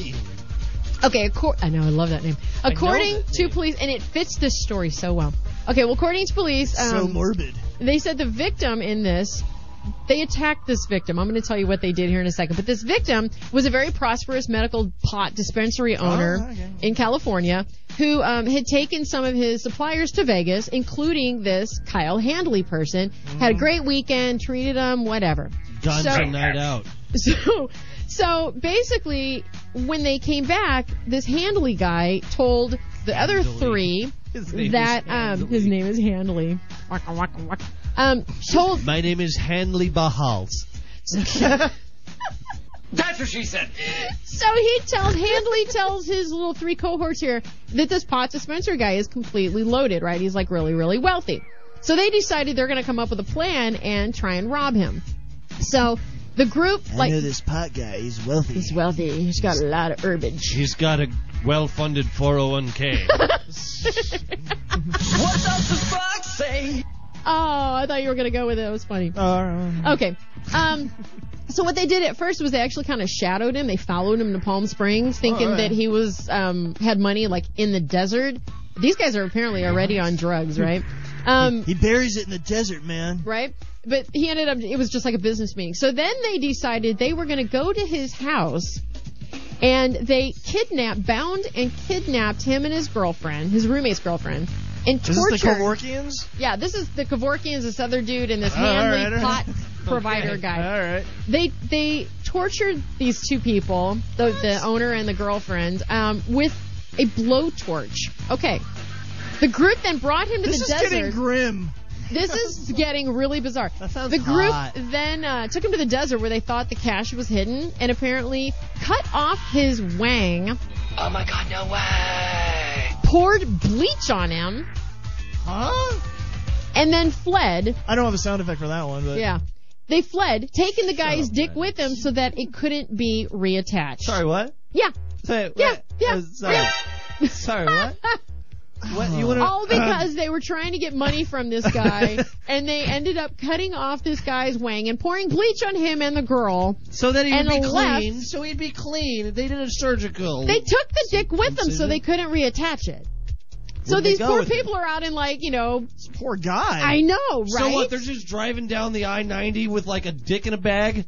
C: Okay, accor- I know I love that name.
D: know
C: According
D: that
C: to
D: name.
C: police, and it fits this story so well. Okay, well, according to police,
I: so
C: um,
I: morbid.
C: they said the victim in this they attacked this victim. I'm going to tell you what they did here in a second. But this victim was a very prosperous medical pot dispensary owner
I: Oh, okay.
C: in California who um, had taken some of his suppliers to Vegas, including this Kyle Handley person. Had a
I: Mm.
C: great weekend, treated him, whatever.
D: Guns
C: So-
D: and night out.
C: So, so basically, when they came back, this Handley guy told the other three
D: His name
C: that
D: is
C: um, his name is Handley. Waka, waka, waka. Um, told
D: My name is Hanley Bahals.
C: That's what she said. So he tells Handley tells his little three cohorts here that this pot dispenser guy is completely loaded, right? He's like really, really wealthy. So they decided they're gonna come up with a plan and try and rob him. So the group like
I: this pot guy. He's wealthy.
C: He's wealthy. He's got a lot of herbage.
N: He's got a well-funded 401k.
Q: What does the fox say?
C: Oh, I thought you were gonna go with it. It was funny. Okay. Um. So what they did at first was they actually kind of shadowed him. They followed him to Palm Springs, thinking
Q: Oh, yeah.
C: that he was um had money like in the desert. These guys are apparently already on drugs, right? Um.
I: He buries it in the desert, man.
C: Right. But he ended up. It was just like a business meeting. So then they decided they were gonna go to his house. And they kidnapped, bound, and kidnapped him and his girlfriend, his roommate's girlfriend, and
I: Is
C: tortured.
I: this the Kevorkians?
C: Yeah, this is the Kevorkians, this other dude, and this
I: Oh,
C: Hanley
I: alright, alright.
C: pot provider
I: Okay,
C: guy. All right. They they tortured these two people, the the owner and the girlfriend, um, with a blowtorch. Okay. The group then brought him to
I: This
C: the
I: is
C: desert.
I: getting grim.
C: This is getting really bizarre. the group
I: hot.
C: then uh, took him to the desert where they thought the cash was hidden and apparently cut off his wang. Oh my god, no way! Poured bleach on him. Huh? And then fled.
I: I don't have a sound effect for that one, but
C: Yeah. They fled, taking the guy's
D: Oh,
C: dick with them so that it couldn't be reattached.
I: Sorry, what?
C: Yeah.
I: Say,
C: yeah, yeah.
D: Uh,
I: Sorry. Sorry, what? What you want
C: All because they were trying to get money from this guy, and they ended up cutting off this guy's wang and pouring bleach on him and the girl.
D: So that he
C: and
D: would be
C: left.
D: clean. So he'd be clean. They did a surgical.
C: They took the dick with them so they couldn't reattach it. So
D: Where'd they
C: these
D: go
C: poor
D: with it?
C: people are out in like you know.
I: Poor guy.
C: I know,
D: So
C: right?
D: what? They're just driving down the I ninety with like a dick in a bag.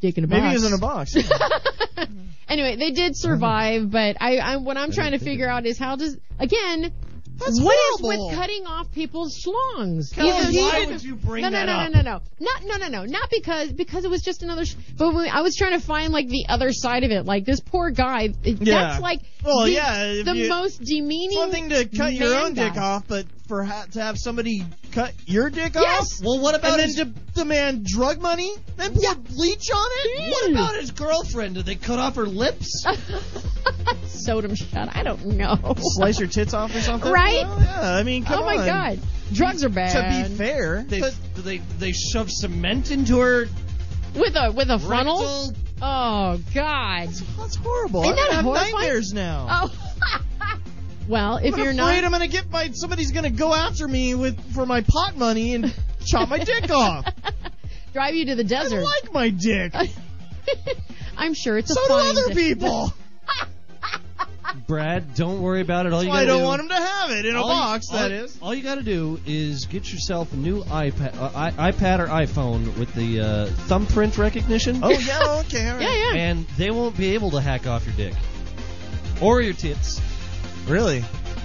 C: Dick in a
I: Maybe
C: box.
I: he's in a box.
C: Anyway, they did survive, but I, I what I'm trying to figure out is how does again. what is
Q: horrible.
C: with cutting off people's schlongs?
Q: Colin,
C: Either
Q: why
C: he-
Q: would you bring
C: no, no,
Q: that
C: no,
Q: up?
C: No, no, no, not no, no, no, not because because it was just another. Sh- but when, I was trying to find like the other side of it. Like this poor guy. it-
I: Yeah.
C: That's like
I: Well,
C: the,
I: yeah, if
C: the
I: you-
C: most demeaning.
I: One thing to cut your
C: man
I: own
C: guy.
I: dick off, but for ha- to have somebody cut your dick
C: Yes.
I: off.
D: Well, what about
I: and then
D: his-
I: de- demand drug money? Then pour bleach on it?
D: What about his girlfriend? Did they cut off her lips?
C: Uh, Sodom shut. I don't know.
I: Slice your tits off or something?
C: Right?
I: Well, yeah. I mean, come
C: oh my
I: on.
C: god, drugs are bad.
I: To be fair,
D: They
I: but
D: they they shoved cement into her.
C: with a with a funnel.
D: Rectal-
C: Oh god.
I: that's horrible.
C: Isn't
I: I'm
C: that
I: gonna have
C: horrifying?
I: nightmares now.
C: Oh. well, if
I: I'm
C: you're
I: afraid
C: not
I: I'm gonna get my somebody's gonna go after me with for my pot money and chop my dick off.
C: drive you to the
I: I
C: desert.
I: like my dick.
C: I'm sure it's a
I: So do
C: fine
I: other
C: di-
I: people.
D: Brad, don't worry about it. All you
I: Well, I
D: gotta
I: don't
D: do-
I: want him to have it in a
D: all you-
I: box.
D: all-
I: that is.
D: All you got to do is get yourself a new iPad, uh, i- iPad or iPhone with the uh, thumbprint recognition.
I: Oh yeah. Okay. All right.
C: Yeah, yeah.
D: And they won't be able to hack off your dick or your tits.
I: Really?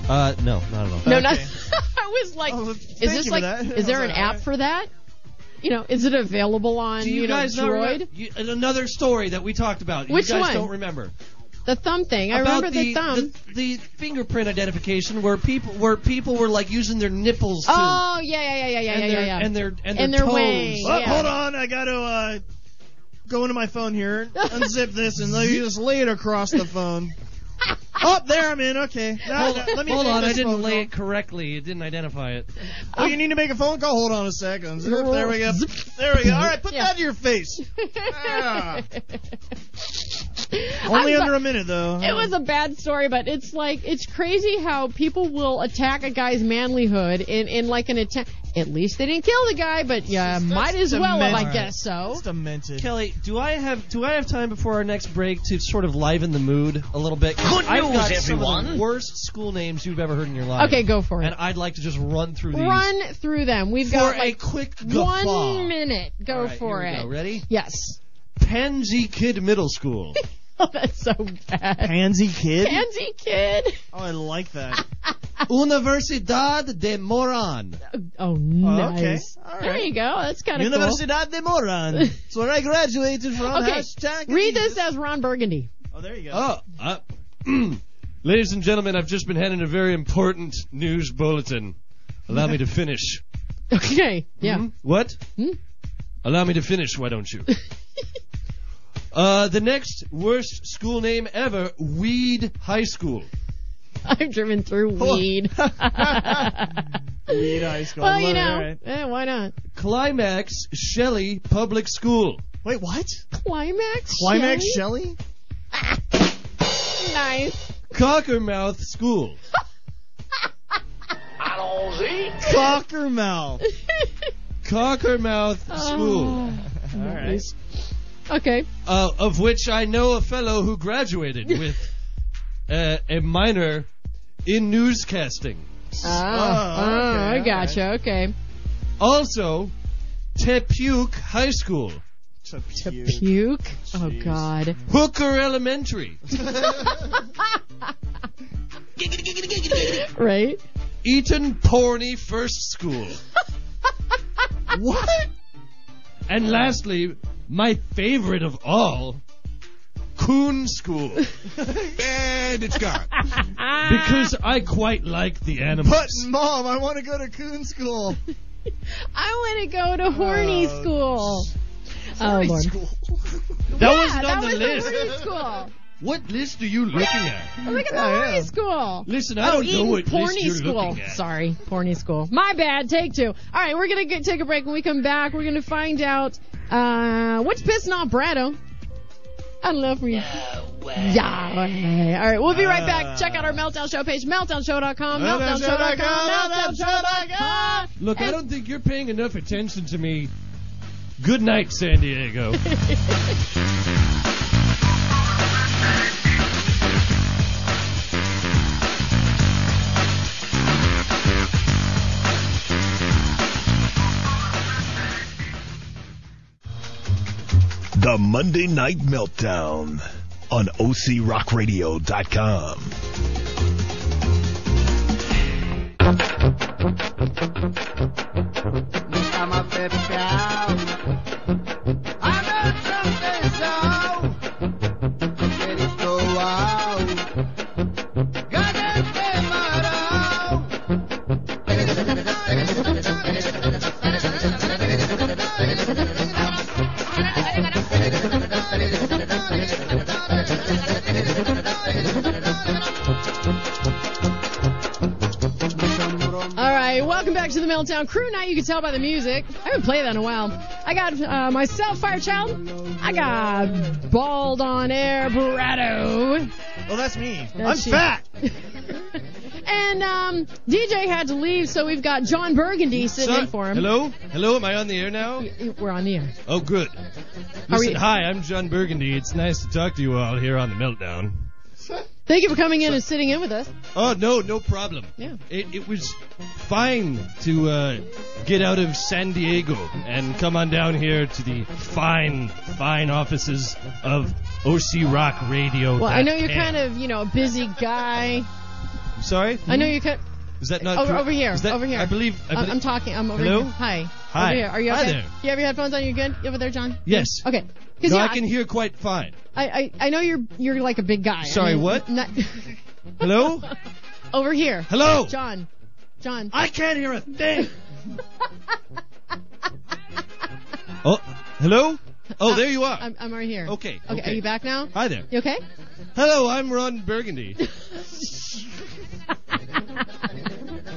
D: Uh, no, not at all.
C: No, not. I was like, is
I: Oh, thank
C: this
I: you for
C: like,
I: that.
C: is there
I: I
C: an
I: was like,
C: app for that? You know, is it available on
D: Do you,
C: know
D: guys not
C: Droid?
D: remember- you- another story that we talked about.
C: Which
D: you guys
C: one?
D: don't remember.
C: the thumb thing. I
D: about
C: remember the, thumb.
D: The, the fingerprint identification where people where people were like using their nipples to
C: oh yeah, yeah, yeah, yeah, yeah,
D: and,
C: yeah,
D: their,
C: yeah.
D: and their and
C: And
D: their
C: their
D: toes.
C: wang,
I: Oh,
C: yeah.
I: Hold on, I gotta uh, go into my phone here, unzip this, and let me just lay it across the phone. Up there, I'm in. Okay. Now,
D: Hold,
I: now, let me
D: hold
I: make
D: on, I
I: this
D: didn't
I: phone
D: lay
I: call.
D: it correctly. It didn't identify it.
I: Oh, you need to make a phone call. Hold on a second. Zip, there we go. There we go. All right, put
C: Yeah.
I: that in your face. Ah.
C: I'm
I: Only
C: so-
I: under a minute though.
C: It was a bad story, but it's like it's crazy how people will attack a guy's manlyhood in in like an attempt. At least they didn't kill the guy, but yeah, might as well if I
I: demented.
C: guess so.
I: It's demented.
D: Kelly, do I have do I have time before our next break to sort of liven the mood a little bit? 'Cause
U: Good
D: I've
U: news,
D: got Some of
U: everyone.
D: the worst school names you've ever heard in your life.
C: Okay, go for
D: And
C: it.
D: I'd like to just run through these
C: Run through them. We've
D: for
C: got
D: a
C: like
D: quick
C: one
D: guffaw.
C: minute. Go
D: All right,
C: for
D: here we
C: it.
D: Go. Ready?
C: Yes.
D: Pansy Kid Middle School.
C: Oh, that's so bad.
I: Pansy kid.
C: Pansy kid.
I: Oh, I like that.
D: Universidad de Moran.
C: Oh, nice.
I: okay. All
C: There
I: right.
C: you go. That's kind of cool.
I: Universidad de Moran. That's where I graduated from.
C: Okay.
I: Hashtag
C: Read this as Ron Burgundy.
K: Oh, there you go.
D: Oh, up. Ladies and gentlemen, I've just been handed a very important news bulletin. Allow me to finish. Hmm?
C: Okay. Yeah.
D: What? Allow me to finish, why don't you? uh, the next worst school name ever, Weed High School.
C: I've driven through weed.
K: Weed High School.
C: well,
K: I
C: you
K: love it,
C: know,
K: right?
C: eh, why not?
D: Climax Shelley Public School.
K: Wait, what?
C: Climax.
K: Climax
C: Shelley?
K: Shelley?
C: Nice.
D: Cockermouth School.
K: Cockermouth.
D: Cockermouth School.
K: All right.
C: Oh. Okay.
D: Uh, of which I know a fellow who graduated with uh, a minor in newscasting.
C: Oh, oh, I gotcha. Okay.
D: Also, Tepuke High School.
C: Puke. Oh God.
D: Hooker Elementary.
C: Right.
D: Eton Porney First School.
K: what?
D: And lastly, my favorite of all, Coon School.
V: And it's gone.
C: Ah,
D: Because I quite like the animals.
K: But mom, I want to go to coon school.
C: I want to go to horny
K: Oh,
C: school. Oh,
K: Sorry,
C: Lord.
K: school.
D: that
C: yeah,
D: wasn't
C: that
D: on the
C: was
D: list.
C: horny school.
D: What list are you looking at?
C: Look at the
K: Yeah,
C: horny
K: yeah.
C: school.
D: Listen, I
C: oh,
D: don't know
C: Eton
D: what list
C: porny
D: you're
C: school.
D: looking at.
C: Sorry, porny school. My bad. Take two. All right, we're gonna get, take a break. When we come back, we're gonna find out uh, what's pissing off Brado. I love you. Yeah. All right, we'll be right back. Check out
D: Ah.
C: our Meltdown Show page, meltdownshow.com, meltdownshow.com, meltdownshow.com.
D: Look, I
C: And-
D: don't think you're paying enough attention to me. Good night, San Diego.
J: The Monday Night Meltdown on OCRockRadio.com.
W: I'm a baby cow. I know something so. Let it go out. Goddamn tomorrow.
C: All right, welcome back to the Meltdown Crew Night. You can tell by the music. I haven't played that in a while. I got uh, myself, Firechild. I got Bald on Air, Barretto.
K: Well, that's me.
C: That's
K: I'm
C: you.
K: fat.
C: And um, DJ had to leave, so we've got John Burgundy sitting
D: Sir,
C: in for him.
D: Hello? Hello, am I on the air now?
C: We're on the air.
D: Oh, good.
C: Are
D: Listen,
C: we-
D: hi, I'm John Burgundy. It's nice to talk to you all here on the Meltdown.
C: Thank you for coming in and sitting in with us.
D: Oh, no, no problem.
C: Yeah.
D: It, it was fine to uh, get out of San Diego and come on down here to the fine, fine offices of OC Rock Radio.
C: Well, I know you're kind of, you know, a busy guy.
D: Sorry?
C: I know you're kind.
D: Is that not
C: Over,
D: true?
C: over here.
D: Is that-
C: over here.
D: I believe. I
C: I'm,
D: belie-
C: I'm talking. I'm over
D: Hello?
C: here. Hi.
D: Hi.
C: Over here. Are you
D: Hi
C: okay?
D: there.
C: You have your headphones on? You good? You over there, John?
D: Yes.
C: Okay.
D: No,
C: Because yeah,
D: I can hear quite fine.
C: I, I I know you're you're like a big guy. I
D: Sorry,
C: mean,
D: what?
C: not-
D: Hello?
C: over here.
D: Hello?
C: John. John.
D: I can't hear a thing. oh, hello? Oh, there you are.
C: I'm, I'm right here.
D: Okay,
C: Okay.
D: okay.
C: Are you back now?
D: Hi there.
C: You okay?
D: Hello, I'm Ron Burgundy.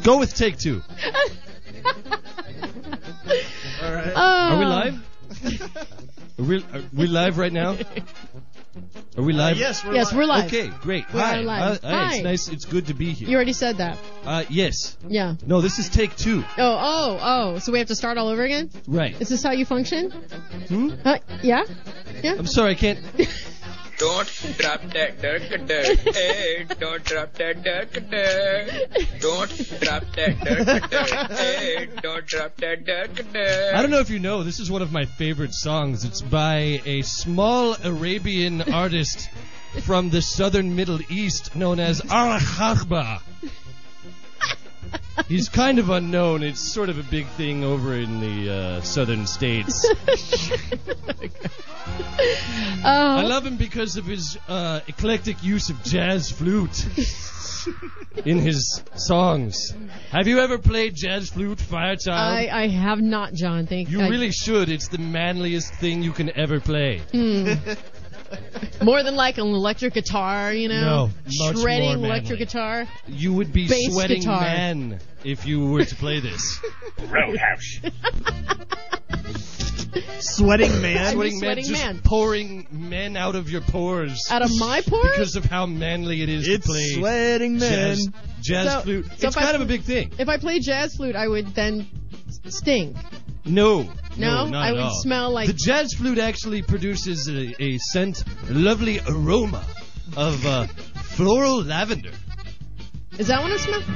D: Go with take two.
K: All right.
D: Are we
C: Oh.
D: live? Are we, are we live right now? Are we live?
K: yes, we're
C: yes,
K: live.
C: we're live.
D: Okay, great.
C: We
D: Hi.
C: are live.
D: Uh, hi,
C: Hi.
D: It's nice. It's good to be here.
C: You already said that.
D: uh, yes.
C: Yeah.
D: No, this is take two.
C: Oh, oh, oh. So we have to start all over again?
D: Right.
C: Is this how you function?
D: Hmm?
C: Uh, yeah? Yeah?
D: I'm sorry, I can't.
I: Don't drop that duck duck. Hey, don't drop that duck duck. Don't drop that duck duck. Hey, don't drop that duck duck.
D: I don't know if you know, this is one of my favorite songs. It's by a small Arabian artist from the southern Middle East known as Al Harba. He's kind of unknown. It's sort of a big thing over in the uh, southern states.
C: Oh,
D: I love him because of his uh, eclectic use of jazz flute in his songs. Have you ever played jazz flute, Firechild?
C: I, I have not, John. Thank
D: you
C: I-
D: really should. It's the manliest thing you can ever play.
C: Hmm. More than like an electric guitar, you know?
D: No, much more
C: Shredding
D: manly.
C: electric guitar.
D: You would be
C: Bass
D: sweating
C: guitar.
D: man if you were to play this.
O: Roadhouse.
D: Sweating
O: man? I'd be
D: sweating man.
O: sweating
D: Just
O: man.
D: pouring men out of your pores.
C: Out of my pores?
D: Because of how manly it is
I: It's
D: to play.
I: sweating men.
D: Jazz, jazz
C: So-
D: flute.
C: so
D: it's
C: if I-
D: kind of a big thing.
C: If I played jazz flute, I would then stink.
D: No.
C: No?
D: No, not
C: I
D: at
C: would
D: all.
C: smell like-
D: The jazz flute actually produces a, a scent, a lovely aroma of uh, floral lavender.
C: Is that what I'm smelling?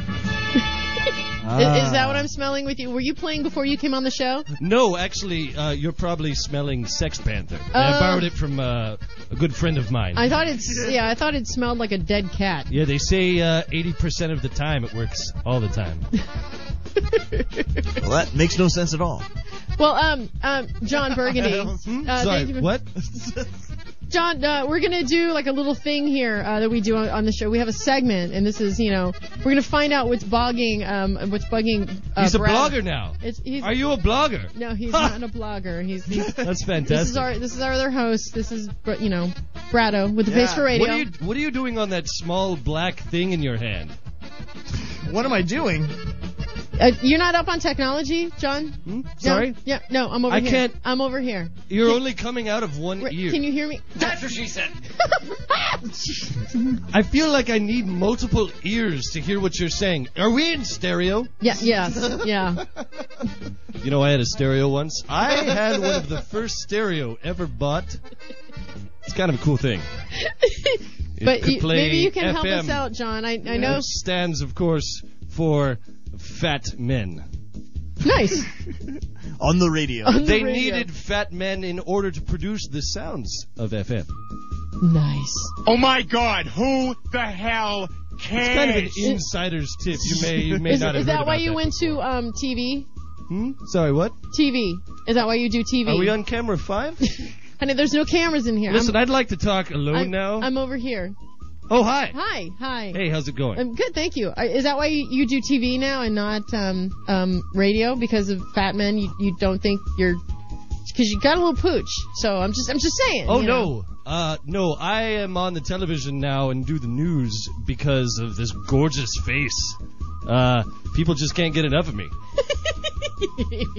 D: Ah.
C: Is, that what I'm smelling with you? Were you playing before you came on the show?
D: No, actually, uh, you're probably smelling Sex Panther. And
C: Oh.
D: I borrowed it from uh, a good friend of mine.
C: I thought it's yeah. I thought it smelled like a dead cat.
D: yeah, they say uh, 80% of the time it works all the time.
I: Well, that makes no sense at all.
C: Well, um, um, John Burgundy. uh,
D: Hmm?
I: Sorry,
C: thank you for-
I: what?
C: John, uh, we're gonna do like a little thing here uh, that we do on, on the show. We have a segment, and this is you know we're gonna find out what's bogging um what's bugging. Uh,
D: he's a
C: Brad.
D: blogger now.
C: It's, he's,
D: Are you a blogger?
C: No, he's not a blogger. He's, he's
D: That's
C: this is
D: fantastic.
C: our this is our other host. This is Br- you know Brado with the base for radio.
D: What are, you, what are you doing on that small black thing in your hand?
I: What am I doing?
C: Uh, you're not up on technology, John? No?
D: Hmm? Sorry?
C: Yeah, no, I'm over
D: I
C: here.
D: can't-
C: I'm over here.
D: You're only coming out of one ear.
C: Can you hear me?
D: That's what she said. I feel like I need multiple ears to hear what you're saying. Are we in stereo?
C: Yeah, yes, yeah.
D: You know, I had a stereo once. I had one of the first stereo ever bought. It's kind of a cool thing. It
C: but
D: could
C: you,
D: play
C: maybe you can help
D: FM.
C: us out, John. I, I
D: It
C: know.
D: stands, of course, for fat men.
C: Nice.
I: On the radio.
C: On the
D: they
C: radio.
D: needed fat men in order to produce the sounds of FM.
C: Nice.
X: Oh my God! Who the hell cares?
D: It's kind of an insider's tip. You may, you may
C: is
D: not have
C: is
D: heard
C: that why
D: about
C: you went to um, TV?
D: Hmm? Sorry, what?
C: TV. Is that why you do TV?
D: Are we on camera five?
C: Honey, there's no cameras in here.
D: Listen,
C: I'm,
D: I'd like to talk alone
C: I'm,
D: now.
C: I'm over here.
D: oh, hi.
C: Hi, hi.
D: Hey, how's it going?
C: I'm good, thank you. Uh, Is that why you you do TV now and not um, um, radio? Because of fat men, you, you don't think you're because you got a little pooch. So I'm just I'm just saying.
D: Oh
C: you know.
D: no, uh, no! I am on the television now and do the news because of this gorgeous face. Uh, people just can't get enough of me.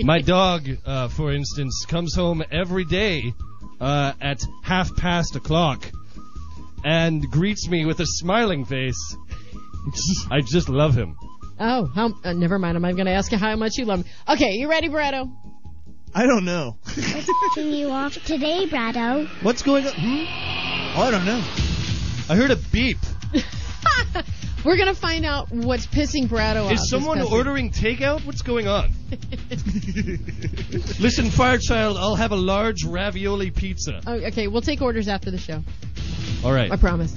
D: My dog, uh, for instance, comes home every day uh, at half past o'clock and greets me with a smiling face. I just love him.
C: Oh, how, uh, never mind. I'm not gonna ask you how much you love me. Okay, you ready, Barretto?
I: I don't know.
P: What's picking you off today, Brado?
D: What's going on?
I: Hmm? I don't know.
D: I heard a beep.
C: We're gonna find out what's pissing Brado off.
D: Is someone
C: This cousin.
D: ordering takeout? What's going on? Listen, Firechild, I'll have a large ravioli pizza.
C: Oh, okay, we'll take orders after the show.
D: All right.
C: I promise.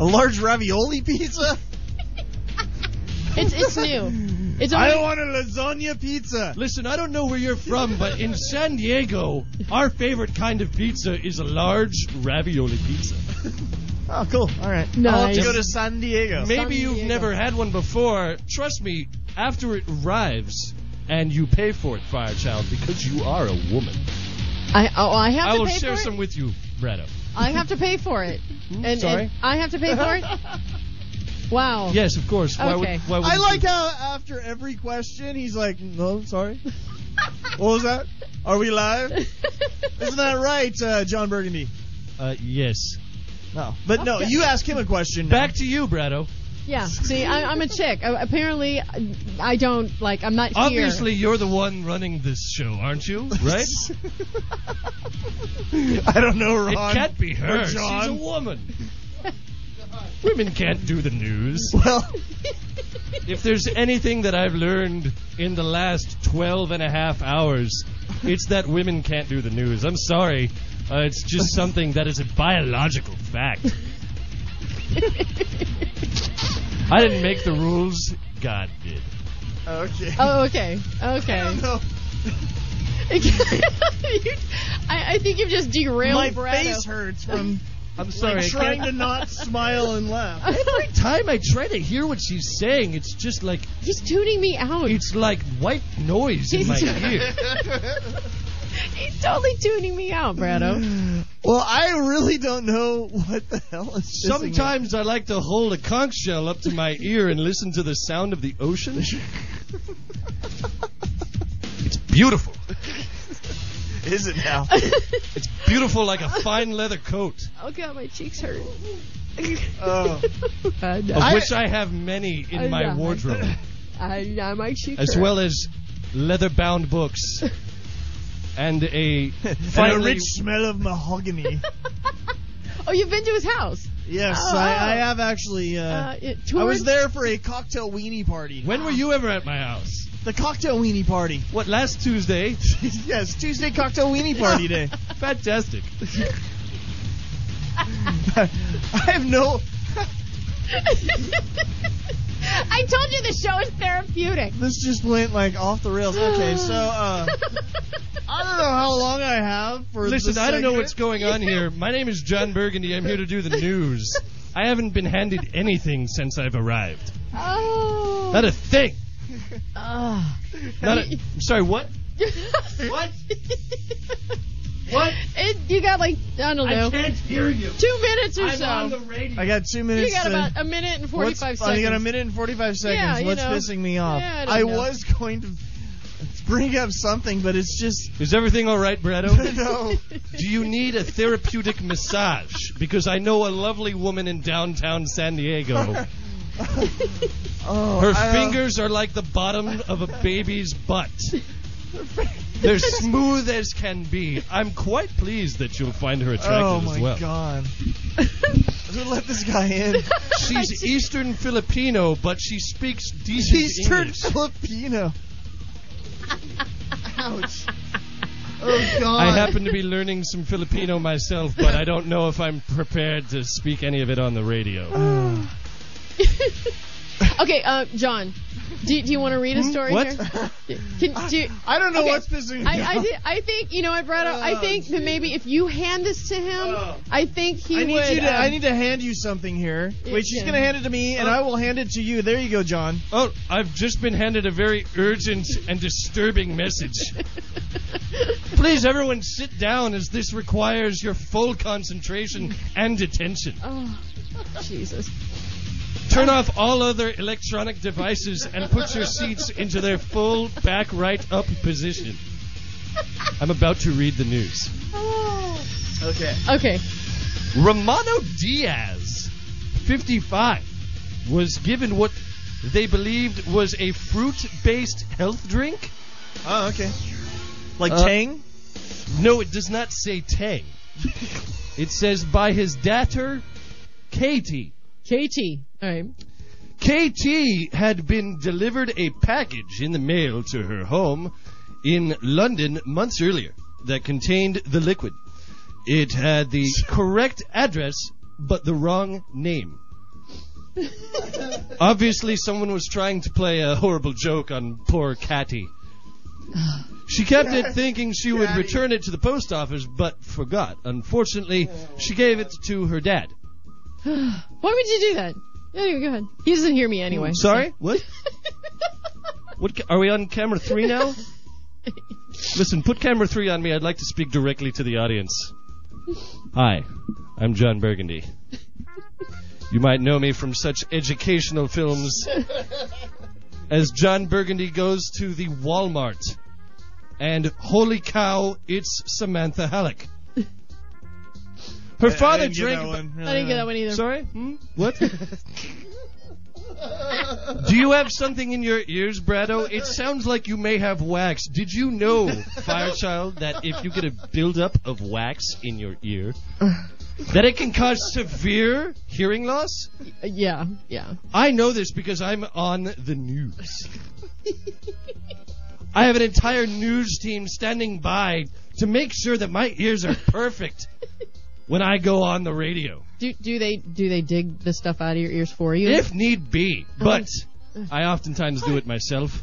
I: A large ravioli pizza?
C: It's it's new. It's only,
I: I want a lasagna pizza.
D: Listen, I don't know where you're from, but in San Diego, our favorite kind of pizza is a large ravioli pizza.
I: Oh, cool. All right. I'll have to
D: Nice.
I: go to San Diego.
D: Maybe you've never had one before. Trust me, after it arrives and you pay for it, Firechild, because you are a woman.
C: I oh I have
D: I
C: to
D: will
C: pay
D: share
C: for it.
D: some with you, Bretto.
C: I have to pay for it. And,
D: sorry?
C: and I have to pay for it. Wow.
D: Yes, of course. Why
C: Okay.
D: would, why would
I: I
D: you-
I: like how after every question he's like, "No, sorry." what was that? Are we live? Isn't that right, uh, John Burgundy?
D: Uh, yes.
I: No, but no,
C: Okay.
I: you ask him a question.
D: Back to you, Bretto.
C: Yeah. See, I, I'm a chick. Uh, apparently, I don't like. I'm not
D: Obviously, you're the one running this show, aren't you? Right?
I: I don't know, Ron.
D: it can't be her.
I: Or John.
D: She's a woman. Women can't do the news.
I: Well,
D: if there's anything that I've learned in the last 12 and a half hours, it's that women can't do the news. I'm sorry. Uh, it's just something that is a biological fact. I didn't make the rules. God did.
I: Okay.
C: Oh, okay. Okay. I I, I think you've just derailed
I: My
C: Brado.
I: face hurts from
D: I'm sorry.
I: like,
D: I
I: trying to
D: can't-
I: not smile and laugh.
D: Every time I try to hear what she's saying, it's just like
C: he's tuning me out.
D: It's like white noise in my ear.
C: He's totally tuning me out, Brado.
I: Well, I really don't know what the hell is pissing me off.
D: Sometimes I like to hold a conch shell up to my ear and listen to the sound of the ocean. It's beautiful.
I: Is it now?
D: it's beautiful like a fine leather coat,
C: Oh god, my cheeks hurt.
I: Oh.
C: And
D: of which I have many in
C: I
D: my
C: know.
D: wardrobe,
C: I, I, my cheeks
D: as
C: hurt.
D: well as leather-bound books and a
I: And a
D: finally
I: rich smell of mahogany.
C: Oh, you've been to his house.
I: yes,
C: Oh.
I: I, I have actually. Uh,
C: Uh, it
I: I was
C: toured-
I: there for a cocktail weenie party.
D: When were you ever at my house?
I: The cocktail weenie party.
D: What last Tuesday?
I: yes, Tuesday cocktail weenie party day.
D: Fantastic.
I: I have no.
C: I told you the show is therapeutic.
I: This just went like off the rails. Okay, so uh, I don't know how long I have for.
D: Listen,
I: this
D: I don't know
I: segment.
D: what's going on here. My name is John Burgundy. I'm here to do the news. I haven't been handed anything since I've arrived.
C: Oh.
D: Not a thing.
C: Ah.
D: Not a, I'm sorry, what?
C: what?
D: What?
C: It, you got like I don't know.
D: I can't hear you.
C: Two minutes or
D: I'm
C: so.
D: on the radio.
I: I got two minutes.
C: you got
I: to-
C: about a minute and
I: What's-
C: forty-five
I: I
C: seconds.
I: got a minute and 45 seconds.
C: Yeah, you
I: What's
C: know.
I: pissing me off?
C: Yeah, I don't
I: I,
C: know.
I: was going to bring up something, but it's just.
D: Is everything all right, Brado?
I: no.
D: Do you need a therapeutic massage? Because I know a lovely woman in downtown San Diego.
I: Oh,
D: Her
I: I, uh,
D: fingers are like the bottom of a baby's butt. They're smooth as can be. I'm quite pleased that you'll find her attractive
I: Oh, my
D: as well.
I: God. Who let this guy in?
D: She's Eastern Filipino, but she speaks decent
I: He's turned
D: English.
I: Filipino. Ouch. Oh, God.
D: I happen to be learning some Filipino myself, but I don't know if I'm prepared to speak any of it on the radio.
C: okay, uh, John, do, do you want to read a
I: Hmm?
C: story
D: What?
C: here? Can, do you-
I: I don't know
C: Okay.
I: what's pissing me
C: I, I,
I: off.
C: thi- I think you know what, Brad. I
I: Oh,
C: think that maybe if you hand this to him, I think he
I: I need
C: would.
I: you to.
C: um,
I: I need to hand you something here. Wait, she's
C: yeah.
I: gonna hand it to me, and I will hand it to you. There you go, John.
D: Oh, I've just been handed a very urgent and disturbing message. Please, everyone, sit down as this requires your full concentration and attention.
C: Oh, Jesus.
D: Turn off all other electronic devices and put your seats into their full back right up position. I'm about to read the news.
I: Oh. Okay.
C: Okay.
D: Romano Diaz, 55, was given what they believed was a fruit based health drink.
I: Oh, okay. Like
D: Uh,
I: Tang.
D: No, it does not say Tang. it says by his daughter, Katie.
C: KT. All right.
D: KT had been delivered a package in the mail to her home in London months earlier that contained the liquid. It had the correct address, but the wrong name. Obviously, someone was trying to play a horrible joke on poor Catty. She kept it thinking she would return it to the post office, but forgot. Unfortunately, she gave it to her dad.
C: Why would you do that? Anyway, go ahead. He doesn't hear me anyway.
I: Mm,
D: Sorry? What? What ca- are we on camera three now? Listen, put camera three on me. I'd like to speak directly to the audience. Hi, I'm John Burgundy. You might know me from such educational films as John Burgundy goes to the Walmart and Holy Cow, it's Samantha Halleck. Her father
I: I didn't get
D: drank.
I: that one.
C: I didn't get that one either.
D: Sorry? Hmm? What? Do you have something in your ears, Brado? It sounds like you may have wax. Did you know, Firechild, that if you get a buildup of wax in your ear, that it can cause severe hearing loss?
C: Uh, Yeah, yeah.
D: I know this because I'm on the news. I have an entire news team standing by to make sure that my ears are perfect when I go on the radio,
C: Do do they do they dig the stuff out of your ears for you?
D: if need be. But I oftentimes do it myself.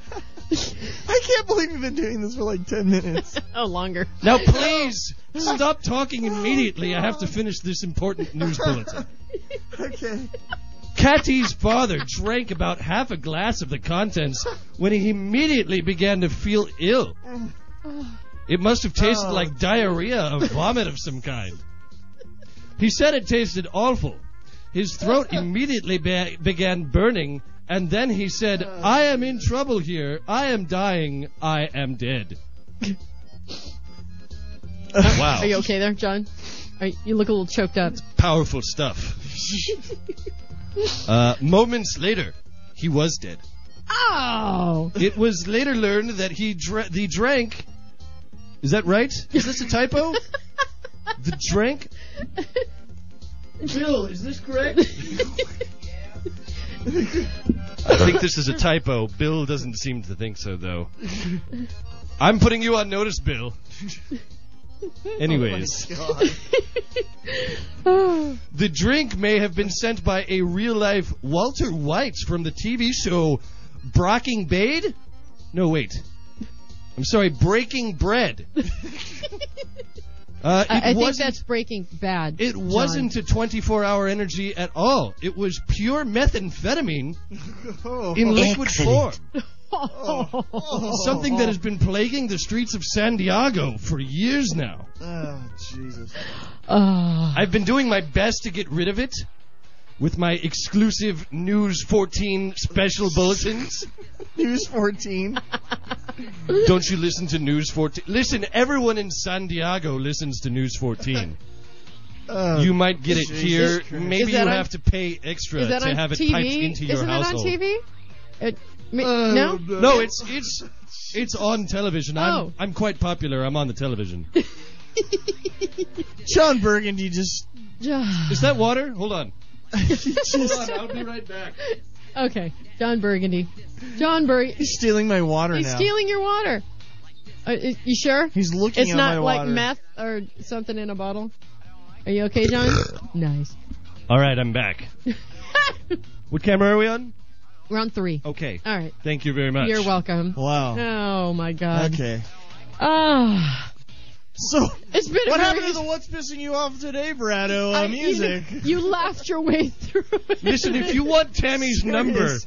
I: I can't believe you've been doing this for like 10 minutes.
C: oh, longer.
D: Now, please stop talking immediately. I have to finish this important news bulletin.
I: okay.
D: Katty's father drank about half a glass of the contents when he immediately began to feel ill. It must have tasted
N: Oh.
D: like diarrhea or vomit of some kind. He said it tasted awful. His throat immediately be- began burning, and then he said, I am in trouble here. I am dying. I am dead. wow.
C: Are you okay there, John? Are you, you look a little choked up.
D: Powerful stuff. Uh, moments later, he was dead.
C: oh.
D: It was later learned that he dra- the drank. Is that right? Is this a typo? the drank.
Q: Jill, is this correct?
D: I think this is a typo. Bill doesn't seem to think so, though. I'm putting you on notice, Bill. Anyways, the drink may have been sent by a real life Walter White from the TV show Brocking Bade? No, wait. I'm sorry, Breaking Bread. Uh,
C: I,
D: it
C: I think
D: wasn't-
C: that's breaking bad.
D: It wasn't a 24 hour energy at all. It was pure methamphetamine
I: Oh.
D: in liquid form.
C: Oh.
D: Something that has been plaguing the streets of San Diego for years now.
I: Oh, Jesus.
D: I've been doing my best to get rid of it with my exclusive News 14 special bulletins.
I: News 14.
D: Don't you listen to News 14? Listen, everyone in San Diego listens to News 14.
I: Oh,
D: you might get it
I: Jesus
D: here.
I: Christ.
D: Maybe
C: Is
D: you
C: that on-
D: have to pay extra
C: Is that
D: to
C: on
D: have it
C: TV?
D: piped into your
C: Isn't
D: household. Oh.
C: it on TV? It, me,
I: uh,
C: no?
D: No, it's it's it's on television.
C: Oh.
D: I'm I'm quite popular. I'm on the television.
I: Sean Burgundy just.
D: Is that water? Hold on.
I: Hold
D: on, I'll be right back.
C: Okay, John Burgundy. John Burgundy.
I: He's stealing my water
C: He's
I: now.
C: stealing your water. Uh, i- you sure?
I: He's looking
C: It's
I: at
C: not
I: my
C: like
I: water.
C: meth or something in a bottle. Are you okay, John? nice.
D: All right, I'm back. what camera are we on?
C: We're on three.
D: Okay.
C: All right.
D: Thank you very much.
C: You're welcome.
I: Wow.
C: Oh my God.
I: Okay.
C: Ah.
I: So
C: it's been
I: what
C: a
I: happened
C: very-
I: to the What's Pissing You Off Today, Brado, uh,
C: I-
I: music?
C: You, you laughed your way through. It.
D: Listen, if you want Tammy's
I: Serious.
D: number,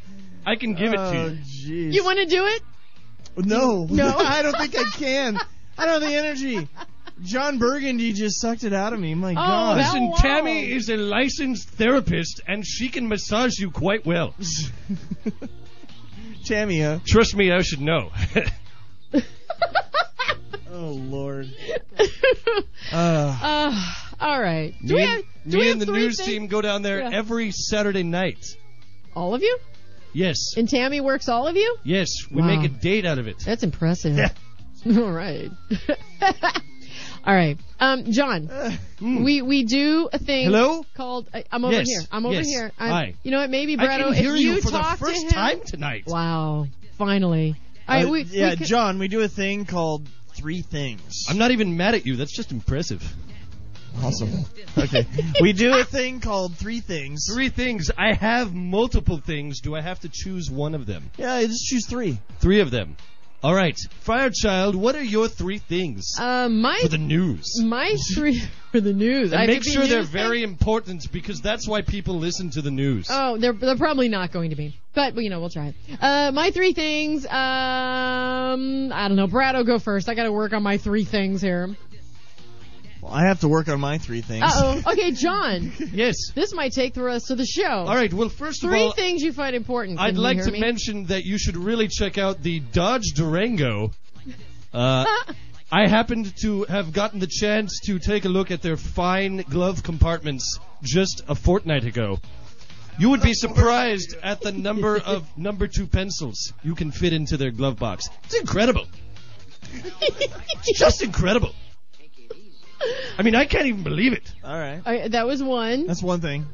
D: I can give it to you.
I: Oh, Jeez.
C: You want to do it?
I: No.
C: No?
I: I don't think I can. I don't have the energy. John Burgundy just sucked it out of me.
C: Oh,
I: My
C: Uh,
I: God.
D: Listen, Tammy is a licensed therapist, and she can massage you quite well.
I: Tammy, huh?
D: Trust me, I should know.
I: Oh, Lord.
C: Uh, all right. Do
D: me
C: we
D: and,
C: have,
D: me
C: do we
D: and
C: have
D: the
C: three
D: news
C: things?
D: team go down there
C: Yeah.
D: every Saturday night.
C: All of you?
D: Yes,
C: And Tammy works all of you?
D: yes, we
C: Wow. Uh,
D: make a date out of it.
C: That's impressive. all right. all right. Um, John, we we do a thing
D: Uh, hmm. Hello?
C: called uh, I'm over
D: Yes.
C: here. I'm over
D: Yes.
C: here. I'm,
D: Hi.
C: You know what? Maybe
D: I
C: Bretto,
D: can
C: if
D: hear you for the
C: talk
D: first
C: to him,
D: time tonight.
C: Wow. Finally. All right,
I: Uh,
C: we, we
I: yeah,
C: could-
I: John, we do a thing called Three Things.
D: I'm not even mad at you. That's just impressive.
I: Awesome. Okay. we do a thing called Three Things.
D: Three things. I have multiple things. Do I have to choose one of them?
I: Yeah, just choose three.
D: Three of them. All right. Firechild, what are your three things
C: Uh, my
D: for the news?
C: my three for the news.
D: And
C: Mm. I
D: make
C: could be
D: sure they're
C: news thing-
D: very important because that's why people listen to the news.
C: Oh, they're they're probably not going to be. But well, you know, we'll try it. Uh, my three things. Um, I don't know. Brad, will go first. I got to work on my three things here.
I: Well, I have to work on my three things.
C: Uh oh. Okay, John.
D: yes.
C: This might take the rest of the show.
D: All right. Well, first of
C: Three
D: all,
C: things you find important. Can
D: I'd
C: you
D: like
C: hear
D: to
C: me?
D: mention that you should really check out the Dodge Durango. Uh, I happened to have gotten the chance to take a look at their fine glove compartments just a fortnight ago. You would be surprised at the number of number two pencils you can fit into their glove box. It's incredible. It's just incredible. I mean, I can't even believe it.
I: All right.
C: All right, that was one.
I: That's one thing.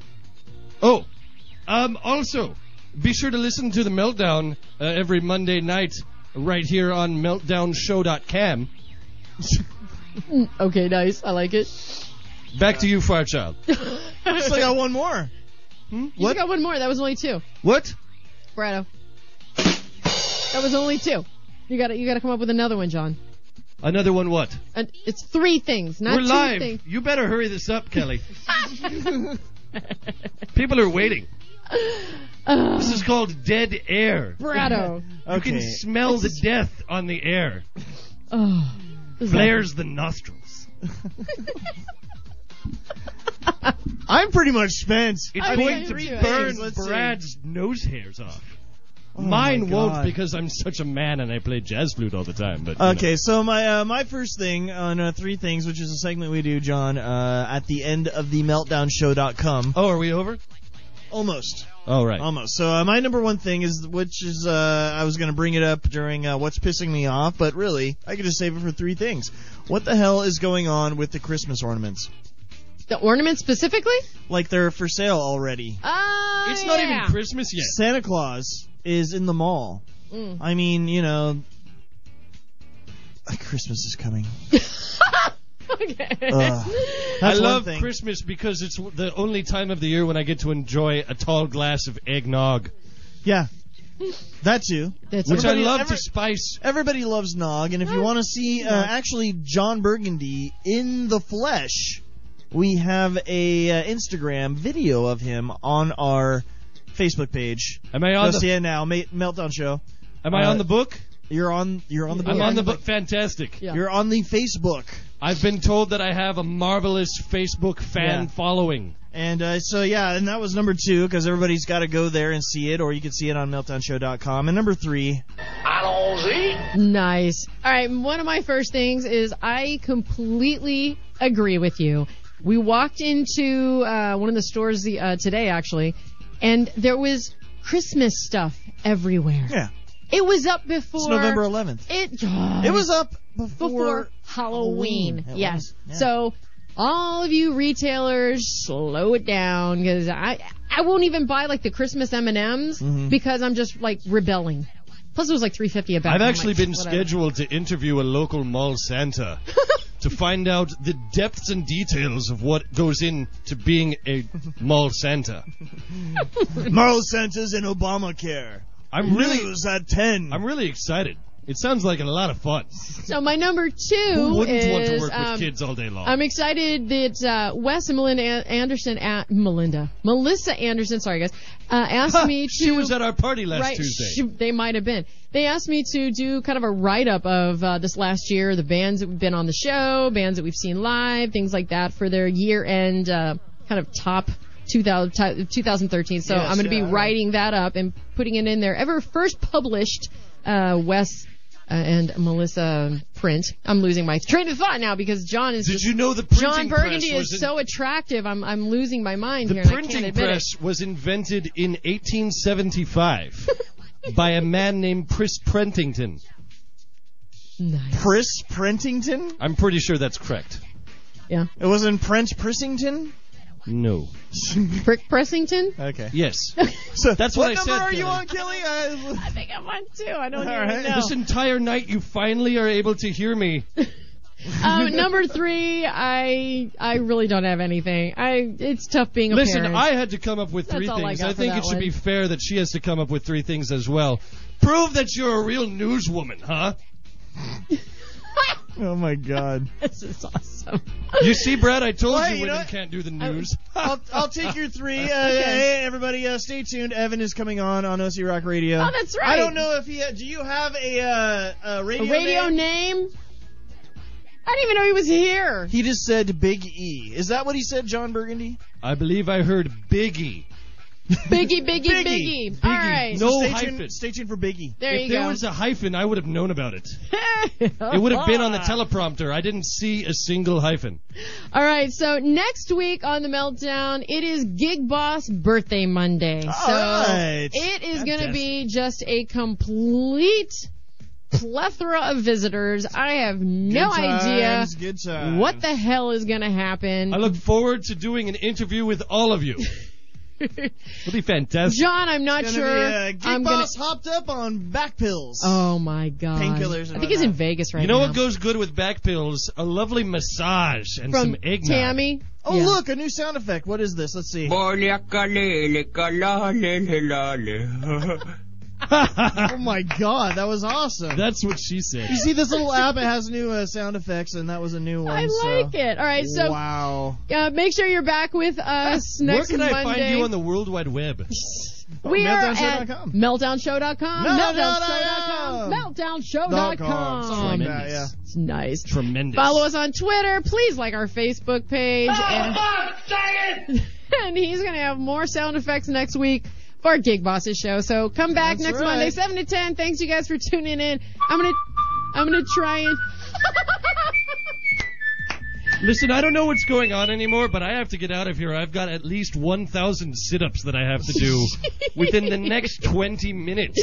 D: Oh, um, also, be sure to listen to the Meltdown uh, every Monday night right here on meltdownshow.com.
C: Mm, Okay, nice. I like it.
D: Back to you, Firechild.
I: I still got one more.
C: You still got one more. That was only two.
D: What?
C: Brado. That was only two. You gotta you gotta come up with another one, John.
D: Another one what?
C: And it's three things, not
D: We're
C: two
D: live.
C: things.
D: You better hurry this up, Kelly. People are waiting. this is called dead air.
C: Brado.
D: You can
C: Okay.
D: smell the death on the air.
C: Oh, this is
D: Flares the nostrils.
I: I'm pretty much spent.
D: It's
I: I
D: going
I: mean,
D: to
I: three
D: burn
I: things, let's see.
D: Brad's nose hairs off.
I: Oh
D: Mine
I: my
D: won't
I: God.
D: because I'm such a man and I play jazz flute all the time. But you know.
I: Okay, so my uh, my first thing on uh, three things, which is a segment we do, John, uh, at the end of the meltdownshow.com.
D: Oh, are we over?
I: Almost.
D: All right.
I: Almost. So uh, my number one thing is, which is, uh, I was gonna bring it up during uh, what's pissing me off, but really, I could just save it for three things. What the hell is going on with the Christmas ornaments?
C: The ornaments specifically?
I: Like they're for sale already.
C: Ah,
D: It's not
C: yeah.
D: even Christmas yet.
I: Santa Claus is in the mall.
C: Mm.
I: I mean, you know, Christmas is coming.
C: okay.
I: Ugh.
D: I
I: That's one
D: love
I: thing.
D: Christmas because it's w- the only time of the year when I get to enjoy a tall glass of eggnog,
I: Yeah. That too.
D: which I
I: Everybody-
D: love
I: every-
D: to spice.
I: Everybody loves Nog, and if you want to see uh, actually John Burgundy in the flesh, we have a uh, Instagram video of him on our Facebook page.
D: Am I on
I: Go
D: the-
I: see it now, Ma- Meltdown Show.
D: Am I
I: Uh,
D: on the book?
I: You're on. You're on the.
D: I'm
I: book.
D: on the book. Fantastic.
C: Yeah.
I: You're on the Facebook,
D: I've been told that I have a marvelous Facebook fan
I: Yeah.
D: following.
I: and uh, so yeah, and that was number two because everybody's got to go there and see it, or you can see it on meltdownshow.com. And number three,
C: Nice. All right, one of my first things is I completely agree with you. We walked into uh, one of the stores the, uh, today, actually, and there was Christmas stuff everywhere.
I: yeah,
C: It was up before.
I: it's November 11th.
C: It,
I: It was up
C: before,
I: before
C: Halloween.
I: Halloween. It
C: Yes.
I: was, yeah.
C: So, all of you retailers, slow it down because I I won't even buy like the Christmas M and M's
I: Mm-hmm.
D: Mhm.
C: because I'm just like rebelling. Plus, it was like 350 a bag.
D: I've
C: I'm
D: actually
C: like,
D: been
C: whatever.
D: scheduled to interview a local mall Santa to find out the depths and details of what goes into being a mall Santa.
I: Marl Santa's in Obamacare.
D: I'm really,
I: News at ten.
D: I'm really excited. It sounds like a lot of fun.
C: So my number two
D: Who wouldn't
C: is
D: want to work
C: um,
D: with kids all day long?
C: I'm excited that uh, Wes and Melinda An- Anderson at Melinda Melissa Anderson, sorry guys, uh, asked
D: Ha!
C: me to.
D: she was at our party last
C: right,
D: Tuesday.
C: sh- they might have been. They asked me to do kind of a write up of uh, this last year, the bands that have been on the show, bands that we've seen live, things like that for their year end uh, kind of top 2000, ti- 2013. So
Q: Yes,
C: I'm going to
Q: yeah,
C: be
Q: I-
C: writing that up and putting it in there. Ever first published uh, Wes uh, and Melissa print. I'm losing my train of thought now because John is
D: Did
C: just.
D: you know the printing
C: John Burgundy
D: press was
C: is
D: in-
C: so attractive. I'm I'm losing my mind
D: The
C: here. and I
D: printing
C: can't admit
D: press was invented in 1875 by a man named Chris Prentington.
C: It. Nice.
I: Chris Prentington?
D: I'm pretty sure that's correct.
C: Yeah.
I: It wasn't Prince Prissington?
D: No.
C: Brick Pressington.
I: Okay.
D: Yes.
I: So
D: That's what I
I: number
D: said,
I: are you
D: Kelly.
I: on, Kelly? I,
C: I think I'm on two. I don't even
I: right.
C: know.
D: This entire night, you finally are able to hear me.
C: um, number three, I I really don't have anything. I it's tough being a
D: Listen,
C: parent.
D: I had to come up with
C: That's
D: three
C: all I
D: things.
C: got
D: I,
C: for
D: think
C: that
D: it should be
C: one.
D: fair that she has to come up with three things as well. Prove that you're a real newswoman, huh?
I: oh my God.
C: this is awesome.
D: You see, Brad, I told
I: Well,
D: you,
I: you know
D: women
I: what?
D: can't do the news.
I: I'll, I'll take your three. Uh,
C: Okay.
I: Hey, everybody, uh, stay tuned. Evan is coming on on OC Rock Radio.
C: Oh, that's right.
I: I don't know if he. do you have a, uh, a
C: A
I: radio,
C: radio
I: name?
C: name? I didn't even know he was here.
I: He just said Big E. Is that what he said, John Burgundy?
D: I believe I heard Biggie.
C: Biggie, Biggie, Biggie. All right.
D: No
I: stay
D: hyphen.
I: Tuned, stay tuned for Big E.
C: There
D: if
C: you
D: there
C: go.
D: was a hyphen, I would have known about it. It would have been on the teleprompter. I didn't see a single hyphen.
C: All right, so next week on the meltdown, it is Gig Boss Birthday Monday. so
I: right.
C: it is going to
I: Fantastic.
C: be just a complete plethora of visitors. I have no
I: Good
C: idea
I: times, Good times.
C: what the hell is going to happen.
D: I look forward to doing an interview with all of you. It'll be fantastic.
C: John, I'm not
I: Gonna
C: sure.
I: Be, uh, Geek
C: I'm
I: Boss hopped up on back pills.
C: Oh my god.
I: Painkillers and
C: I think he's
I: whatnot.
C: in Vegas right
D: you know
C: now.
D: what goes good with back pills? A lovely massage and
C: From
D: some eggnog.
C: Tammy.
I: Oh,
C: Yeah.
I: look, a new sound effect. What is this? Let's see.
Y: Bolia kalele kalale lale.
I: oh my god, that was awesome.
D: That's what she said.
I: You see, this little app it has new uh, sound effects, and that was a new one.
C: I like it. All right, so
I: wow.
C: uh, make sure you're back with us
D: Where
C: next
D: can
C: Monday.
D: I find you on the World Wide Web?
C: we are at
I: meltdownshow.com.
C: meltdownshow.com.
I: Meltdownshow.com.
C: Meltdownshow.com.
I: com,
C: Meltdownshow.com.
I: something like that, yeah.
C: It's nice.
D: Tremendous.
C: Follow us on Twitter. Please like our Facebook page. and, and he's going to have more sound effects next week for Gig Boss's show. So come back
Q: That's
C: next
Q: right.
C: Monday, 7 to 10. Thanks you guys for tuning in. I'm going to I'm going to try and
N: Listen, I don't know what's going on anymore, but I have to get out of here. I've got at least 1,000 sit ups that I have to do within the next 20 minutes.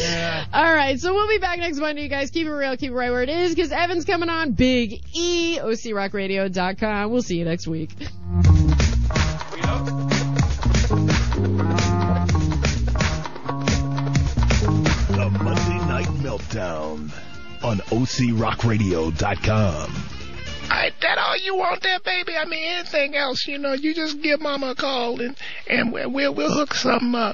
C: All right, so we'll be back next Monday, you guys. Keep it real, keep it right where it is, because Evan's coming on Big E, OCRockRadio.com. We'll see you next week.
J: The Monday Night Meltdown on OCRockRadio.com.
Z: I, that all you want there, baby? I mean, anything else, you know, you just give mama a call and, and we- we'll, we'll hook something up.